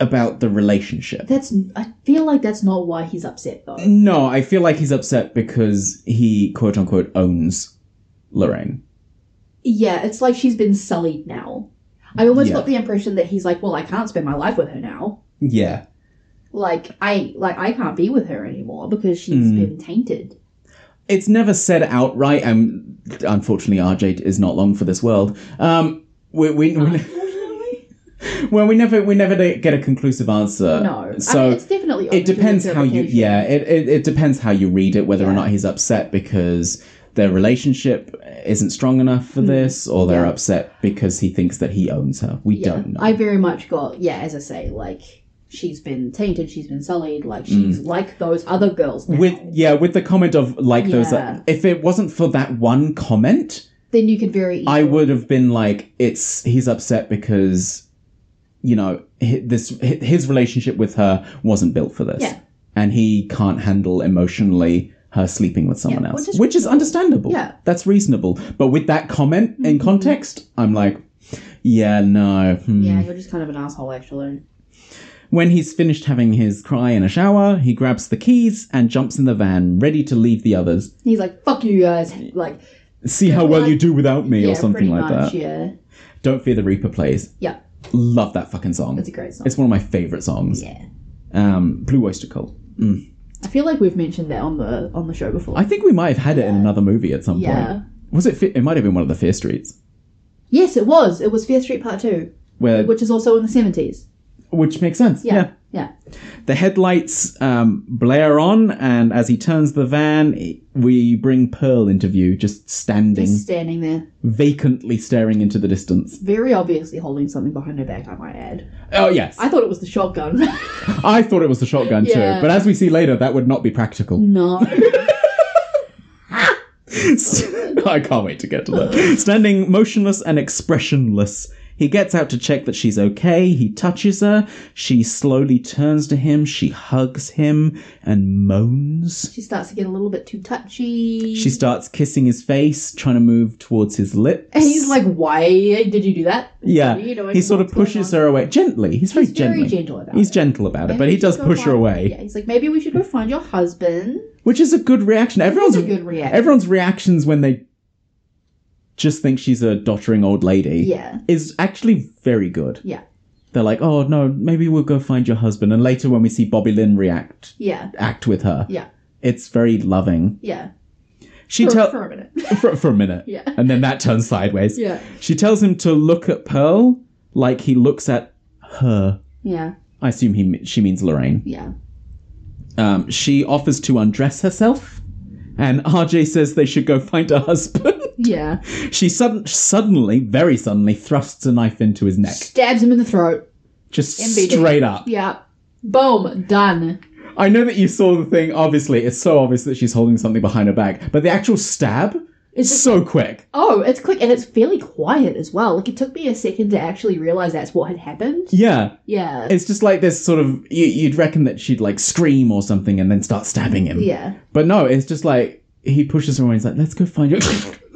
S2: about the relationship.
S3: That's. I feel like that's not why he's upset though.
S2: No, I feel like he's upset because he, quote unquote, owns Lorraine.
S3: Yeah, it's like she's been sullied now. I almost
S2: Yeah.
S3: got the impression that he's like, well, I can't spend my life with her now.
S2: Yeah.
S3: Like I like I can't be with her anymore because she's
S2: Mm.
S3: been tainted.
S2: It's never said outright, and unfortunately, RJ is not long for this world. Um, we, we, we, well, we never, we never do- get a conclusive answer.
S3: No,
S2: Uh, So
S3: I mean, it's definitely
S2: it
S3: open to
S2: depends how you
S3: interpretation.
S2: yeah it, it, it depends how you read it whether or
S3: Yeah.
S2: not he's upset because their relationship isn't strong enough for this, or they're
S3: Hmm. Yeah.
S2: upset because he thinks that he owns her. We
S3: yeah,
S2: don't know.
S3: I very much got yeah, as I say, like she's been tainted, she's been sullied, like she's like those other girls. now.
S2: Hmm. with yeah, with the comment of like those. uh,
S3: Yeah.
S2: if it wasn't for that one comment,
S3: then you could very
S2: I
S3: easily-
S2: would have been like, it's he's upset because, you know, hi- this hi- his relationship with her wasn't built for this,
S3: Yeah.
S2: and he can't handle emotionally her sleeping with someone
S3: Yeah,
S2: else,
S3: which
S2: which
S3: is
S2: is, understandable.
S3: Yeah. Mm-hmm.
S2: that's reasonable. But with that comment in context, I'm like, yeah, no. hmm.
S3: Yeah, you're just kind of an asshole actually.
S2: When he's finished having his cry in a shower, he grabs the keys and jumps in the van, ready to leave the others.
S3: He's like, fuck you guys like
S2: See how well
S3: Like-
S2: you do without me,
S3: yeah,
S2: or something
S3: pretty
S2: like
S3: much,
S2: that.
S3: Yeah.
S2: Don't fear the Reaper plays.
S3: Yeah.
S2: Love that fucking song.
S3: That's a great song.
S2: It's one of my favorite songs.
S3: yeah.
S2: Um, Blue Oyster Cult. Mm.
S3: I feel like we've mentioned that on the on the show before.
S2: I think we might have had it in another movie at some
S3: Yeah.
S2: point. Was it? Fe- It might have been one of the Fear Streets,
S3: yes, it was. It was Fear Street Part Two,
S2: where
S3: which is also in the seventies.
S2: which makes sense.
S3: Yeah. Yeah.
S2: The headlights um, blare on, and as he turns the van, i- we bring Pearl into view, just standing,
S3: Just standing there,
S2: vacantly staring into the distance.
S3: very obviously holding something behind her back. I might add.
S2: Oh yes,
S3: I thought it was the shotgun.
S2: I thought it was the shotgun
S3: Yeah.
S2: too, but as we see later, that would not be practical.
S3: no.
S2: I can't wait to get to that. Standing motionless and expressionless, he gets out to check that she's okay. He touches her. She slowly turns to him. She hugs him and moans.
S3: She starts to get a little bit too touchy.
S2: She starts kissing his face, trying to move towards his lips.
S3: And he's like, "Why did you do that?"
S2: yeah.
S3: you know,
S2: he sort of
S3: what's going
S2: pushes
S3: on.
S2: her away gently. He's very
S3: He's
S2: gently.
S3: very gentle about
S2: He's
S3: it.
S2: gentle about it,
S3: Maybe
S2: but he
S3: we should
S2: does
S3: go
S2: push her
S3: find-
S2: away,
S3: Yeah, he's like, "Maybe we should go find your husband."
S2: which is a good reaction. Everyone's
S3: a good reaction.
S2: Everyone's reactions when they just think she's a doddering old lady.
S3: Yeah,
S2: is actually very good.
S3: Yeah.
S2: They're like, oh no, maybe we'll go find your husband. And later when we see Bobby Lynn react,
S3: yeah,
S2: act with her,
S3: yeah,
S2: it's very loving.
S3: yeah.
S2: She
S3: for,
S2: tells
S3: for a minute.
S2: for, for a minute,
S3: Yeah.
S2: and then that turns sideways.
S3: yeah,
S2: She tells him to look at Pearl like he looks at her.
S3: yeah,
S2: I assume he she means Lorraine.
S3: yeah.
S2: Um, she offers to undress herself, and RJ says they should go find her husband.
S3: Yeah.
S2: she sudden, suddenly, very suddenly, thrusts a knife into his neck,
S3: Stabs him in the throat.
S2: just
S3: NBD.
S2: straight up.
S3: Yeah. Boom. Done.
S2: I know that you saw the thing, obviously, it's so obvious that she's holding something behind her back, but the actual stab is so quick.
S3: Oh, it's quick and it's fairly quiet as well. Like it took me a second to actually realize that's what had happened.
S2: Yeah.
S3: Yeah.
S2: It's just like this sort of, you, you'd reckon that she'd like scream or something and then start stabbing him.
S3: yeah.
S2: But no, it's just like, he pushes her away and he's like, let's go find you.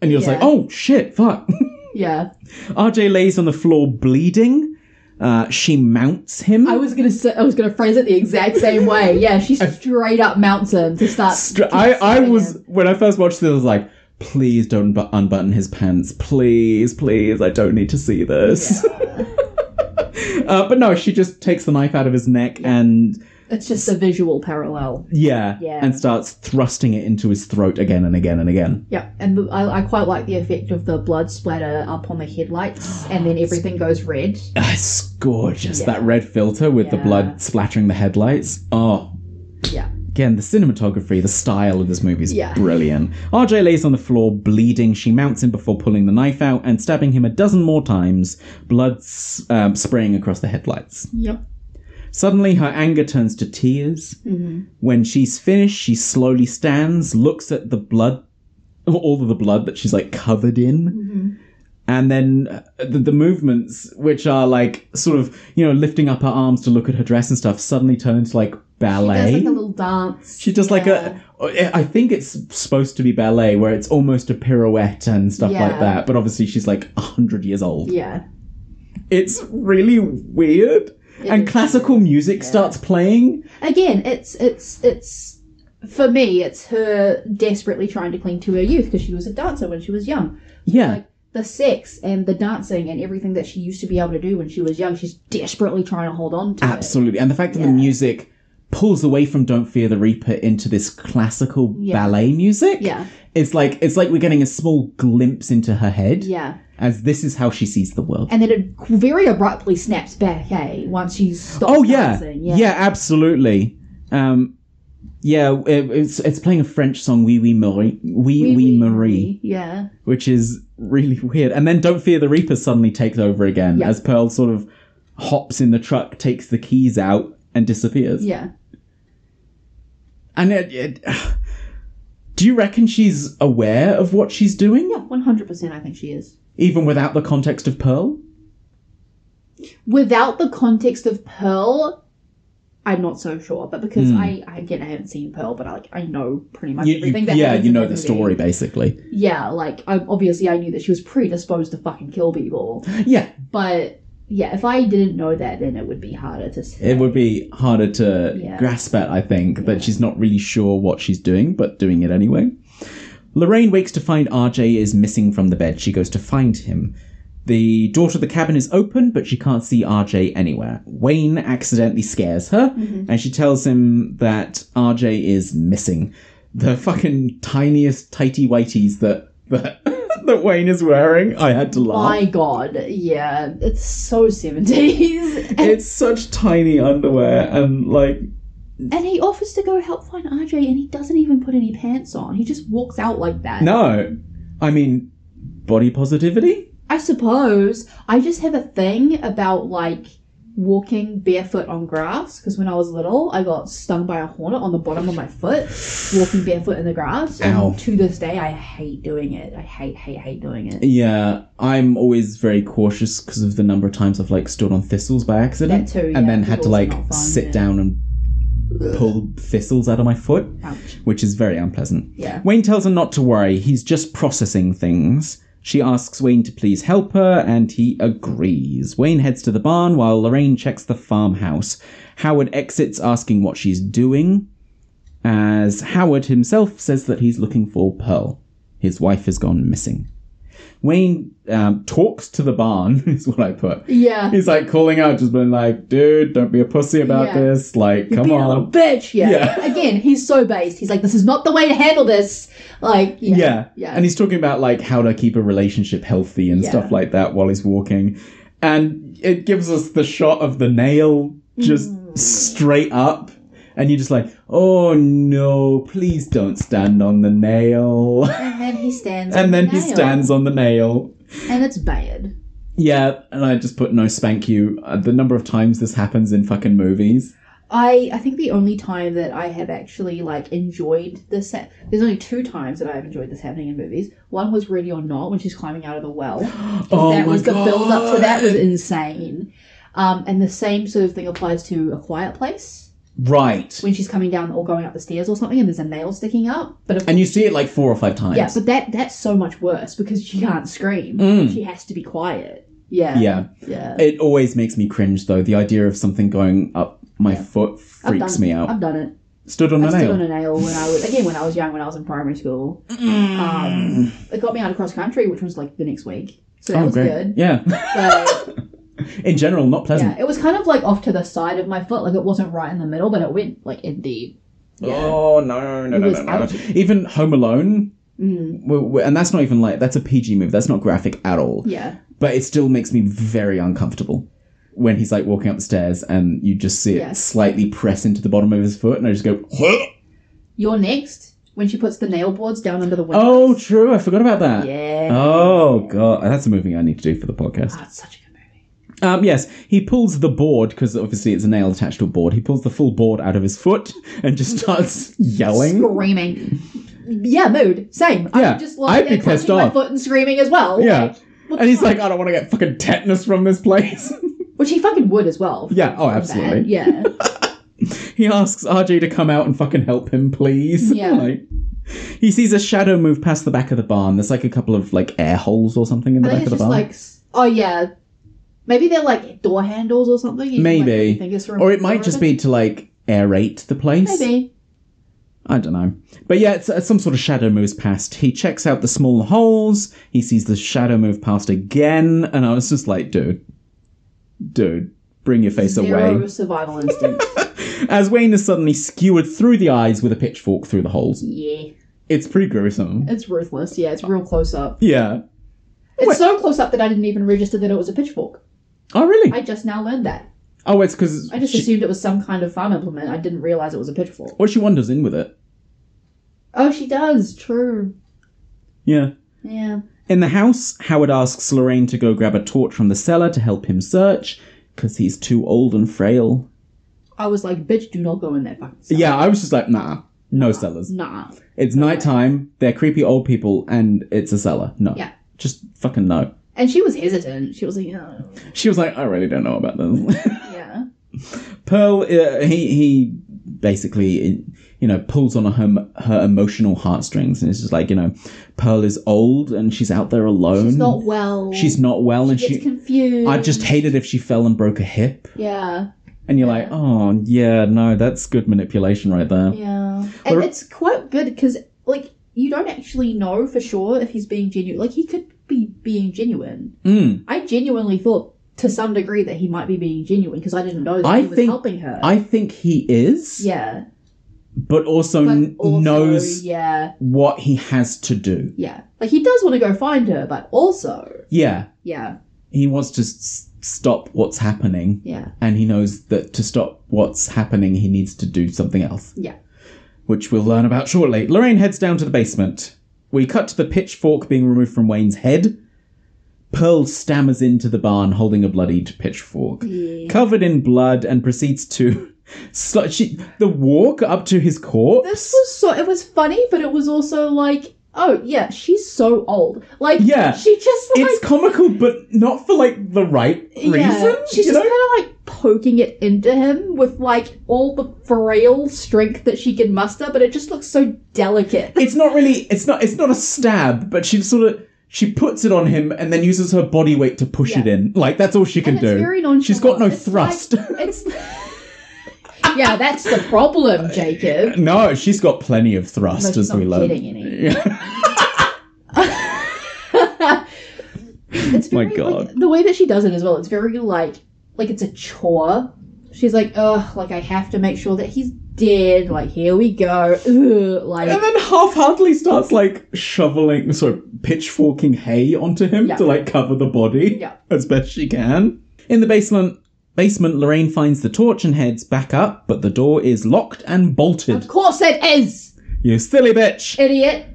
S2: and you're just like,
S3: Yeah.
S2: oh shit, fuck.
S3: Yeah.
S2: RJ lays on the floor bleeding. Uh, she mounts him.
S3: I was gonna say, I was gonna phrase it the exact same way. Yeah, she straight up mounts him to start.
S2: Str- I, I was when I first watched this, I was like, please don't bu- unbutton his pants, please, please. I don't need to see this. uh, but no, she just takes the knife out of his neck and
S3: It's just a visual parallel.
S2: yeah,
S3: Yeah.
S2: and starts thrusting it into his throat again and again and again.
S3: Yeah, and the, I, I quite like the effect of the blood splatter up on the headlights, and then everything goes red.
S2: Ah, it's gorgeous
S3: Yeah.
S2: that red filter with the
S3: Yeah.
S2: blood splattering the headlights. Oh.
S3: Yeah.
S2: Again, the cinematography, the style of this movie is
S3: Yeah.
S2: brilliant. RJ lays on the floor, bleeding. She mounts him before pulling the knife out and stabbing him a dozen more times, blood s- um, spraying across the headlights.
S3: Yep.
S2: Suddenly, her anger turns to tears.
S3: Mhm.
S2: When she's finished, she slowly stands, looks at the blood, all of the blood that she's like covered in, and then uh, the, the movements, which are like sort of, you know, lifting up her arms to look at her dress and stuff, suddenly turn into like ballet.
S3: There's like a little dance.
S2: She does like a. oh, eh, I think it's supposed to be ballet, where it's almost a pirouette and stuff
S3: Yeah.
S2: like that. But obviously, she's like hundred years old.
S3: Yeah.
S2: It's really weird. and
S3: is
S2: classical music starts playing.
S3: Again, it's it's it's for me, it's her desperately trying to cling to her youth because she was a dancer when she was young.
S2: Yeah,
S3: Like the sex and the dancing and everything that she used to be able to do when she was young, she's desperately trying to hold on to. It.
S2: absolutely. And the fact that the music pulls away from "Don't Fear the Reaper" into this classical
S3: Yeah.
S2: ballet music.
S3: Yeah.
S2: it's like it's like we're getting a small glimpse into her head
S3: Yeah.
S2: as this is how she sees the world.
S3: And then it very abruptly snaps back, eh? Once she's stopped
S2: Oh yeah.
S3: dancing.
S2: yeah, absolutely. Um, Yeah, it- it's it's playing a French song, "Oui Oui Marie," "Oui
S3: Wee
S2: Oui
S3: Wee
S2: Marie,"
S3: Yeah.
S2: which is really weird. And then "Don't Fear the Reaper" suddenly takes over again
S3: Yeah.
S2: as Pearl sort of hops in the truck, takes the keys out, and disappears.
S3: Yeah.
S2: And it, it, do you reckon she's aware of what she's doing,
S3: Yeah, 100% I think she is.
S2: even without the context of Pearl?
S3: Without the context of Pearl, I'm not so sure, but because I, I again I haven't seen Pearl, but I like I know pretty much
S2: Hmm. You- you-
S3: everything that
S2: yeah,
S3: happens
S2: you
S3: in
S2: know
S3: that
S2: the
S3: movie.
S2: story basically.
S3: Yeah, like I, obviously I knew that she was predisposed to fucking kill people,
S2: Yeah,
S3: but yeah, if I didn't know that, then it would be harder to. Say.
S2: it would be harder to
S3: Yeah.
S2: grasp at, I think, that she's not really sure what she's doing, but doing it anyway. Lorraine wakes to find RJ is missing from the bed. She goes to find him. The door to the cabin is open, but she can't see RJ anywhere. Wayne accidentally scares her, and she tells him that RJ is missing. The fucking tiniest tighty whities that that, that Wayne is wearing. I had to laugh.
S3: My God, yeah, it's so seventies, and,
S2: it's such tiny underwear, and like
S3: and he offers to go help find RJ, and he doesn't even put any pants on. He just walks out like that.
S2: No. I mean, body positivity?
S3: I suppose I just have a thing about like walking barefoot on grass because when I was little, I got stung by a hornet on the bottom of my foot walking barefoot in the grass.
S2: Ow.
S3: And to this day, I hate doing it. I hate, hate, hate doing it.
S2: Yeah, I'm always very cautious because of the number of times I've like stood on thistles by accident.
S3: That too, yeah,
S2: And then had to
S3: thistles are
S2: like
S3: not fun,
S2: sit
S3: yeah.
S2: down and pull thistles out of my foot,
S3: Ouch.
S2: which is very unpleasant.
S3: Yeah.
S2: Wayne tells her not to worry, he's just processing things. She asks Wayne to please help her, and he agrees. Wayne heads to the barn while Lorraine checks the farmhouse. Howard exits, asking what she's doing, as Howard himself says that he's looking for Pearl. His wife has gone missing. Wayne um, talks to the barn, is what I put.
S3: Yeah.
S2: He's like calling out, just being like, dude, don't be a pussy about
S3: Yeah.
S2: this. Like,
S3: You're
S2: come
S3: being a
S2: on.
S3: little bitch. Yeah.
S2: Yeah.
S3: Again, he's so based. He's like, this is not the way to handle this. Like, yeah.
S2: Yeah.
S3: Yeah.
S2: And he's talking about like how to keep a relationship healthy and
S3: Yeah.
S2: stuff like that while he's walking. And it gives us the shot of the nail just
S3: Mm.
S2: straight up. And you're just like, oh no, please don't stand on the nail.
S3: and then he stands. on
S2: and then
S3: the
S2: he
S3: nail,
S2: stands on the nail.
S3: And it's bad.
S2: Yeah, and I just put no spank you. Uh, the number of times this happens in fucking movies.
S3: I I think the only time that I have actually like enjoyed this ha- there's only two times that I have enjoyed this happening in movies. One was Ready or Not when she's climbing out of the well.
S2: Oh
S3: that
S2: my
S3: was
S2: God.
S3: the build up to that was insane. Um, and the same sort of thing applies to A Quiet Place
S2: Right.
S3: when she's coming down or going up the stairs or something and there's a nail sticking up. But of
S2: And you see it like four or five times.
S3: yeah, but that that's so much worse because she can't scream.
S2: Mm.
S3: She has to be quiet. Yeah.
S2: Yeah.
S3: Yeah.
S2: It always makes me cringe though. The idea of something going up my foot
S3: I've
S2: freaks
S3: done-
S2: me out.
S3: I've done it.
S2: Stood on
S3: I
S2: a
S3: stood
S2: nail. Oh,
S3: on a nail when I was again when I was young when I was in primary school. Um, it got me out of cross country, which was like the next week, so that
S2: oh,
S3: was
S2: great.
S3: good.
S2: Yeah.
S3: But
S2: in general, not pleasant.
S3: yeah, it was kind of like off to the side of my foot, like it wasn't right in the middle, but it went like in the
S2: Oh no, no,
S3: It
S2: no,
S3: was
S2: no, no.
S3: ouchy.
S2: Even Home Alone,
S3: mm,
S2: w- w- and that's not even like that's a PG move. That's not graphic at all.
S3: yeah.
S2: But it still makes me very uncomfortable when he's like walking up the stairs and you just see it
S3: Yes.
S2: slightly press into the bottom of his foot, and I just go.
S3: You're next when she puts the nail boards down under the window.
S2: Oh, true. I forgot about that.
S3: yeah.
S2: Oh god, that's a movie I need to do for the podcast.
S3: Ah, it's such a good movie.
S2: Um, yes, he pulls the board because obviously it's a nail attached to a board. He pulls the full board out of his foot and just starts yelling.
S3: Screaming. Yeah, mood. Same. I
S2: Yeah,
S3: would just like
S2: I'd be
S3: there clutching
S2: pissed
S3: my
S2: off.
S3: foot and screaming as well.
S2: Yeah.
S3: Like, what
S2: And
S3: the
S2: he's
S3: fuck?
S2: like, I don't want to get fucking tetanus from this place.
S3: which he fucking would as well.
S2: yeah, oh,
S3: Bad.
S2: absolutely.
S3: Yeah.
S2: He asks RJ to come out and fucking help him, please.
S3: Yeah.
S2: Like, he sees a shadow move past the back of the barn. There's like a couple of like air holes or something in the
S3: I
S2: back
S3: think
S2: of
S3: it's
S2: the
S3: just
S2: barn.
S3: like, s- oh yeah, maybe they're like door handles or something. you can, like,
S2: Maybe.
S3: think it's for-
S2: or it might just be to like aerate the place.
S3: Maybe.
S2: I don't know. But yeah, it's, it's some sort of shadow moves past. He checks out the small holes. He sees the shadow move past again. And I was just like, dude, dude, bring your face
S3: Zero
S2: away.
S3: survival instinct.
S2: As Wayne is suddenly skewered through the eyes with a pitchfork through the holes.
S3: yeah,
S2: It's pretty gruesome.
S3: it's ruthless. Yeah, it's real close up.
S2: Yeah.
S3: It's so close up that I didn't even register that it was a pitchfork.
S2: Oh, really?
S3: I just now learned that.
S2: Oh, it's because
S3: I just
S2: she,
S3: assumed it was some kind of farm implement. I didn't realize it was a pitchfork.
S2: well, she wanders in with it.
S3: Oh, she does. True.
S2: Yeah.
S3: Yeah.
S2: In the house, Howard asks Lorraine to go grab a torch from the cellar to help him search because he's too old and frail.
S3: I was like, bitch, do not go in that fucking stuff.
S2: Yeah, I was just like, nah, no cellars.
S3: Nah.
S2: It's nighttime. They're creepy old people, and it's a cellar. No.
S3: Yeah.
S2: Just fucking no.
S3: And she was hesitant. She was like, oh,
S2: She was like, I really don't know about this.
S3: yeah.
S2: Pearl, uh, he he basically you know pulls on her her emotional heartstrings and it's just like you know Pearl is old and she's out there alone.
S3: She's not well.
S2: She's not well, and
S3: She
S2: she.
S3: gets confused.
S2: I'd just hate it if she fell and broke a hip.
S3: Yeah.
S2: And you're like, oh yeah, no, that's good manipulation right there.
S3: Yeah.
S2: Or-
S3: And it's quite good because, like, you don't actually know for sure if he's being genuine. Like, he could be being genuine.
S2: Mm.
S3: I genuinely thought to some degree that he might be being genuine because I didn't know that
S2: I
S3: he was
S2: think-
S3: helping her.
S2: I think he is,
S3: yeah.
S2: but also,
S3: But
S2: n-
S3: also,
S2: knows
S3: Yeah.
S2: what he has to do.
S3: Yeah. Like, he does want to go find her, but also.
S2: Yeah,
S3: Yeah.
S2: he wants to s- stop what's happening.
S3: Yeah.
S2: and he knows that to stop what's happening, he needs to do something else.
S3: Yeah.
S2: Which we'll learn about shortly. Lorraine heads down to the basement. We cut to the pitchfork being removed from Wayne's head. Pearl stammers into the barn holding a bloodied pitchfork, covered in blood, and proceeds to. sl- she, the walk up to his corpse.
S3: This was so. It was funny, but it was also like. Oh yeah, she's so old. Like
S2: Yeah.
S3: she just like
S2: it's comical, but not for like the right reason.
S3: She's
S2: you
S3: just
S2: know?
S3: kind of like poking it into him with like all the frail strength that she can muster, but it just looks so delicate.
S2: it's not really it's not it's not a stab but she sort of she puts it on him and then uses her body weight to push it
S3: Yeah.
S2: in like that's all she can
S3: And
S2: do
S3: it's very nonchalant.
S2: she's got no
S3: It's
S2: thrust
S3: like- it's yeah, that's the problem, Jacob.
S2: no she's got plenty of
S3: No,
S2: thrust
S3: she's
S2: as we
S3: not
S2: learn
S3: getting any.
S2: Yeah.
S3: It's
S2: Oh My
S3: very, like,
S2: God.
S3: the way that she does it as well. It's very like like it's a chore. She's like, ugh, like I have to make sure that he's dead. Like here we go. Ugh, like
S2: and then half-heartedly starts like shoveling sorry pitchforking hay onto him
S3: Yeah.
S2: to like cover the body
S3: Yeah.
S2: as best she can in the basement basement lorraine finds the torch and heads back up but the door is locked and
S3: of
S2: bolted
S3: course it is,
S2: you silly bitch
S3: idiot.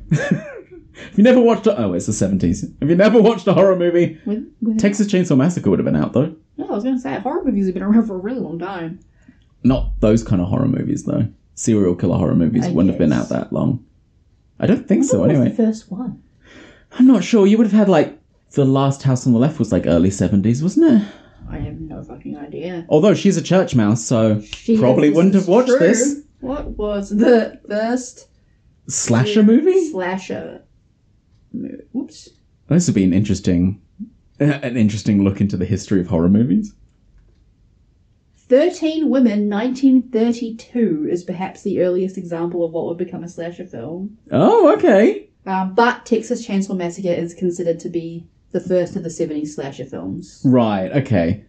S2: If you never watched a, oh, it's the seventies. If you never watched a horror movie,
S3: With, with,
S2: Texas Chainsaw Massacre would have been out though.
S3: no, I was gonna say horror movies have been around for a really long time.
S2: Not those kind of horror movies though. Serial killer horror movies
S3: I
S2: wouldn't have been
S3: guess.
S2: out that long. I don't think so.
S3: What was
S2: Anyway,
S3: the first one.
S2: I'm not sure. You would have had like the Last House on the Left was like early seventies, wasn't it?
S3: I have no fucking idea.
S2: Although she's a church mouse, so
S3: She
S2: probably
S3: this
S2: wouldn't
S3: is
S2: have watched
S3: true.
S2: this
S3: What was the first
S2: slasher movie.
S3: slasher movie? Whoops.
S2: This would be an interesting, an interesting look into the history of horror movies.
S3: Thirteen Women, 1932, is perhaps the earliest example of what would become a slasher film.
S2: Oh, okay.
S3: Um, but Texas Chainsaw Massacre is considered to be the first of the 70s slasher films.
S2: Right. Okay.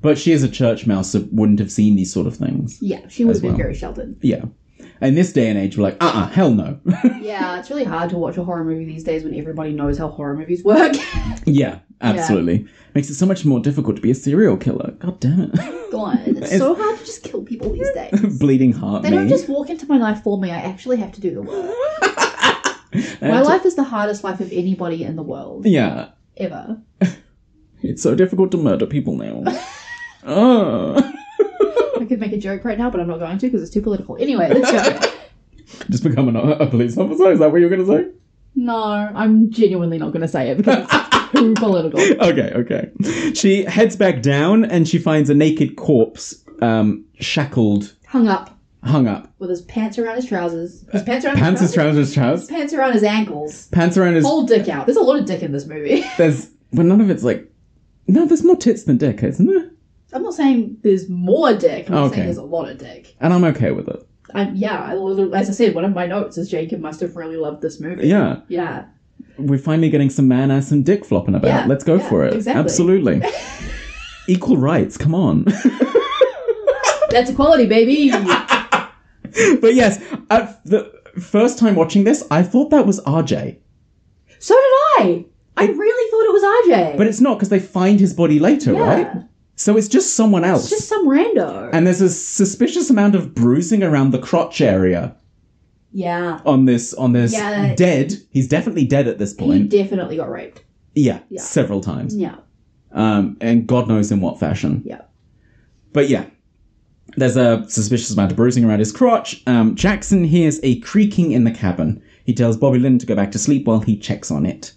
S2: But she is a church mouse, so wouldn't have seen these sort of things.
S3: Yeah, she
S2: As
S3: would have been
S2: well.
S3: very sheltered.
S2: Yeah. In this day and age, we're like, uh uh hell no.
S3: Yeah, it's really hard to watch a horror movie these days when everybody knows how horror movies work.
S2: yeah, absolutely. Makes it so much more difficult to be a serial killer. God damn it.
S3: God, it's so hard to just kill people these days.
S2: Bleeding heart
S3: They
S2: me.
S3: don't just walk into my life for me. I actually have to do the work.
S2: And
S3: My
S2: it's-
S3: life is the hardest life of anybody in the world
S2: Yeah.
S3: ever.
S2: It's so difficult to murder people now. oh.
S3: I could make a joke right now, but I'm not going to because it's too political. Anyway, let's go.
S2: Just become an, a police officer? Is that what you were going to say?
S3: No, I'm genuinely not going to say it because it's too political.
S2: Okay, okay. She heads back down and she finds a naked corpse, um, shackled,
S3: Hung up
S2: hung up.
S3: with his pants around his trousers. His pants around
S2: Pants
S3: his
S2: his
S3: trousers.
S2: trousers, trousers.
S3: His pants around his ankles.
S2: Pants around his
S3: Whole dick out. There's a lot of dick in this movie.
S2: There's, but none of it's like, no, there's more tits than dick, isn't there?
S3: I'm not saying there's more dick. I'm
S2: Okay.
S3: saying there's a lot of dick.
S2: And I'm okay with it.
S3: I'm, yeah, I literally, as I said, one of my notes is Jacob must have really loved this movie.
S2: Yeah,
S3: Yeah.
S2: we're finally getting some man ass and dick flopping about.
S3: Yeah,
S2: Let's go
S3: yeah,
S2: for it.
S3: exactly.
S2: Absolutely. Equal rights, come on.
S3: That's equality, baby.
S2: but yes, at the first time watching this, I thought that was RJ,
S3: So did I. I really thought it was RJ.
S2: but it's not because they find his body later,
S3: yeah.
S2: right? So it's just someone else.
S3: It's just some rando.
S2: and there's a suspicious amount of bruising around the crotch area
S3: yeah.
S2: on this on this
S3: Yeah.
S2: dead. He's definitely dead at this
S3: He
S2: point.
S3: definitely got raped.
S2: yeah,
S3: Yeah.
S2: several times.
S3: Yeah.
S2: Um, and God knows in what fashion.
S3: Yeah.
S2: But yeah, there's a suspicious amount of bruising around his crotch. Um, Jackson hears a creaking in the cabin. He tells Bobby Lynn to go back to sleep while he checks on it.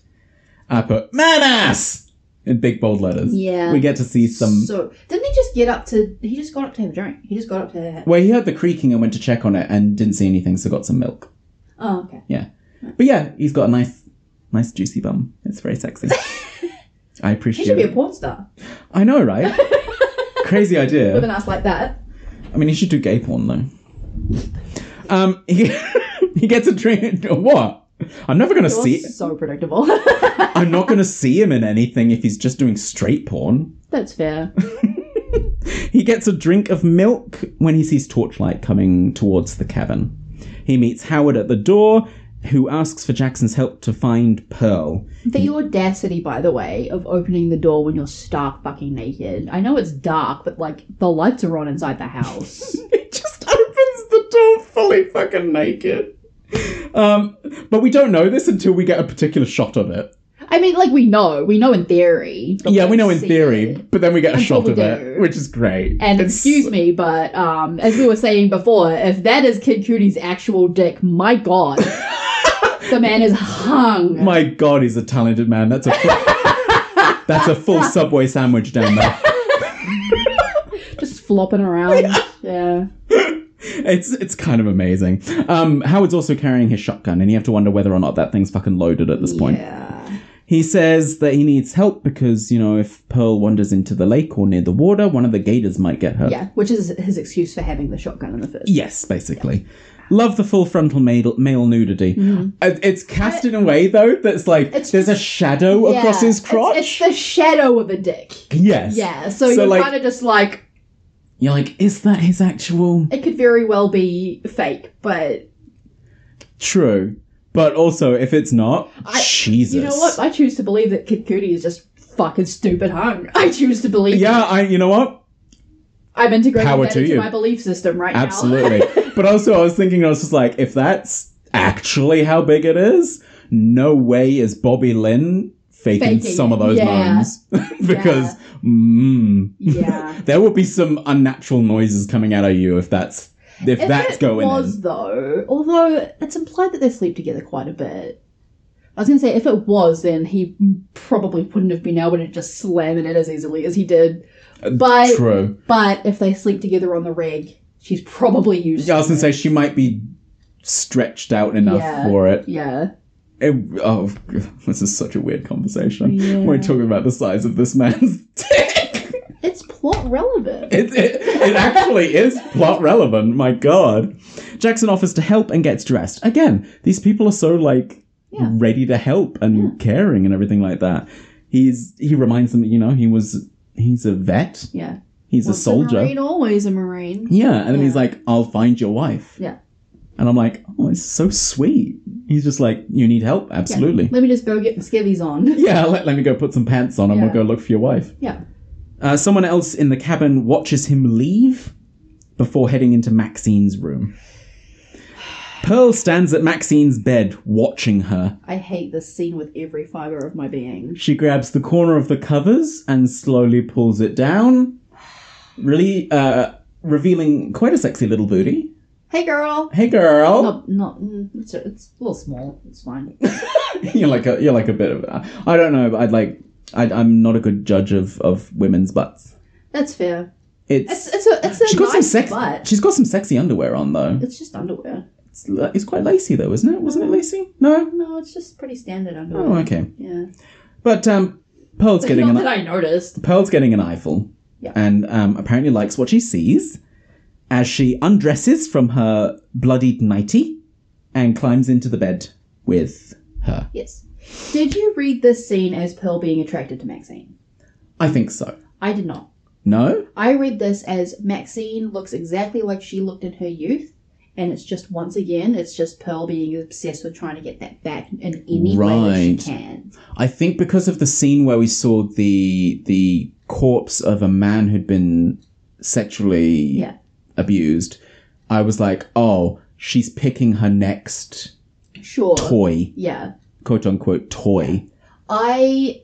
S2: I put "Manass" in big bold letters.
S3: Yeah.
S2: We get to see some.
S3: so didn't he just get up to? He just got up to have a drink. He just got up to. Have,
S2: Well, he heard the creaking and went to check on it and didn't see anything, so got some milk.
S3: oh, okay.
S2: Yeah. But yeah, he's got a nice, nice juicy bum. It's very sexy. I
S3: He
S2: appreciate
S3: should be a
S2: it.
S3: porn star
S2: I know, right? Crazy idea.
S3: with an ass like that.
S2: I mean, he should do gay porn though. Um, he, he gets a drink. What? I'm never gonna
S3: It was
S2: see.
S3: so predictable.
S2: I'm not gonna see him in anything if he's just doing straight porn.
S3: That's fair.
S2: He gets a drink of milk when he sees torchlight coming towards the cabin. He meets Howard at the door, who asks for Jackson's help to find Pearl.
S3: The audacity, by the way, of opening the door when you're stark fucking naked. I know it's dark, but like the lights are on inside the house.
S2: He just opens the door fully fucking naked. Um, but we don't know this until we get a particular shot of it.
S3: I mean, like we know, we know in theory. but
S2: yeah, we
S3: don't
S2: know in
S3: see
S2: theory,
S3: it.
S2: but then we get a
S3: Until
S2: shot
S3: we
S2: of it,
S3: do.
S2: which is great.
S3: And
S2: It's-
S3: excuse me, but um, as we were saying before, if that is Kid Cudie's actual dick, my god, the man is hung.
S2: My God, he's a talented man. That's a full, that's a full subway sandwich down there.
S3: just flopping around. yeah.
S2: It's it's kind of amazing. Um, Howard's also carrying his shotgun, and you have to wonder whether or not that thing's fucking loaded at this point.
S3: Yeah.
S2: He says that he needs help because you know if Pearl wanders into the lake or near the water, one of the gators might get hurt.
S3: Yeah, which is his excuse for having the shotgun in the first.
S2: Yes, basically. Love the full frontal male, male nudity. It- It's cast in a way though that's like
S3: Mm-hmm. It's-
S2: there's a shadow
S3: Yeah,
S2: across his
S3: it's-
S2: crotch.
S3: It's, the shadow of a dick.
S2: Yes.
S3: Yeah, so,
S2: So,
S3: you're
S2: like-
S3: kind of just like
S2: You're like, is that his actual
S3: it could very well be fake, but
S2: true? But also, if it's not,
S3: I-
S2: Jesus.
S3: you know what? I choose to believe that Kid Cudi is just fucking stupid hung. I choose to believe.
S2: yeah, I. You know what?
S3: I'm integrating
S2: Power
S3: that
S2: to
S3: into
S2: you.
S3: my belief system right now.
S2: Absolutely. but also, I was thinking, I was just like, if that's actually how big it is, no way is Bobby Lynn faking,
S3: Faking
S2: some of
S3: it,
S2: those
S3: yeah.
S2: moans because mm,
S3: yeah.
S2: there will be some unnatural noises coming out of you if that's if,
S3: If
S2: that's
S3: it
S2: going
S3: was
S2: in.
S3: though, although it's implied that they sleep together quite a bit. I was gonna say if it was, then he probably wouldn't have been able to just slam it in as easily as he did. But
S2: Uh, True.
S3: but if they sleep together on the reg, she's probably used.
S2: Yeah, I was
S3: to
S2: gonna
S3: it.
S2: say she might be stretched out enough
S3: Yeah.
S2: for it.
S3: Yeah.
S2: It- Oh, this is such a weird conversation. We're talking about the size of this man's dick.
S3: It's plot relevant.
S2: It, it, it actually is plot relevant. My God. Jackson offers to help and gets dressed. Again, these people are so like
S3: Yeah.
S2: ready to help and caring and everything like that. He's he reminds them, you know, he was he's a vet.
S3: yeah.
S2: He's
S3: Once
S2: a soldier.
S3: marine, always a marine.
S2: Yeah, and then he's
S3: Yeah.
S2: like, "I'll find your wife."
S3: Yeah.
S2: and I'm like, "Oh, it's so sweet." He's just like, "You need help, absolutely."
S3: Let me just go get my skivvies on.
S2: Yeah, let, let me go put some pants on, and we'll
S3: Yeah.
S2: go look for your wife.
S3: Yeah.
S2: Uh, someone else in the cabin watches him leave before heading into Maxine's room. Pearl stands at Maxine's bed, watching her.
S3: I hate this scene with every fiber of my being.
S2: She grabs the corner of the covers and slowly pulls it down, really uh, revealing quite a sexy little booty.
S3: Hey, girl.
S2: Hey, girl.
S3: Not, not. mm, It's a, it's a little small. It's fine.
S2: you're like a you're like a bit of I don't know. But I'd like I, I'm not a good judge of of women's butts.
S3: That's fair. It's
S2: It's
S3: it's a it's a
S2: she's got some
S3: nice
S2: sex.
S3: butt.
S2: She's got some sexy underwear on though.
S3: It's just underwear.
S2: It's, it's quite lacy though, isn't it?
S3: Mm.
S2: Wasn't it lacy? No.
S3: No, it's just pretty standard underwear.
S2: Oh, okay.
S3: Yeah.
S2: But um, Pearl's
S3: But
S2: getting
S3: not
S2: an
S3: that I noticed.
S2: Pearl's getting an eyeful,
S3: Yeah.
S2: and um, apparently likes what she sees as she undresses from her bloodied nightie and climbs into the bed with her.
S3: Yes. Did you read this scene as Pearl being attracted to Maxine?
S2: I think so.
S3: I did not.
S2: No.
S3: I read this as Maxine looks exactly like she looked in her youth, and it's just once again, it's just Pearl being obsessed with trying to get that back in any way that she
S2: Right.
S3: can.
S2: I think because of the scene where we saw the the corpse of a man who'd been sexually
S3: Yeah.
S2: abused, I was like, oh, she's picking her next
S3: Sure.
S2: toy,
S3: Yeah.
S2: quote unquote toy.
S3: I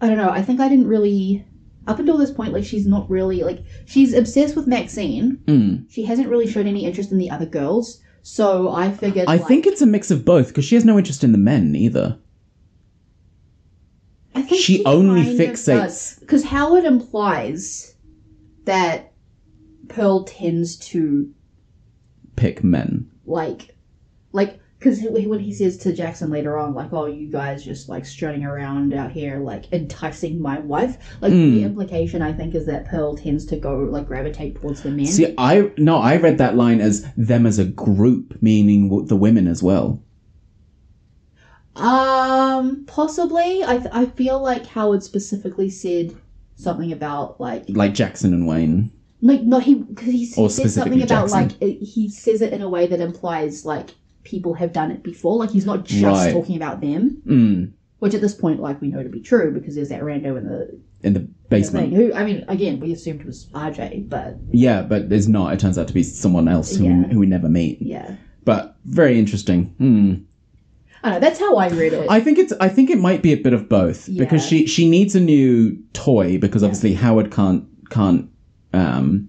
S3: I don't know, I think I didn't really up until this point, like she's not really like she's obsessed with Maxine.
S2: Mm.
S3: She hasn't really shown any interest in the other girls. So I figured
S2: I
S3: like,
S2: think it's a mix of both because she has no interest in the men either.
S3: I think
S2: she only fixates-
S3: because Howard implies that Pearl tends to
S2: Pick men.
S3: like like because when he says to Jackson later on, like, "Oh, you guys just like strutting around out here, like enticing my wife," like the
S2: Mm.
S3: implication I think is that Pearl tends to go like gravitate towards the men.
S2: See, I no, I read that line as them as a group, meaning w- the women as well.
S3: um, possibly. I th- I feel like Howard specifically said something about like
S2: like Jackson and Wayne.
S3: like no he because he
S2: Or
S3: said something
S2: specifically
S3: about
S2: Jackson.
S3: like it, he says it in a way that implies like people have done it before. Like he's not just
S2: Right.
S3: talking about them,
S2: Mm.
S3: which at this point like we know to be true because there's that rando in the
S2: In the
S3: thing.
S2: basement.
S3: Who I mean, again, we assumed it was RJ, but
S2: Yeah, but it's not. It turns out to be someone else who,
S3: Yeah.
S2: who we never meet.
S3: yeah,
S2: But very interesting. Mm.
S3: I don't know. That's how I read it.
S2: I think it's. I think it might be a bit of both because
S3: Yeah.
S2: she she needs a new toy because obviously Howard can't can't um,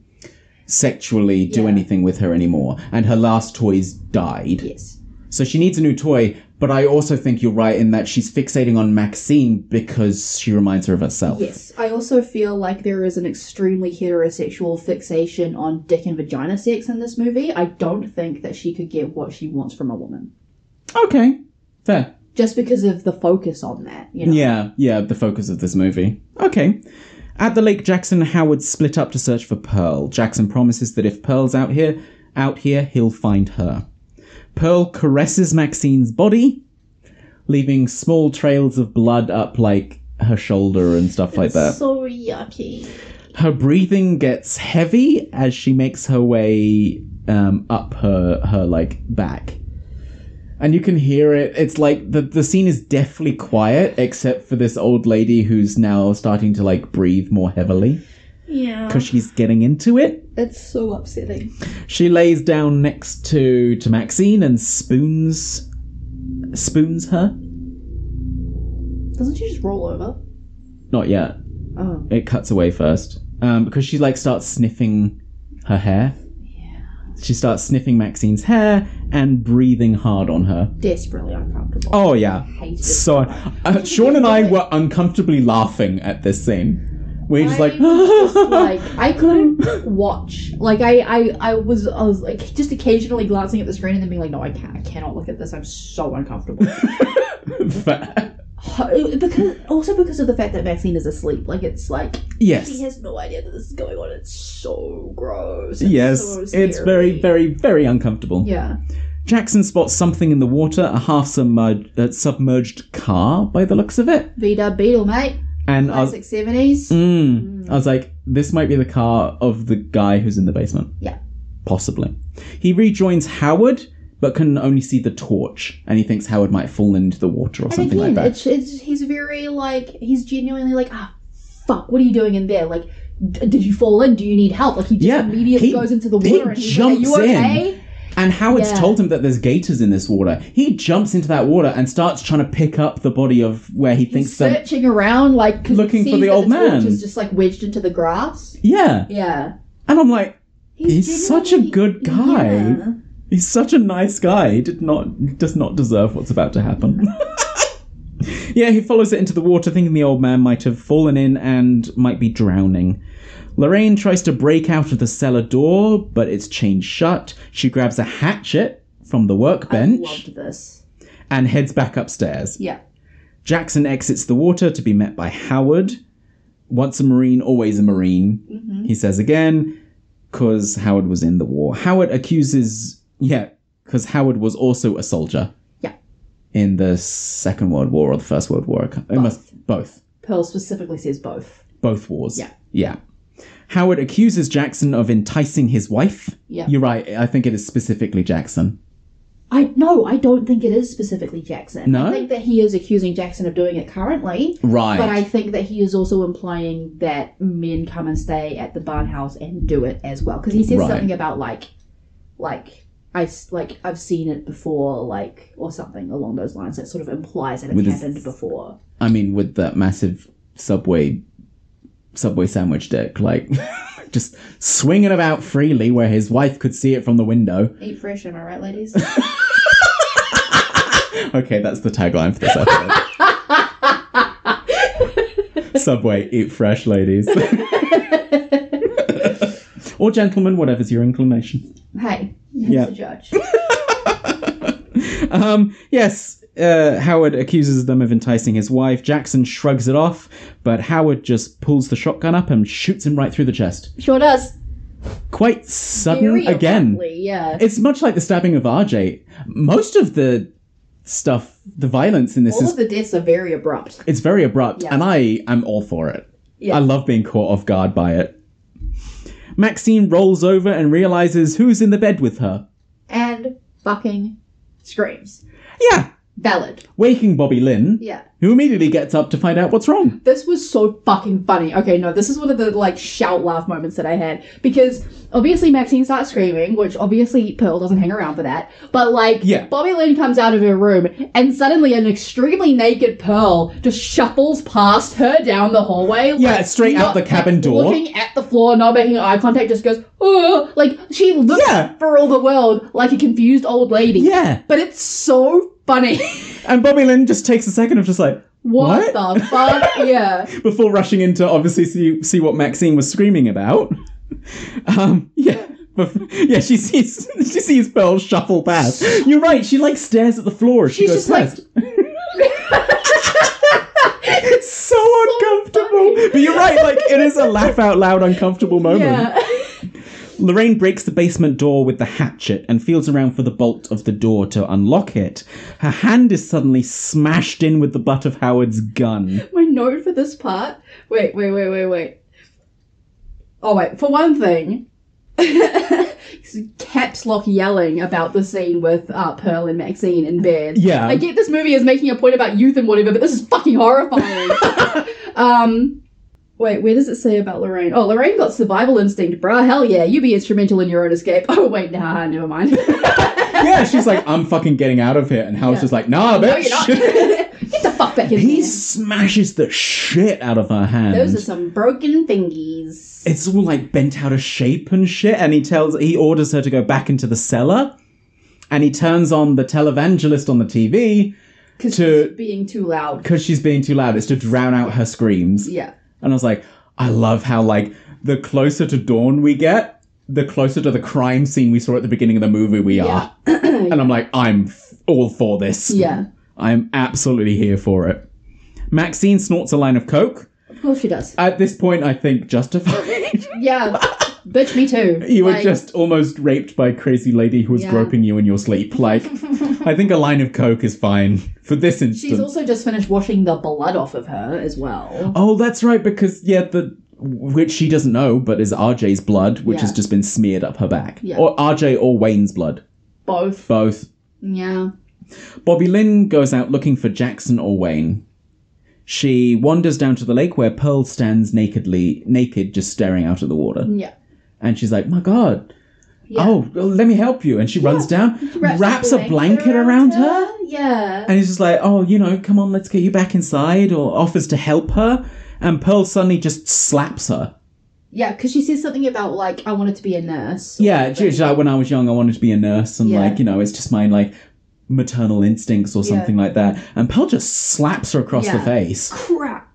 S2: sexually do
S3: Yeah.
S2: anything with her anymore, and her last toys died.
S3: yes,
S2: So she needs a new toy. But I also think you're right in that she's fixating on Maxine because she reminds her of herself.
S3: yes. I also feel like there is an extremely heterosexual fixation on dick and vagina sex in this movie. I don't think that she could get what she wants from a woman
S2: Okay. Fair.
S3: just because of the focus on that. You know.
S2: Yeah, yeah, the focus of this movie. Okay. At the lake, Jackson and Howard split up to search for Pearl. Jackson promises that if Pearl's out here, out here, he'll find her. Pearl caresses Maxine's body, leaving small trails of blood up like her shoulder and stuff like that.
S3: So yucky.
S2: Her breathing gets heavy as she makes her way um, up her her like back, and you can hear it. It's like the the scene is deathly quiet, except for this old lady who's now starting to like breathe more heavily
S3: Yeah.
S2: because she's getting into it.
S3: It's so upsetting.
S2: She lays down next to to Maxine and spoons spoons her.
S3: Doesn't she just roll over?
S2: Not yet.
S3: Oh.
S2: it cuts away first um, because she like starts sniffing her hair. She starts sniffing Maxine's hair and breathing hard on her.
S3: Desperately uncomfortable.
S2: Oh yeah,
S3: hate this
S2: so
S3: so
S2: uh, Sean and I were uncomfortably laughing at this scene. We are just like,
S3: I was just like I couldn't watch. Like I, I, I was, I was like just occasionally glancing at the screen and then being like, no, I can't, I cannot look at this. I'm so uncomfortable. uh, because also because of the fact that Maxine is asleep. Like it's like she
S2: yes,
S3: has no idea that this is going on. It's so gross. It's
S2: yes,
S3: so
S2: it's very,
S3: scary.
S2: very, very uncomfortable.
S3: Yeah.
S2: Jackson spots something in the water, a half submerged, uh, submerged car by the looks of it,
S3: Vida Beetle, mate.
S2: and I was-
S3: Classic seventies.
S2: Uh, Mm. I was like, this might be the car of the guy who's in the basement.
S3: Yeah.
S2: Possibly. He rejoins Howard, but can only see the torch, and he thinks Howard might fall into the water or
S3: And
S2: something
S3: again,
S2: like that.
S3: It's, it's he's very like he's genuinely like ah fuck, what are you doing in there? Like, d- did you fall in? Do you need help? Like he just
S2: Yeah,
S3: immediately
S2: he-
S3: goes into the
S2: he
S3: water and he's
S2: jumps
S3: like, are you
S2: in.
S3: okay?
S2: And Howard's
S3: Yeah.
S2: told him that there's gators in this water. He jumps into that water and starts trying to pick up the body of where he
S3: He's
S2: thinks that.
S3: searching around like 'cause he
S2: Looking for
S3: sees
S2: the
S3: that
S2: old
S3: torch
S2: man.
S3: Is just like wedged into the grass.
S2: Yeah.
S3: Yeah,
S2: And I'm like, He's such a
S3: genuinely-
S2: good guy.
S3: Yeah.
S2: He's such a nice guy. He did not does not deserve what's about to happen. yeah, he follows it into the water, thinking the old man might have fallen in and might be drowning. Lorraine tries to break out of the cellar door, but it's chained shut. She grabs a hatchet from the workbench
S3: Loved this.
S2: and heads back upstairs.
S3: Yeah.
S2: Jackson exits the water to be met by Howard. Once a Marine, always a Marine,
S3: Mm-hmm.
S2: he says again, because Howard was in the war. Howard accuses, yeah, because Howard was also a soldier.
S3: Yeah.
S2: In the Second World War or the First World War. Both. It must, both.
S3: Pearl specifically says both.
S2: Both wars.
S3: Yeah.
S2: Yeah. Howard accuses Jackson of enticing his wife.
S3: Yeah.
S2: You're right. I think it is specifically Jackson.
S3: I no, I don't think it is specifically Jackson.
S2: No?
S3: I think that he is accusing Jackson of doing it currently.
S2: Right.
S3: But I think that he is also implying that men come and stay at the barnhouse and do it as well, because he says
S2: Right.
S3: something about like, like I s- like I've seen it before, like or something along those lines. That sort of implies that it
S2: With his-
S3: happened before.
S2: I mean, with that massive subway subway sandwich dick, like just swinging about freely where his wife could see it from the window.
S3: Eat fresh, am I right, ladies?
S2: Okay, that's the tagline for this episode. subway, eat fresh, ladies. or gentlemen, whatever's your inclination.
S3: hey, who's
S2: Yeah.
S3: the judge?
S2: Um, yes, uh, Howard accuses them of enticing his wife. Jackson shrugs it off, but Howard just pulls the shotgun up and shoots him right through the chest.
S3: Sure does.
S2: Quite sudden
S3: Very
S2: Um, again.
S3: abruptly, Yeah.
S2: It's much like the stabbing of RJ. Most of the stuff, the violence in this
S3: All
S2: is
S3: of the deaths are very abrupt.
S2: it's very abrupt,
S3: Yeah.
S2: and I am all for it.
S3: Yeah.
S2: I love being caught off guard by it. Maxine rolls over and realizes who's in the bed with her.
S3: and fucking screams.
S2: Yeah,
S3: Valid.
S2: waking Bobby Lynn,
S3: Yeah.
S2: who immediately gets up to find out what's wrong.
S3: This was so fucking funny. Okay, no, this is one of the like shout laugh moments that I had because obviously Maxine starts screaming, which obviously Pearl doesn't hang around for that. But like,
S2: Yeah.
S3: Bobby Lynn comes out of her room and suddenly an extremely naked Pearl just shuffles past her down the hallway.
S2: Yeah,
S3: like,
S2: straight out
S3: not
S2: the cabin door.
S3: Looking at the floor, not making eye contact, just goes, oh, like she looks
S2: Yeah.
S3: for all the world like a confused old lady.
S2: Yeah,
S3: But it's so funny.
S2: and Bobby Lynn just takes a second of just like
S3: What,
S2: What?
S3: the fuck? yeah.
S2: before rushing in to obviously see, see what Maxine was screaming about. Um, yeah. bef- Yeah, she sees she sees Pearl shuffle past. You're right. She like stares at the floor. as She
S3: She's
S2: goes
S3: just like-
S2: past. it's so uncomfortable.
S3: funny.
S2: But you're right. Like it is a laugh out loud uncomfortable moment.
S3: Yeah.
S2: Lorraine breaks the basement door with the hatchet and feels around for the bolt of the door to unlock it. Her hand is suddenly smashed in with the butt of Howard's gun.
S3: My note for this part. Wait, wait, wait, wait, wait. Oh wait, for one thing. caps lock yelling about the scene with uh, Pearl and Maxine in bed.
S2: Yeah.
S3: I get this movie is making a point about youth and whatever, but this is fucking horrifying. um Wait, where does it say about Lorraine? Oh, Lorraine got survival instinct, bruh. Hell yeah, you be instrumental in your own escape. Oh, wait, nah, never mind.
S2: yeah, she's like, I'm fucking getting out of here. And Howard's
S3: Yeah.
S2: just like, nah,
S3: No,
S2: bitch.
S3: you're not. Get the fuck back in
S2: he
S3: here.
S2: smashes the shit out of her hand.
S3: Those are some broken fingies.
S2: it's all like bent out of shape and shit. And he tells, he orders her to go back into the cellar. And he turns on the televangelist on the TV
S3: Because
S2: to-
S3: being too loud.
S2: because she's being too loud. It's to drown out her screams.
S3: Yeah.
S2: And I was like, I love how like the closer to dawn we get, the closer to the crime scene we saw at the beginning of the movie we
S3: Yeah.
S2: are. and I'm like, I'm f- all for this.
S3: Yeah.
S2: I'm absolutely here for it. Maxine snorts a line of coke.
S3: Of course she does.
S2: At this point, I think justified.
S3: Yeah. Bitch, me too.
S2: you were
S3: Like,
S2: just almost raped by a crazy lady who was
S3: Yeah.
S2: groping you in your sleep. Like, I think a line of coke is fine for this instance.
S3: She's also just finished washing the blood off of her as well.
S2: Oh, that's right, because yeah, the which she doesn't know, but is RJ's blood, which
S3: Yeah.
S2: has just been smeared up her back,
S3: Yeah.
S2: or RJ or Wayne's blood,
S3: Both.
S2: both.
S3: Yeah.
S2: Bobby Lynn goes out looking for Jackson or Wayne. She wanders down to the lake where Pearl stands nakedly, naked, just staring out at the water,
S3: Yeah.
S2: and she's like, "My God."
S3: Yeah.
S2: Oh, well, let me help you. And she runs down, wraps, a blanket, around her,
S3: Yeah.
S2: and he's just like, oh, you know, come on, let's get you back inside, or offers to help her. And Pearl suddenly just slaps her.
S3: Yeah, because she says something about, like, I wanted to be a nurse.
S2: Yeah, she- she's like, when I was young, I wanted to be a nurse, and
S3: Yeah.
S2: like, you know, it's just my like maternal instincts or
S3: Yeah.
S2: something like that. And Pearl just slaps her across the
S3: Yeah.
S2: face.
S3: Crap.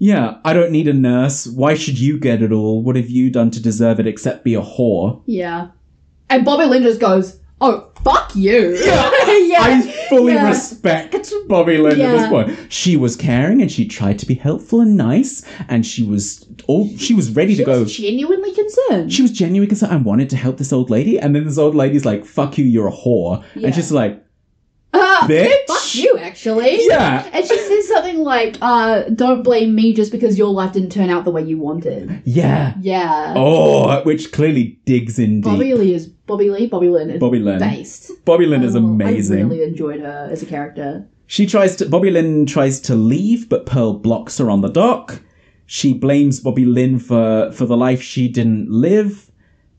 S2: Yeah, I don't need a nurse. Why should you get it all? What have you done to deserve it except be a whore?
S3: Yeah. And Bobby Lynn just goes, Oh, fuck you. Yeah.
S2: I fully
S3: Yeah.
S2: respect Bobby Lynn at this
S3: Yeah.
S2: point. She was caring and she tried to be helpful and nice, and she was all she was ready to
S3: She
S2: go.
S3: was genuinely concerned.
S2: she was genuinely concerned. I wanted to help this old lady, and then this old lady's like, "Fuck you, you're a whore,"
S3: Yeah.
S2: and she's like,
S3: Ah,
S2: "Bitch,
S3: Fuck you, actually.
S2: Yeah.
S3: And she says something something like, uh, don't blame me just because your life didn't turn out the way you wanted.
S2: Yeah.
S3: Yeah.
S2: Oh, which clearly digs in deep.
S3: Bobby Lee is Bobby Lee, Bobby Lynn is
S2: Bobby Lynn.
S3: based.
S2: Bobby Lynn is
S3: Um,
S2: amazing.
S3: I really enjoyed her as a character.
S2: She tries to. Bobby Lynn tries to leave, but Pearl blocks her on the dock. She blames Bobby Lynn for for the life she didn't live,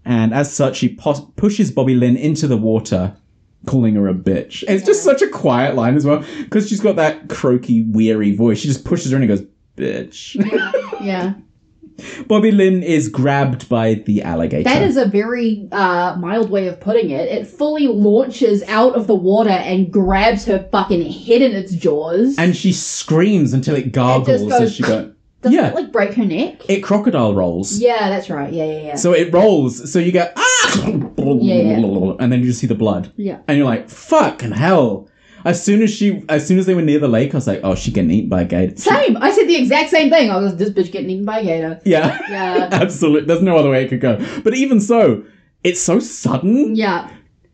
S2: and as such, she pos- pushes Bobby Lynn into the water, calling her a bitch. It's just such a quiet line as well, because she's got that croaky, weary voice. She just pushes her in and goes, "Bitch."
S3: Yeah.
S2: Bobby Lynn is grabbed by the alligator.
S3: That is a very uh, mild way of putting it. It fully launches out of the water and grabs her fucking head in its jaws.
S2: and she screams until it gargles
S3: goes-
S2: as she goes.
S3: Doesn't
S2: yeah.
S3: it, like break her neck?
S2: It crocodile rolls.
S3: Yeah, that's right. Yeah, yeah, yeah.
S2: So it rolls. So you go ah,
S3: yeah.
S2: and then you just see the blood,
S3: yeah.
S2: and you're like, "Fucking hell!" As soon as she, as soon as they were near the lake, I was like, "Oh, she getting eaten by a gator." She-
S3: Same. I said the exact same thing. I was this bitch getting eaten by a gator.
S2: yeah,
S3: Yeah.
S2: absolutely. There's no other way it could go. But even so, it's so sudden.
S3: yeah.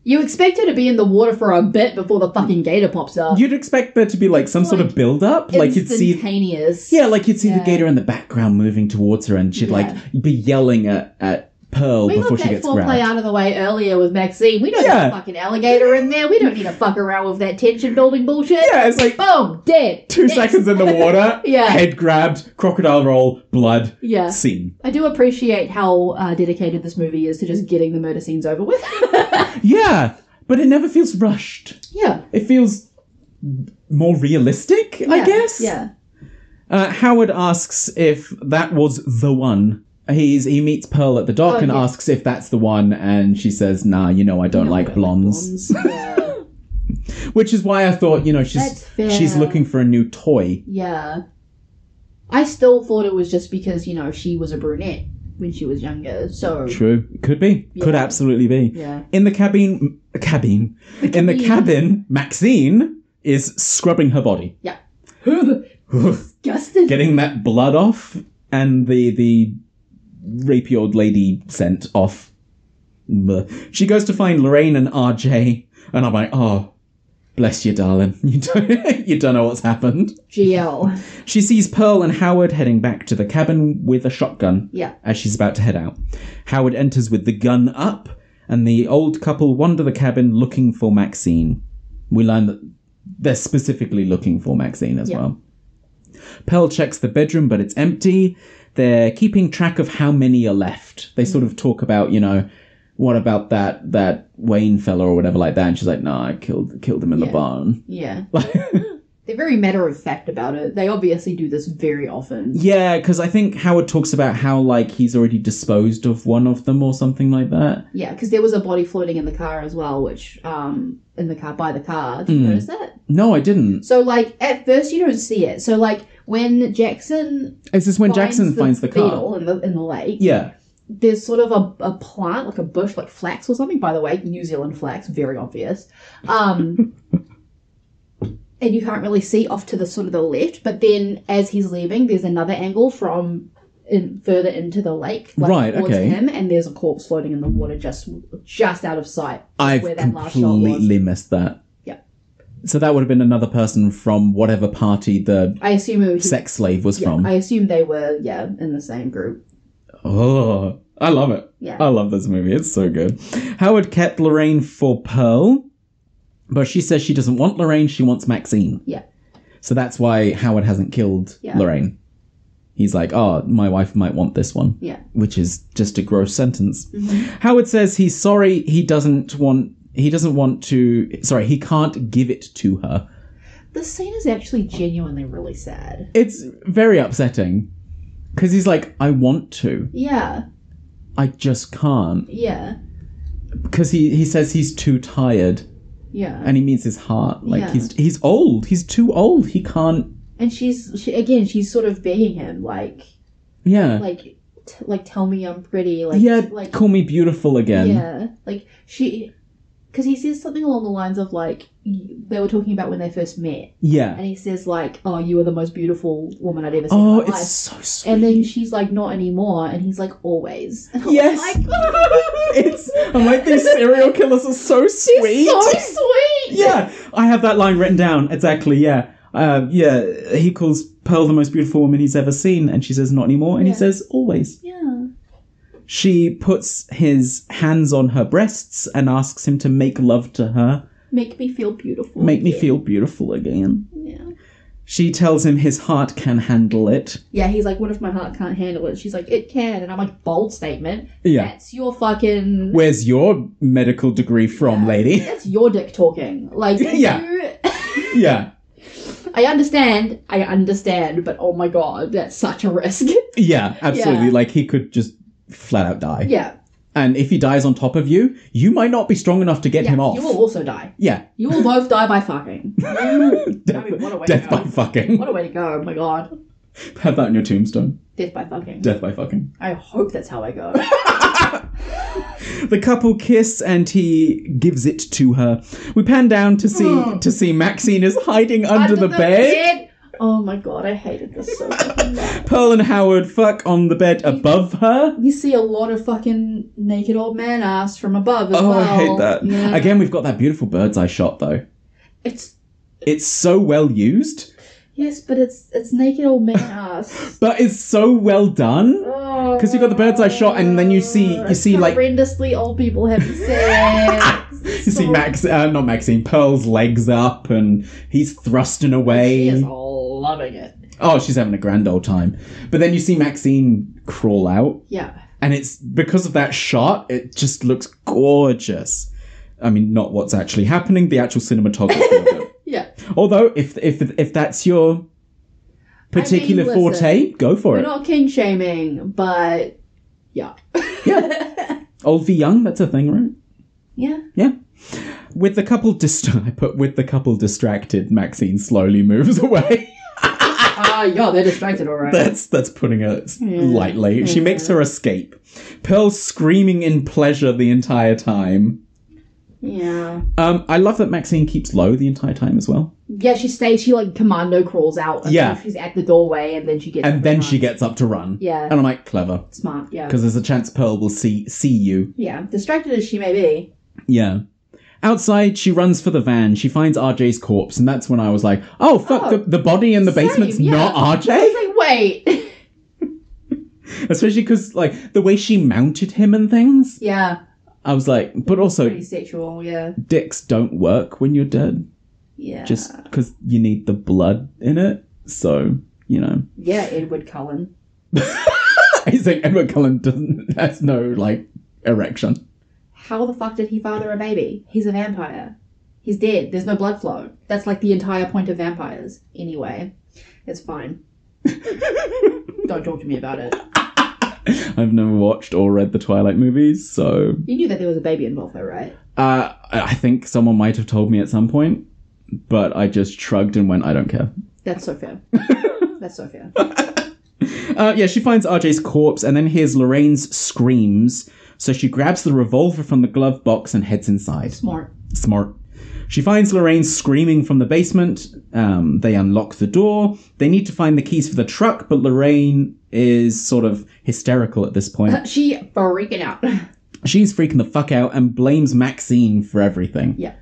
S3: You expect her to be in the water for a bit before the fucking gator pops up.
S2: You'd expect there to be like some sort of build up, like you'd see
S3: instantaneous.
S2: Yeah, like you'd see the
S3: Yeah.
S2: gator in the background moving towards her, and she'd like be yelling at, at Pearl
S3: We
S2: before
S3: got
S2: she
S3: that
S2: gets
S3: foreplay
S2: grabbed.
S3: out of the way earlier with Maxine. We don't
S2: Yeah.
S3: need a fucking alligator in there. We don't need to fuck around with that tension building bullshit.
S2: Yeah, it's like
S3: Boom, dead.
S2: two
S3: Next.
S2: seconds in the water,
S3: Yeah.
S2: head grabbed, crocodile roll, blood,
S3: Yeah.
S2: scene.
S3: I do appreciate how uh, dedicated this movie is to just getting the murder scenes over with.
S2: Yeah, but it never feels rushed.
S3: yeah.
S2: It feels more realistic, I
S3: yeah,
S2: guess.
S3: Yeah.
S2: Uh, Howard asks if that was the one. He's he meets Pearl at the dock
S3: Oh,
S2: and
S3: yeah.
S2: asks if that's the one, and she says, "Nah, you know I don't like blondes,"
S3: yeah.
S2: which is why I thought, you know,
S3: That's
S2: she's
S3: fair.
S2: she's looking for a new toy.
S3: Yeah. I still thought it was just because, you know, she was a brunette when she was younger. So
S2: True, could be, could
S3: Yeah.
S2: absolutely be.
S3: yeah.
S2: In the cabin, cabin, in the cabin, Maxine is scrubbing her body,
S3: Disgusting.
S2: getting that blood off and the the rapey old lady scent off. Bleh. She goes to find Lorraine and RJ, and I'm like, oh, bless you, darling. You don't you don't know what's happened.
S3: GL.
S2: She sees Pearl and Howard heading back to the cabin with a shotgun.
S3: Yeah.
S2: as she's about to head out. Howard enters with the gun up, and the old couple wander the cabin looking for Maxine. We learn that they're specifically looking for Maxine as
S3: Yeah.
S2: well. Pearl checks the bedroom, but it's empty. They're keeping track of how many are left. They sort of talk about, you know, what about that that Wayne fella or whatever like that? And she's like, "Nah, I killed killed him in the
S3: Yeah.
S2: barn."
S3: Yeah. They're very matter of fact about it. They obviously do this very often.
S2: yeah, because I think Howard talks about how like he's already disposed of one of them or something like that.
S3: Yeah, because there was a body floating in the car as well, which, um, in the car, by the car. Did you
S2: Mm.
S3: notice that?
S2: No, I didn't.
S3: So, like, at first you don't see it. So, like, when Jackson
S2: Is this when Jackson finds the car?
S3: beetle in the in the lake,
S2: Yeah.
S3: there's sort of a, a plant, like a bush, like flax or something. By the way, New Zealand flax, very obvious. Um, and you can't really see off to the sort of the left. But then as he's leaving, there's another angle from in, further into the lake, like,
S2: Right,
S3: towards
S2: okay.
S3: him, and there's a corpse floating in the water just just out of sight.
S2: I've
S3: where that last shot
S2: completely missed that.
S3: Yeah.
S2: So that would have been another person from whatever party the
S3: I assume it was.
S2: sex slave was
S3: yeah,
S2: from.
S3: I assume they were yeah in the same group.
S2: Oh, I love it.
S3: Yeah.
S2: I love this movie. It's so good. Howard kept Lorraine for Pearl, but she says she doesn't want Lorraine. She wants Maxine.
S3: Yeah.
S2: So that's why Howard hasn't killed
S3: Yeah.
S2: Lorraine. He's like, oh, my wife might want this one.
S3: Yeah. Mm-hmm.
S2: Which is just a gross sentence. Howard says he's sorry. He doesn't want. He doesn't want to. Sorry, he can't give it to her.
S3: This scene is actually genuinely really sad.
S2: It's very upsetting. Because he's like, I want to.
S3: Yeah,
S2: I just can't.
S3: yeah,
S2: because he, he says he's too tired
S3: yeah.
S2: and he means his heart like
S3: Yeah.
S2: he's he's old he's too old he can't
S3: and she's she, again she's sort of begging him like
S2: yeah
S3: like t- like tell me i'm pretty like
S2: yeah
S3: like
S2: call me beautiful again
S3: yeah like she because he says something along the lines of like y- they were talking about when they first met
S2: yeah
S3: and he says like oh you are the most beautiful woman i'd ever seen
S2: oh
S3: in my
S2: it's so
S3: life
S2: sweet
S3: and then she's like not anymore and he's like always And I'm
S2: yes
S3: like,
S2: it's i'm like these serial killers are so sweet
S3: so sweet
S2: yeah i have that line written down exactly yeah Um, yeah, he calls Pearl the most beautiful woman he's ever seen, and she says, not anymore. And he says, always.
S3: Yeah.
S2: She puts his hands on her breasts and asks him to make love to her,
S3: Make me feel beautiful.
S2: make me feel beautiful again.
S3: Yeah.
S2: She tells him his heart can handle it.
S3: Yeah, he's like, what if my heart can't handle it? She's like, it can. And I'm like, bold statement.
S2: Yeah.
S3: That's your fucking.
S2: Where's your medical degree from, lady?
S3: That's your dick talking. Like,
S2: Yeah.
S3: you-
S2: Yeah.
S3: I understand. I understand. But oh my god, that's such a risk.
S2: Yeah, absolutely.
S3: Yeah.
S2: Like he could just flat out die.
S3: yeah.
S2: And if he dies on top of you, you might not be strong enough to get
S3: yeah.
S2: him off.
S3: You will also die.
S2: Yeah.
S3: You will both die by fucking.
S2: Death,
S3: I mean, what a way
S2: death
S3: to
S2: by
S3: go.
S2: fucking.
S3: What a way to go. Oh my god.
S2: Have that on your tombstone.
S3: Death by fucking.
S2: Death by fucking.
S3: I hope that's how I go.
S2: The couple kiss and he gives it to her. We pan down to see
S3: Hmm.
S2: to see Maxine is hiding under, the, bed.
S3: Oh my god, I hated this so fucking much.
S2: Pearl and Howard fuck on the bed above her.
S3: You see a lot of fucking naked old man ass from above as
S2: Oh,
S3: well.
S2: I hate that.
S3: Yeah.
S2: Again, we've got that beautiful bird's eye shot though.
S3: It's
S2: It's so well used,
S3: yes, but it's it's naked old man ass.
S2: but it's so well done.
S3: Because
S2: Because you've got the bird's eye shot, and then you see you see like
S3: Oh, horrendously old people having sex.
S2: you see Max, uh, not Maxine, Pearl's legs up, and he's thrusting
S3: She
S2: away.
S3: is loving it.
S2: Oh, she's having a grand old time. But then you see Maxine crawl out,
S3: Yeah.
S2: and it's because of that shot. It just looks gorgeous. I mean, not what's actually happening, the actual cinematography of it.
S3: Yeah.
S2: Although, if if if that's your particular
S3: listen,
S2: forte, go for
S3: We're
S2: it.
S3: not king shaming, but yeah.
S2: Old v young, that's a thing, right?
S3: Yeah.
S2: Yeah. With the couple dist- I put with the couple distracted, Maxine slowly moves away.
S3: Ah, yeah, they're distracted, alright.
S2: that's that's putting it lightly. She makes her escape. Pearl screaming in pleasure the entire time.
S3: Yeah.
S2: Um, I love that Maxine keeps low the entire time as well.
S3: Yeah, she stays. She like commando crawls out. Until
S2: Yeah.
S3: she's at the doorway, and then she gets.
S2: And then
S3: run.
S2: she gets up to run.
S3: Yeah.
S2: And I'm like, clever.
S3: smart. Yeah,
S2: Because there's a chance Pearl will see see you.
S3: yeah. Distracted as she may be,
S2: Yeah. Outside, she runs for the van. She finds RJ's corpse, and that's when I was like, "Oh fuck,
S3: Oh.
S2: the, the body in the
S3: Same,
S2: basement's
S3: yeah.
S2: not RJ."
S3: I was like, wait.
S2: Especially because, like, the way she mounted him and things,
S3: yeah,
S2: I was like, but also,
S3: pretty sexual. Yeah,
S2: dicks don't work when you're dead,
S3: yeah.
S2: just because you need the blood in it. So, you know.
S3: yeah, Edward Cullen.
S2: He's like, Edward Cullen doesn't, has no, like, erection.
S3: How the fuck did he father a baby? He's a vampire. He's dead. There's no blood flow. That's like the entire point of vampires. Anyway, it's fine. Don't talk to me about it.
S2: I've never watched or read the Twilight movies, so.
S3: You knew that there was a baby involved, though, right?
S2: Uh, I I think someone might have told me at some point, but I just shrugged and went, I don't care.
S3: That's so fair. That's so fair.
S2: Uh, yeah, she finds RJ's corpse and then hears Lorraine's screams. So she grabs the revolver from the glove box and heads inside.
S3: Smart.
S2: Smart. She finds Lorraine screaming from the basement. Um, they unlock the door. They need to find the keys for the truck, but Lorraine is sort of hysterical at this point.
S3: She freaking out.
S2: She's freaking the fuck out and blames Maxine for everything.
S3: Yeah.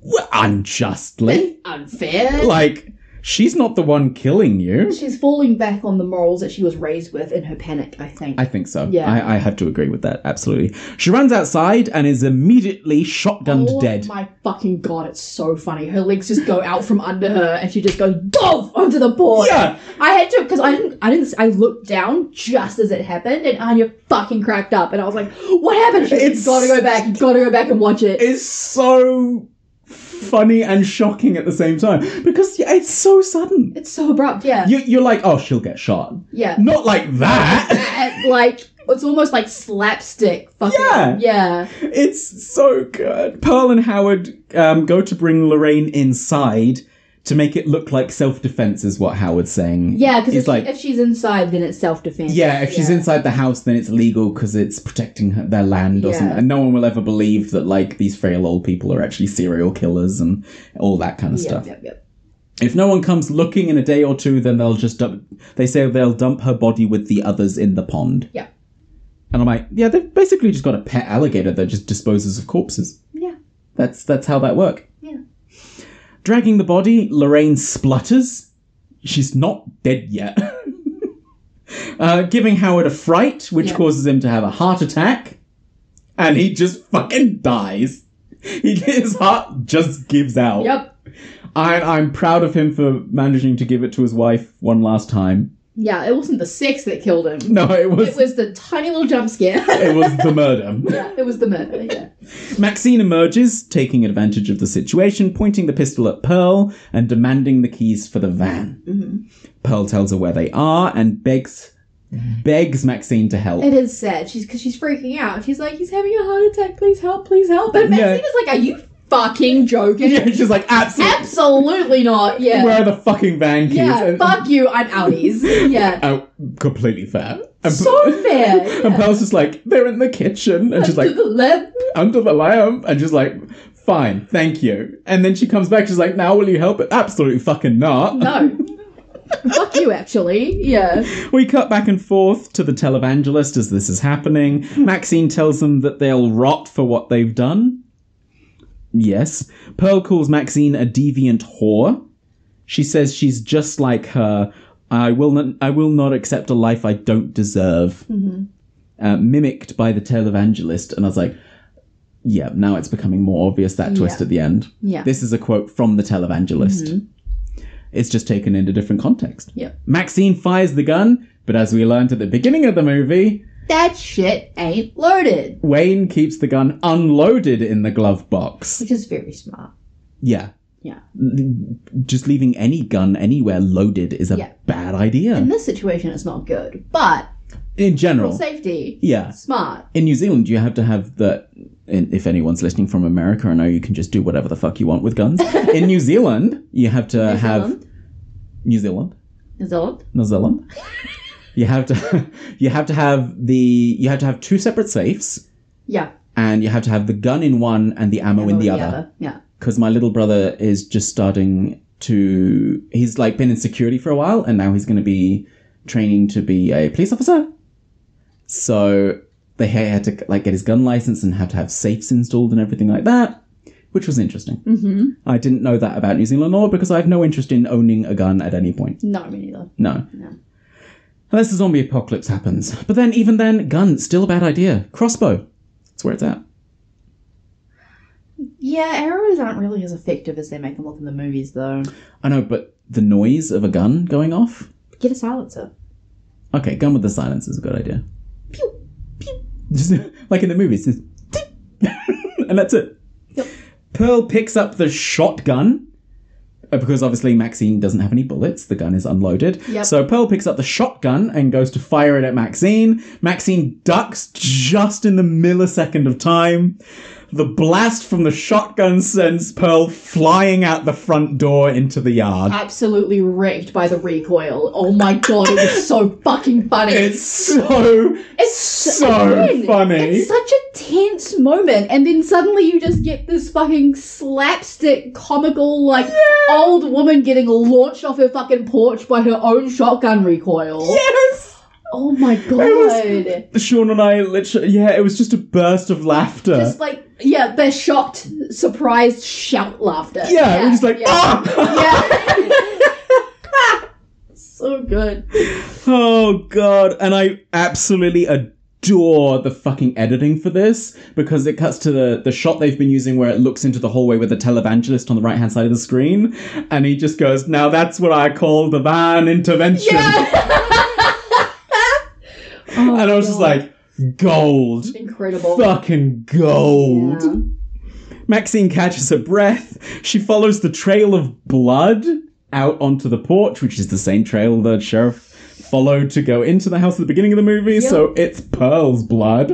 S2: Well, unjustly.
S3: Unfair.
S2: like, she's not the one killing you.
S3: She's falling back on the morals that she was raised with in her panic, I think.
S2: I think so.
S3: Yeah.
S2: I, I have to agree with that, absolutely. She runs outside and is immediately shotgunned
S3: oh
S2: dead.
S3: my fucking god, it's so funny. Her legs just go out from under her and she just goes dove onto the board.
S2: Yeah.
S3: I had to because I didn't I didn't I looked down just as it happened and Anya fucking cracked up and I was like, what happened? She's like,
S2: It's-
S3: you gotta go back, you gotta go back and watch it.
S2: is so funny and shocking at the same time because yeah, it's so sudden.
S3: It's so abrupt, yeah.
S2: You, you're like, oh, she'll get shot.
S3: yeah.
S2: Not like that.
S3: And, like it's almost like slapstick fucking
S2: Yeah.
S3: yeah.
S2: It's so good. Pearl and Howard um, go to bring Lorraine inside to make it look like self defense, is what Howard's saying.
S3: Yeah, because
S2: it's
S3: if,
S2: like.
S3: if she's inside then it's self defense.
S2: yeah, if she's inside the house, then it's legal because it's protecting her, their land or
S3: Yeah.
S2: something. And no one will ever believe that, like, these frail old people are actually serial killers and all that kind of
S3: Yep,
S2: stuff.
S3: yep, yep.
S2: If no one comes looking in a day or two, then they'll just dump. They say they'll dump her body with the others in the pond.
S3: Yeah.
S2: And I'm like, yeah, they've basically just got a pet alligator that just disposes of corpses.
S3: Yeah.
S2: That's that's how that work.
S3: Yeah.
S2: Dragging the body, Lorraine splutters. She's not dead yet. uh, giving Howard a fright, which
S3: Yeah.
S2: causes him to have a heart attack. And he just fucking dies. He, his heart just gives out.
S3: Yep.
S2: I, I'm proud of him for managing to give it to his wife one last time.
S3: Yeah, it wasn't the sex that killed him.
S2: No, it was
S3: It was the tiny little jump scare.
S2: it was the murder.
S3: yeah, it was the murder. Yeah.
S2: Maxine emerges, taking advantage of the situation, pointing the pistol at Pearl and demanding the keys for the van.
S3: Mm-hmm.
S2: Pearl tells her where they are and begs begs Maxine to help.
S3: It is sad. She's because she's freaking out. She's like, he's having a heart attack. Please help. Please help. And Maxine
S2: Yeah.
S3: is like, are you fucking joking?
S2: yeah, she's like, absolutely.
S3: Absolutely not. Yeah.
S2: Where are the fucking van keys?
S3: yeah.
S2: And-
S3: Fuck you. I'm outies. Yeah.
S2: Oh, completely fair. And,
S3: so fair.
S2: and Pearl's just like, they're in the kitchen, and she's like,
S3: to the left.
S2: under the lamp and just like fine thank you and then she comes back she's like now will you help it absolutely fucking not
S3: No. Fuck you, actually. Yeah.
S2: we cut back and forth to the televangelist as this is happening maxine tells them that they'll rot for what they've done yes pearl calls maxine a deviant whore she says she's just like her i will not i will not accept a life i don't deserve
S3: Mm-hmm.
S2: uh, mimicked by the televangelist and i was like yeah now it's becoming more obvious that twist
S3: Yeah.
S2: at the end
S3: Yeah. Mm-hmm.
S2: this is a quote from the televangelist. It's just taken in a different context.
S3: Yep.
S2: Maxine fires the gun, but as we learned at the beginning of the movie,
S3: That shit ain't loaded.
S2: Wayne keeps the gun unloaded in the glove box.
S3: Which is very smart.
S2: Yeah.
S3: Yeah.
S2: L- Just leaving any gun anywhere loaded is a
S3: Yeah.
S2: bad idea.
S3: In this situation, it's not good, but
S2: in
S3: for
S2: general.
S3: safety,
S2: Yeah.
S3: smart.
S2: In New Zealand, you have to have the. In, if anyone's listening from America, I know you can just do whatever the fuck you want with guns. in New Zealand, you have to have.
S3: Zealand?
S2: New Zealand.
S3: Is odd.
S2: New Zealand. you have to you have to have the you have to have two separate safes
S3: Yeah.
S2: and you have to have the gun in one and the ammo in the other
S3: Yeah.
S2: because my little brother is just starting to he's like been in security for a while and now he's going to be training to be a police officer so they had to like get his gun license and had to have safes installed and everything like that which was interesting
S3: Mm-hmm.
S2: i didn't know that about new zealand law because i have no interest in owning a gun at any point
S3: Not me neither.
S2: no.
S3: No.
S2: Unless the zombie apocalypse happens. But then, even then, gun, still a bad idea. Crossbow. That's where it's at.
S3: Yeah, arrows aren't really as effective as they make them look in the movies, though.
S2: I know, but the noise of a gun going off?
S3: Get a silencer.
S2: Okay, gun with the silence is a good idea. Pew, pew. Just like in the movies. just tink. and that's it.
S3: Yep.
S2: Pearl picks up the shotgun. uh, Because obviously Maxine doesn't have any bullets, the gun is unloaded.
S3: Yep.
S2: So Pearl picks up the shotgun and goes to fire it at Maxine. Maxine ducks just in the millisecond of time. The blast from the shotgun sends Pearl flying out the front door into the yard.
S3: Absolutely raked by the recoil. Oh my god, it was so fucking funny.
S2: It's so,
S3: It's
S2: so
S3: again,
S2: funny.
S3: It's such a tense moment, and then suddenly you just get this fucking slapstick, comical, like old woman getting launched off her fucking porch by her own shotgun recoil.
S2: yes!
S3: Oh my god!
S2: was- Sean and I literally, yeah, it was just a burst of laughter.
S3: Just like yeah, the shocked, surprised shout laughter.
S2: yeah, we're just like,
S3: yeah.
S2: ah!
S3: Yeah. so good.
S2: Oh, God. And I absolutely adore the fucking editing for this because it cuts to the, the shot they've been using where it looks into the hallway with the televangelist on the right hand side of the screen. And he just goes, now that's what I call the van intervention.
S3: Oh,
S2: and I was just
S3: God.
S2: like, gold.
S3: incredible.
S2: Fucking gold.
S3: Yeah.
S2: Maxine catches her breath. She follows the trail of blood out onto the porch, which is the same trail the sheriff followed to go into the house at the beginning of the movie. So it's Pearl's blood.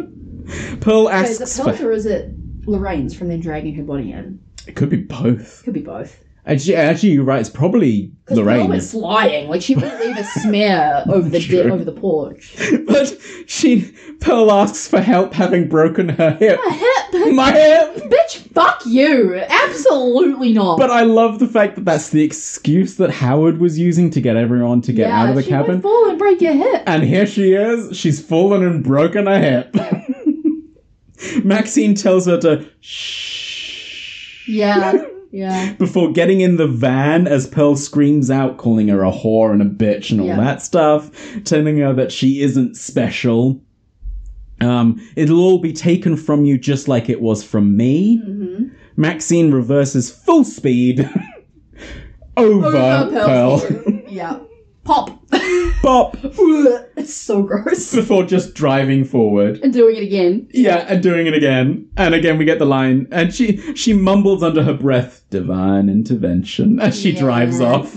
S2: Pearl
S3: So
S2: asks
S3: Is it
S2: for.
S3: Pelt or is it Lorraine's from then dragging her body in?
S2: It could be both.
S3: Could be both.
S2: Actually, actually you're right. It's probably Lorraine.
S3: Pearl is lying. Like she would leave a smear over the
S2: True.
S3: de- over the porch.
S2: but she Pearl asks for help, having broken her hip. My hip.
S3: Bitch, fuck you. Absolutely not.
S2: But I love the fact that that's the excuse that Howard was using to get everyone to get
S3: yeah,
S2: out of the
S3: she
S2: cabin.
S3: Would fall and break your hip.
S2: And here she is, she's fallen and broken her hip. Maxine tells her to shh.
S3: Yeah. Yeah.
S2: before getting in the van as Pearl screams out, calling her a whore and a bitch and all
S3: Yeah.
S2: that stuff, telling her that she isn't special. Um, it'll all be taken from you just like it was from me. Maxine reverses full speed over, Pearl.
S3: yeah. Pop.
S2: Bop
S3: it's so gross.
S2: before just driving forward.
S3: And doing it again.
S2: Yeah, and doing it again. And again we get the line and she she mumbles under her breath, divine intervention as she drives off.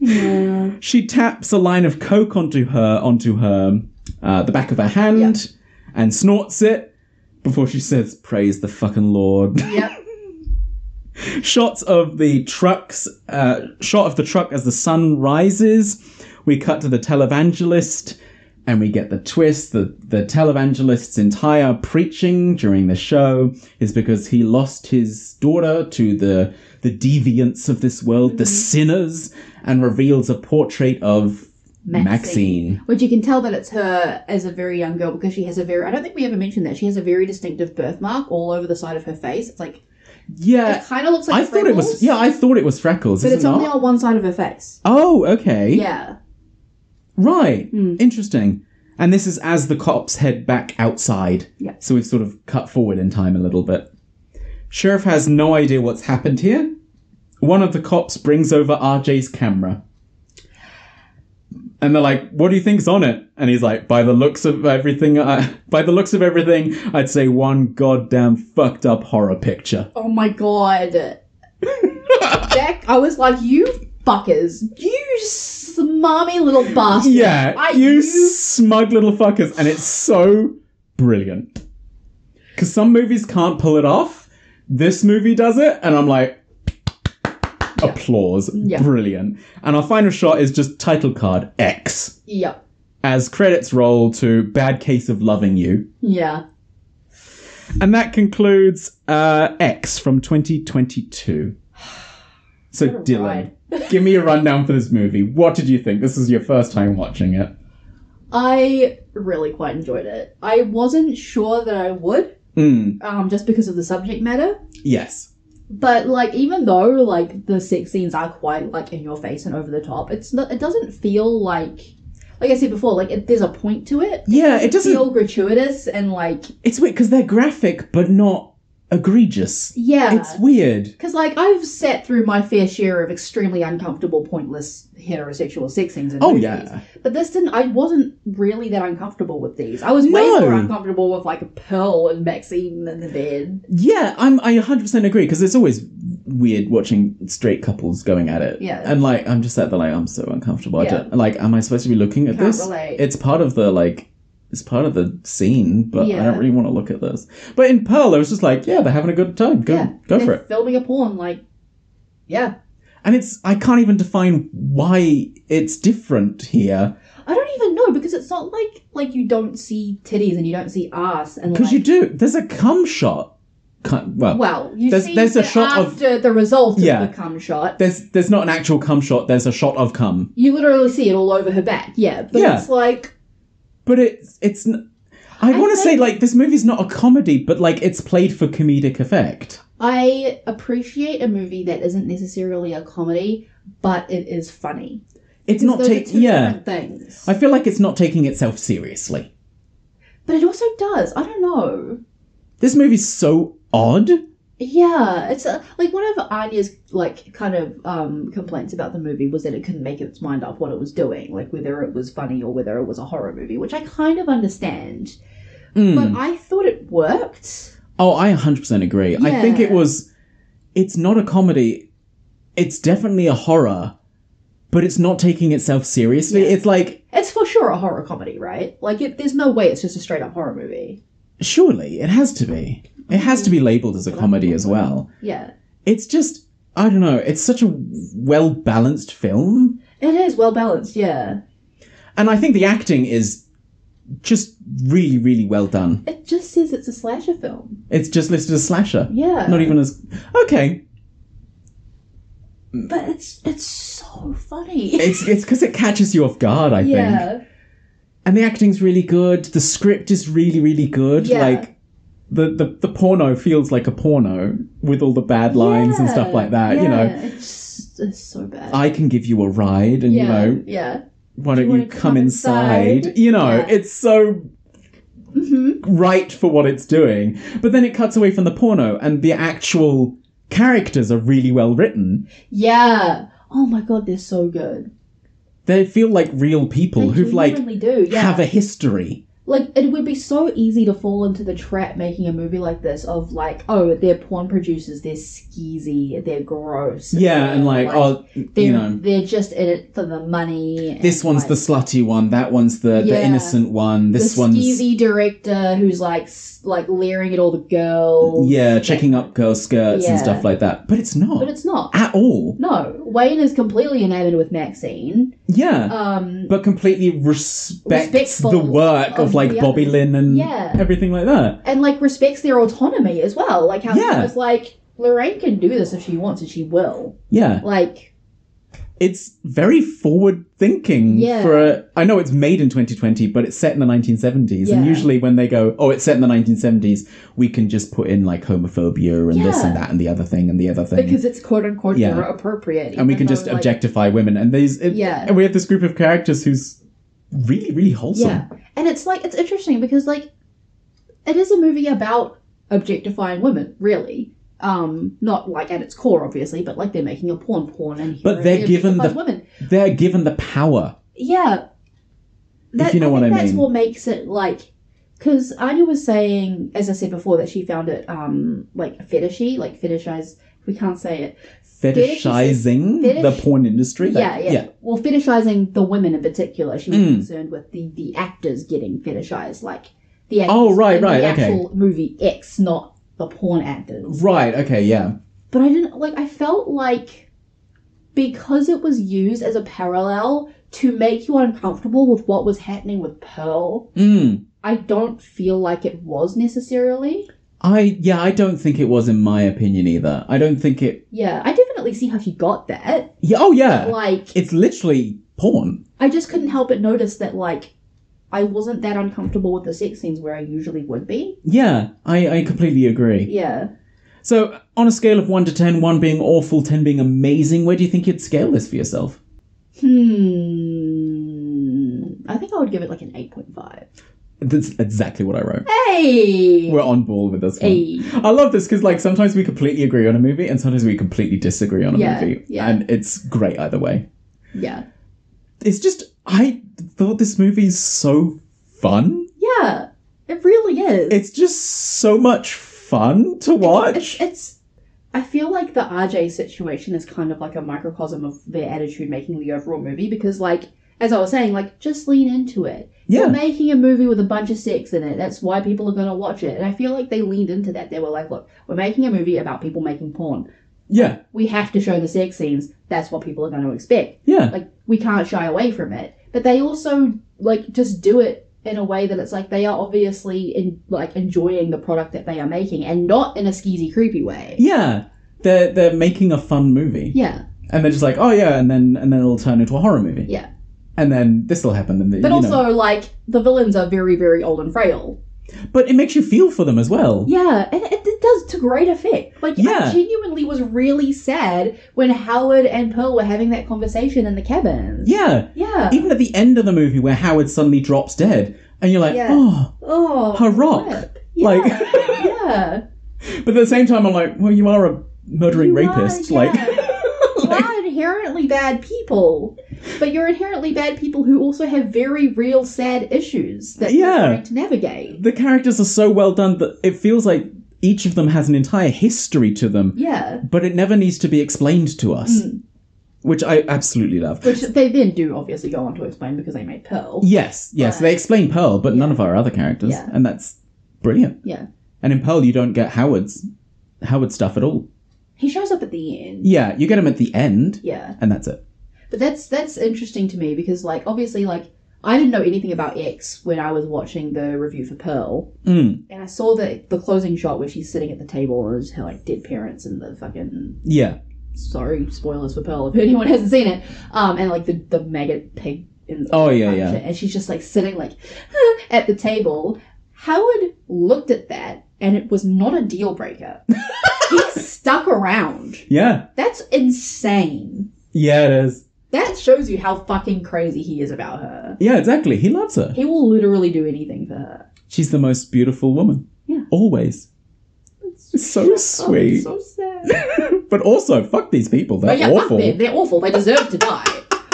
S3: Yeah.
S2: she taps a line of coke onto her onto her uh, the back of her hand and snorts it before she says praise the fucking lord
S3: Yep.
S2: shots of the trucks uh, shot of the truck as the sun rises we cut to the televangelist and we get the twist the, the televangelist's entire preaching during the show is because he lost his daughter to the the deviants of this world
S3: Mm-hmm.
S2: the sinners and reveals a portrait of maxine,
S3: Which you can tell that it's her as a very young girl because she has a very, I don't think we ever mentioned that, she has a very distinctive birthmark all over the side of her face. It's like,
S2: yeah
S3: it kind of looks like
S2: Uh, i thought it was
S3: freckles,
S2: yeah i thought it was freckles
S3: But
S2: is
S3: it's
S2: it
S3: only
S2: not?
S3: on one side of her face.
S2: oh okay
S3: Yeah.
S2: Right. Interesting. And this is as the cops head back outside.
S3: Yeah.
S2: So we've sort of cut forward in time a little bit. Sheriff has no idea what's happened here. One of the cops brings over RJ's camera. And they're like, "What do you think's on it?" And he's like, "By the looks of everything, I, by the looks of everything, I'd say one goddamn fucked up horror picture."
S3: Oh my god. Jack, I was like, you fuckers. You smarmy little bastards.
S2: Yeah,
S3: I-
S2: you, smug little fuckers, and it's so brilliant. Because some movies can't pull it off. This movie does it, and I'm like, applause,
S3: Yeah.
S2: brilliant. And our final shot is just title card X
S3: Yep.
S2: as credits roll to "Bad Case of Loving You,"
S3: Yeah.
S2: and that concludes uh, X from 2022. So Dylan, give me a rundown for this movie. What did you think? This is your first time watching it.
S3: I really quite enjoyed it. I wasn't sure that I would,
S2: Mm,
S3: um, just because of the subject matter.
S2: yes.
S3: But like, even though like the sex scenes are quite like in your face and over the top, it's not. It doesn't feel like, like I said before, like it, there's a point to it.
S2: Yeah, it doesn't.
S3: Feel gratuitous and like
S2: It's weird because they're graphic but not egregious.
S3: yeah.
S2: It's weird.
S3: Because, like, I've sat through my fair share of extremely uncomfortable, pointless heterosexual sex scenes. In
S2: Oh,
S3: movies.
S2: yeah.
S3: But this didn't, I wasn't really that uncomfortable with these. I was
S2: No.
S3: way more uncomfortable with, like, Pearl and Maxine in the bed.
S2: Yeah, I'm. I 100% agree because it's always weird watching straight couples going at it.
S3: Yeah.
S2: And like, I'm just at the like, I'm so uncomfortable. I
S3: Yeah.
S2: don't, like, am I supposed to be looking at
S3: Can't
S2: this?
S3: relate.
S2: It's part of the like. It's part of the scene, but I
S3: Yeah.
S2: don't really want to look at this. But in Pearl, I was just like, yeah, they're having a good time. Go,
S3: yeah.
S2: go
S3: They're
S2: for it.
S3: Filming a porn, like, yeah.
S2: And it's I can't even define why it's different here
S3: I don't even know because it's not like like you don't see titties and you don't see ass and
S2: because
S3: like,
S2: you do. There's a cum shot. Cum, well,
S3: well you
S2: There's-
S3: see
S2: there's a
S3: the-
S2: shot of-
S3: after the result
S2: Yeah.
S3: of the cum shot
S2: There's there's not an actual cum shot. There's a shot of cum,
S3: you literally see it all over her back yeah but
S2: Yeah.
S3: it's like
S2: but it's it's. N- I,
S3: I
S2: want to say
S3: think-
S2: like this movie's not a comedy, but like it's played for comedic effect.
S3: I appreciate a movie that isn't necessarily a comedy, but it is funny.
S2: It's not
S3: Those are
S2: taking
S3: two
S2: yeah.
S3: different things.
S2: I feel like it's not taking itself seriously.
S3: But it also does. I don't know.
S2: This movie's so odd.
S3: Yeah, it's uh like one of Anya's like kind of um, complaints about the movie was that it couldn't make its mind up what it was doing, like whether it was funny or whether it was a horror movie, which I kind of understand.
S2: Mm.
S3: But I thought it worked.
S2: Oh, I 100% agree. I think it
S3: Yeah.
S2: was. It's not a comedy. It's definitely a horror, but it's not taking itself seriously.
S3: Yeah.
S2: It's like
S3: It's for sure a horror comedy, right? Like, it, there's no way it's just a straight up horror movie.
S2: surely it has to be. It has to be labeled as a comedy as well.
S3: Yeah.
S2: it's just I don't know. It's such a well balanced film,
S3: It is well balanced, yeah.
S2: and I think the acting is just really, really well done.
S3: It just says it's a slasher film.
S2: It's just listed as slasher.
S3: Yeah.
S2: Not even as okay.
S3: But it's it's so funny.
S2: It's it's because it catches you off guard. I think,
S3: yeah.
S2: and the acting's really good. The script is really, really good.
S3: Yeah.
S2: Like the, the, the porno feels like a porno with all the bad lines and stuff like that. You
S3: Yeah,
S2: know,
S3: it's, it's so bad.
S2: I can give you a ride, and
S3: yeah,
S2: you know,
S3: yeah.
S2: why don't
S3: you
S2: you
S3: wanna
S2: come,
S3: come
S2: inside?
S3: inside?
S2: You know,
S3: Yeah. Mm-hmm.
S2: it's so right for what it's doing. But then it cuts away from the porno, and the actual characters are really well written.
S3: Yeah. Oh my god, they're so good.
S2: They feel like real people
S3: They
S2: who've like
S3: genuinely do, yeah.
S2: have a history.
S3: Like it would be so easy to fall into the trap making a movie like this of like, oh, they're porn producers, they're skeezy, they're gross.
S2: Yeah, and like, oh,
S3: they're,
S2: you know,
S3: they're just in it for the money. and,
S2: this one's the
S3: like,
S2: slutty one, that one's the, the
S3: Yeah.
S2: innocent one, this
S3: the
S2: one's
S3: skeezy director who's like s- like leering at all the girls.
S2: yeah, checking up girl skirts and
S3: Yeah.
S2: stuff like that. But it's not
S3: but it's not.
S2: at all.
S3: No, Wayne is completely enamored with Maxine.
S2: Yeah,
S3: Um,
S2: but completely respects
S3: Respectful
S2: the work of
S3: of
S2: like
S3: the
S2: Bobby
S3: others.
S2: Lynn and
S3: Yeah.
S2: everything like that.
S3: and like respects their autonomy as well. Like how
S2: Yeah.
S3: it's like Lorraine can do this if she wants and she will.
S2: Yeah,
S3: Like
S2: it's very forward thinking.
S3: Yeah.
S2: For a, I know it's made in 2020, but it's set in the 1970s. And
S3: Yeah.
S2: usually when they go, oh, it's set in the 1970s, we can just put in like homophobia and this
S3: Yeah.
S2: and that and the other thing and the other thing.
S3: because it's quote unquote
S2: Yeah.
S3: era appropriate,
S2: and we
S3: even
S2: can
S3: though,
S2: just
S3: like-
S2: objectify women and these it-
S3: Yeah.
S2: and we have this group of characters who's really really wholesome
S3: Yeah, and it's like it's interesting because like it is a movie about objectifying women, really. Um, not like at its core, obviously, but like they're making a porn porn and
S2: But they're given the-
S3: objectifying women.
S2: they're given the power
S3: yeah.
S2: you know what
S3: think
S2: I
S3: that's
S2: mean.
S3: what makes it like, because Anya was saying, as I said before, that she found it um like fetishy, like fetishized. We can't say it.
S2: fetishizing
S3: Fetish-
S2: the porn industry
S3: Yeah,
S2: like-
S3: yeah, Well, fetishizing the women in particular. She was
S2: Mm.
S3: concerned with the the actors getting fetishized, like the actors
S2: Oh, right,
S3: in
S2: right,
S3: the
S2: okay.
S3: actual movie X, not the porn actors.
S2: right okay yeah
S3: But I didn't like. I felt like because it was used as a parallel to make you uncomfortable with what was happening with Pearl.
S2: mm.
S3: I don't feel like it was necessarily.
S2: i yeah i don't think it was in my opinion either i don't think it
S3: Yeah, I definitely see how she got that.
S2: yeah oh yeah
S3: Like,
S2: it's literally porn
S3: I just couldn't help but notice that, like, I wasn't that uncomfortable with the sex scenes where I usually would be.
S2: yeah i i completely agree
S3: Yeah.
S2: so on a scale of 1 to 10 1 being awful 10 being amazing where do you think you'd scale this for yourself
S3: Hmm. I think I would give it like an 8.5.
S2: that's exactly what i wrote
S3: Hey!
S2: we're on ball with this one
S3: hey.
S2: I love this because like sometimes we completely agree on a movie and sometimes we completely disagree on a
S3: Yeah,
S2: movie,
S3: yeah.
S2: and it's great either way.
S3: Yeah.
S2: It's just I thought this movie is so fun.
S3: Yeah. It really is.
S2: It's just so much fun to watch.
S3: It's, it's. I feel like the RJ situation is kind of like a microcosm of their attitude making the overall movie because, like, as I was saying, like, just lean into it. You're
S2: Yeah,
S3: making a movie with a bunch of sex in it. That's why people are going to watch it. And I feel like they leaned into that. They were like, look, we're making a movie about people making porn.
S2: yeah,
S3: We have to show the sex scenes. That's what people are going to expect.
S2: yeah,
S3: Like, we can't shy away from it. But they also, like, just do it in a way that it's like they are obviously in like enjoying the product that they are making and not in a skeezy creepy way
S2: yeah. They're they're making a fun movie,
S3: Yeah,
S2: and they're just like, oh yeah, and then and then it'll turn into a horror movie.
S3: Yeah.
S2: And then this will happen, and the,
S3: but
S2: you
S3: also
S2: know.
S3: like the villains are very, very old and frail.
S2: but it makes you feel for them as well.
S3: Yeah, and it, it does to great effect. Like,
S2: Yeah.
S3: I genuinely was really sad when Howard and Pearl were having that conversation in the cabin.
S2: yeah.
S3: yeah.
S2: Even at the end of the movie, where Howard suddenly drops dead, and you're like,
S3: Yeah.
S2: oh,
S3: oh,
S2: her rock.
S3: rip. Yeah.
S2: Like-
S3: yeah,
S2: But at the same time, I'm like, well, you are a murdering
S3: You are,
S2: rapist.
S3: yeah.
S2: Like,
S3: you are inherently bad people, but you're inherently bad people who also have very real sad issues that
S2: Yeah.
S3: you're trying to navigate.
S2: the characters are so well done that it feels like each of them has an entire history to them,
S3: Yeah,
S2: but it never needs to be explained to us, which I absolutely love.
S3: Hmm. which they then do obviously go on to explain because they made Pearl.
S2: yes, yes,
S3: Right.
S2: they explain Pearl, but none of our other characters,
S3: Yeah.
S2: and that's brilliant.
S3: yeah.
S2: And in Pearl, you don't get Howard's Howard stuff at all.
S3: He shows up at the end.
S2: Yeah, you get him at the end,
S3: Yeah.
S2: and that's it.
S3: But that's that's interesting to me because like obviously like I didn't know anything about X when I was watching the review for Pearl.
S2: Mm,
S3: And I saw the the closing shot where she's sitting at the table and there's her like dead parents and the fucking
S2: yeah,
S3: sorry, spoilers for Pearl if anyone hasn't seen it. Um and like the, the maggot pig in the
S2: Oh, yeah, yeah.
S3: and she's just like sitting like at the table. Howard looked at that and it was not a deal breaker. he stuck around.
S2: Yeah.
S3: That's insane.
S2: Yeah, it is.
S3: That shows you how fucking crazy he is about her.
S2: Yeah, exactly. He loves her.
S3: He will literally do anything for her.
S2: She's the most beautiful woman.
S3: Yeah.
S2: Always. It's so sweet.
S3: Oh, it's so sad.
S2: But also, fuck these people. They're
S3: But yeah,
S2: awful.
S3: fuck them. They're awful. They deserve to die.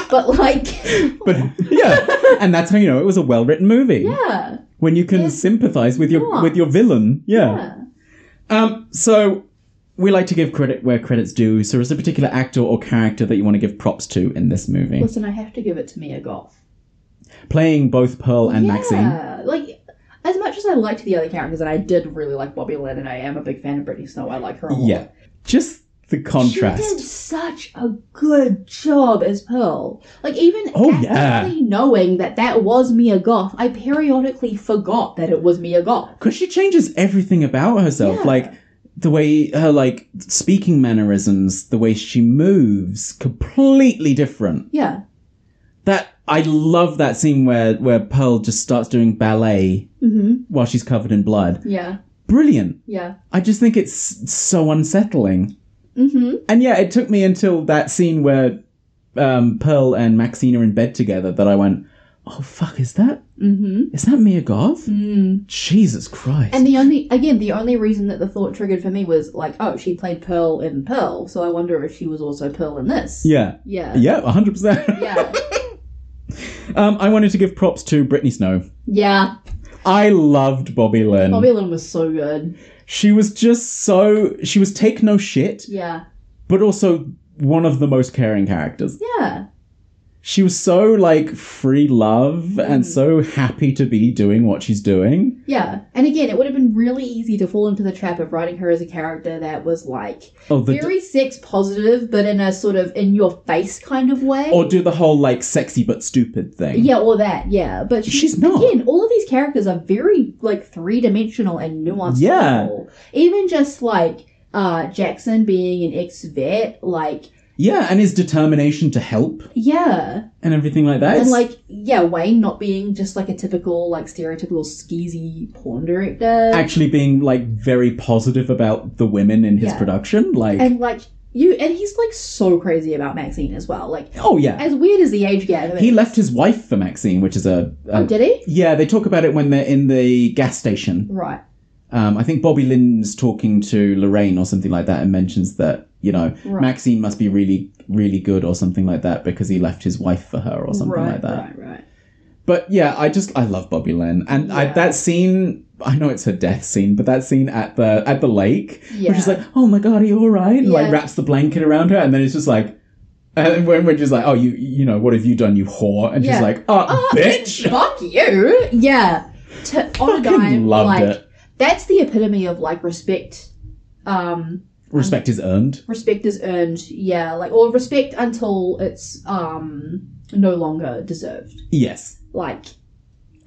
S3: But like,
S2: But yeah, and that's how you know it was a well-written movie.
S3: yeah,
S2: When you can
S3: Yeah.
S2: sympathize with your
S3: Yeah.
S2: with your villain. Yeah.
S3: yeah.
S2: Um. So we like to give credit where credit's due. So is there a particular actor or character that you want to give props to in this movie?
S3: Listen, I have to give it to Mia Goth.
S2: Playing both Pearl and
S3: yeah,
S2: Maxine.
S3: like as much as I liked the other characters, and I did really like Bobby Lynn, and I am a big fan of Britney Snow. I like her a lot.
S2: Yeah. Just the
S3: She did
S2: contrast.
S3: such a good job as Pearl. Like even
S2: Oh,
S3: actively
S2: yeah.
S3: knowing that that was Mia Goth, I periodically forgot that it was Mia Goth.
S2: Because she changes everything about herself.
S3: Yeah.
S2: Like the way her like speaking mannerisms, the way she moves, completely different.
S3: Yeah,
S2: That I love that scene where where Pearl just starts doing ballet
S3: hmm
S2: while she's covered in blood.
S3: yeah,
S2: Brilliant.
S3: yeah,
S2: I just think it's so unsettling.
S3: hmm
S2: And yeah, it took me until that scene where um, Pearl and Maxine are in bed together that I went, "Oh fuck, is that
S3: hmm
S2: is that Mia Goth? Jesus Christ!"
S3: Mm. And the only again, the only reason that the thought triggered for me was like, oh, she played Pearl in Pearl, so I wonder if she was also Pearl in this.
S2: yeah,
S3: yeah,
S2: yeah, hundred percent.
S3: yeah,
S2: Um, I wanted to give props to Brittany Snow.
S3: yeah.
S2: I loved Bobby Lynn.
S3: Bobby Lynn was so good.
S2: She was just so she was take no shit,
S3: Yeah,
S2: but also one of the most caring characters.
S3: yeah,
S2: She was so like free love
S3: Mm.
S2: and so happy to be doing what she's doing.
S3: yeah. And again, it would have been really easy to fall into the trap of writing her as a character that was like
S2: Oh, the
S3: very sex positive, but in a sort of in your face kind of way.
S2: or do the whole like sexy but stupid thing.
S3: yeah, or that, yeah. But she-
S2: She's not.
S3: Again, all of these characters are very like three dimensional and nuanced.
S2: Yeah.
S3: people. Even just like uh Jackson being an ex vet, like
S2: Yeah, and his determination to help
S3: yeah.
S2: and everything like that.
S3: And
S2: It's-
S3: like yeah, Wayne not being just like a typical, like stereotypical skeezy porn director.
S2: actually being like very positive about the women in his
S3: Yeah.
S2: production. Like
S3: and like you and he's like so crazy about Maxine as well. Like
S2: oh yeah.
S3: as weird as the age gap.
S2: he left his wife for Maxine, which is a, a
S3: Oh, did he?
S2: Yeah, they talk about it when they're in the gas station.
S3: Right.
S2: Um, I think Bobby Lynn's talking to Lorraine or something like that and mentions that, you know,
S3: Right.
S2: Maxine must be really, really good or something like that because he left his wife for her or something
S3: right,
S2: like that.
S3: Right, right.
S2: But yeah, I just, I love Bobby Lynn. And I,
S3: Yeah.
S2: that scene, I know it's her death scene, but that scene at the at the lake,
S3: Yeah.
S2: where she's like, oh my God, are you all right? And like
S3: Yeah.
S2: wraps the blanket around her. And then it's just like, and when we're just like, oh, you, you know, what have you done, you whore? And she's
S3: Yeah.
S2: like, oh, bitch.
S3: Ah, Fuck you. Yeah. To, on
S2: Fucking
S3: a dime,
S2: loved
S3: like
S2: it.
S3: that's the epitome of like respect. Um,
S2: Respect is earned.
S3: respect is earned. Yeah, like or respect until it's um no longer deserved.
S2: Yes,
S3: Like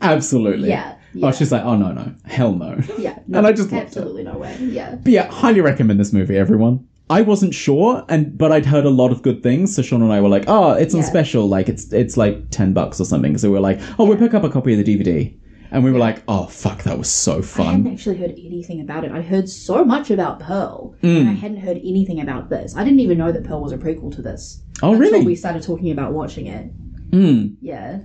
S2: absolutely.
S3: yeah, yeah,
S2: Oh, she's like, oh no, no, hell no.
S3: yeah.
S2: and I just loved it.
S3: absolutely no way. Yeah,
S2: But yeah, highly recommend this movie, everyone. I wasn't sure, and but I'd heard a lot of good things. So Sean and I were like, oh, it's on
S3: Yeah.
S2: special, like it's it's like ten bucks or something. So we were like, oh, we'll pick up a copy of the DVD, and we were like, oh fuck, that was so
S3: I
S2: fun.
S3: hadn't actually heard anything about it. I heard so much about Pearl,
S2: Hmm.
S3: and I hadn't heard anything about this. I didn't even know that Pearl was a prequel to this
S2: Oh
S3: until we
S2: really?
S3: started talking about watching it.
S2: Mm.
S3: Yeah,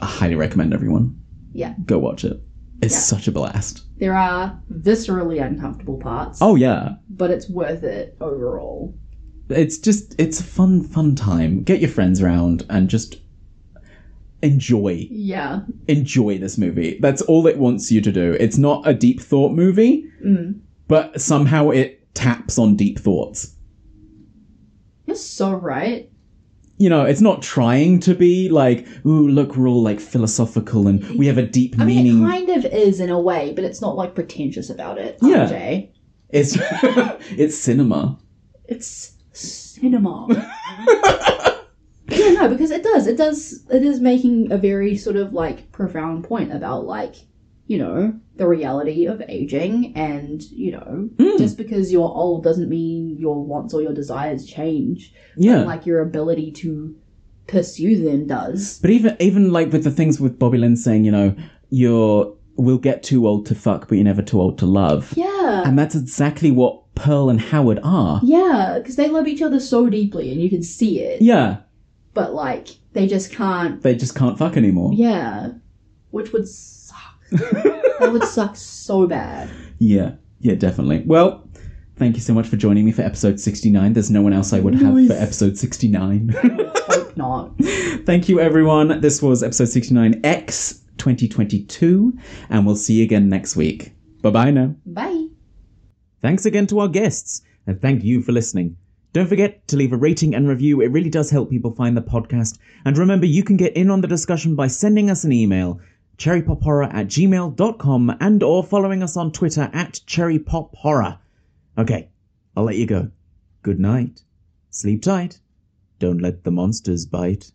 S2: I highly recommend everyone.
S3: Yeah.
S2: go watch it. It's such a blast.
S3: there are viscerally uncomfortable parts.
S2: Oh yeah,
S3: but it's worth it overall.
S2: it's just it's a fun fun time. Get your friends around and just enjoy.
S3: Yeah.
S2: enjoy this movie. That's all it wants you to do. It's not a deep thought movie,
S3: Mm.
S2: but somehow it taps on deep thoughts.
S3: You're so right.
S2: You know, it's not trying to be like, ooh, look, we're all like philosophical and we have a deep
S3: I mean,
S2: meaning.
S3: it kind of is in a way, but it's not like pretentious about it.
S2: Yeah.
S3: RJ.
S2: It's it's cinema.
S3: It's cinema. yeah, no, because it does. It does. It is making a very sort of like profound point about like, you know, the reality of aging and, you know,
S2: Mm.
S3: just because you're old doesn't mean your wants or your desires change.
S2: Yeah.
S3: Like your ability to pursue them does.
S2: But even even like with the things with Bobby Lynn saying, you know, you're we'll get too old to fuck, but you're never too old to love.
S3: Yeah.
S2: And that's exactly what Pearl and Howard are.
S3: Yeah, because they love each other so deeply and you can see it.
S2: Yeah,
S3: But, like, they just can't.
S2: they just can't fuck anymore.
S3: Yeah. Which would suck. that would suck so bad.
S2: Yeah, yeah, definitely. Well, thank you so much for joining me for episode 69. There's no one else I would have
S3: Nice.
S2: for episode 69.
S3: Hope not.
S2: thank you, everyone. This was episode 69X 2022, and we'll see you again next week. Bye bye now.
S3: Bye.
S2: Thanks again to our guests, and thank you for listening. Don't forget to leave a rating and review, it really does help people find the podcast. And remember, you can get in on the discussion by sending us an email, cherrypophorror at gmail.com, and or following us on Twitter at cherrypophorror. Okay, I'll let you go. Good night. Sleep tight. Don't let the monsters bite.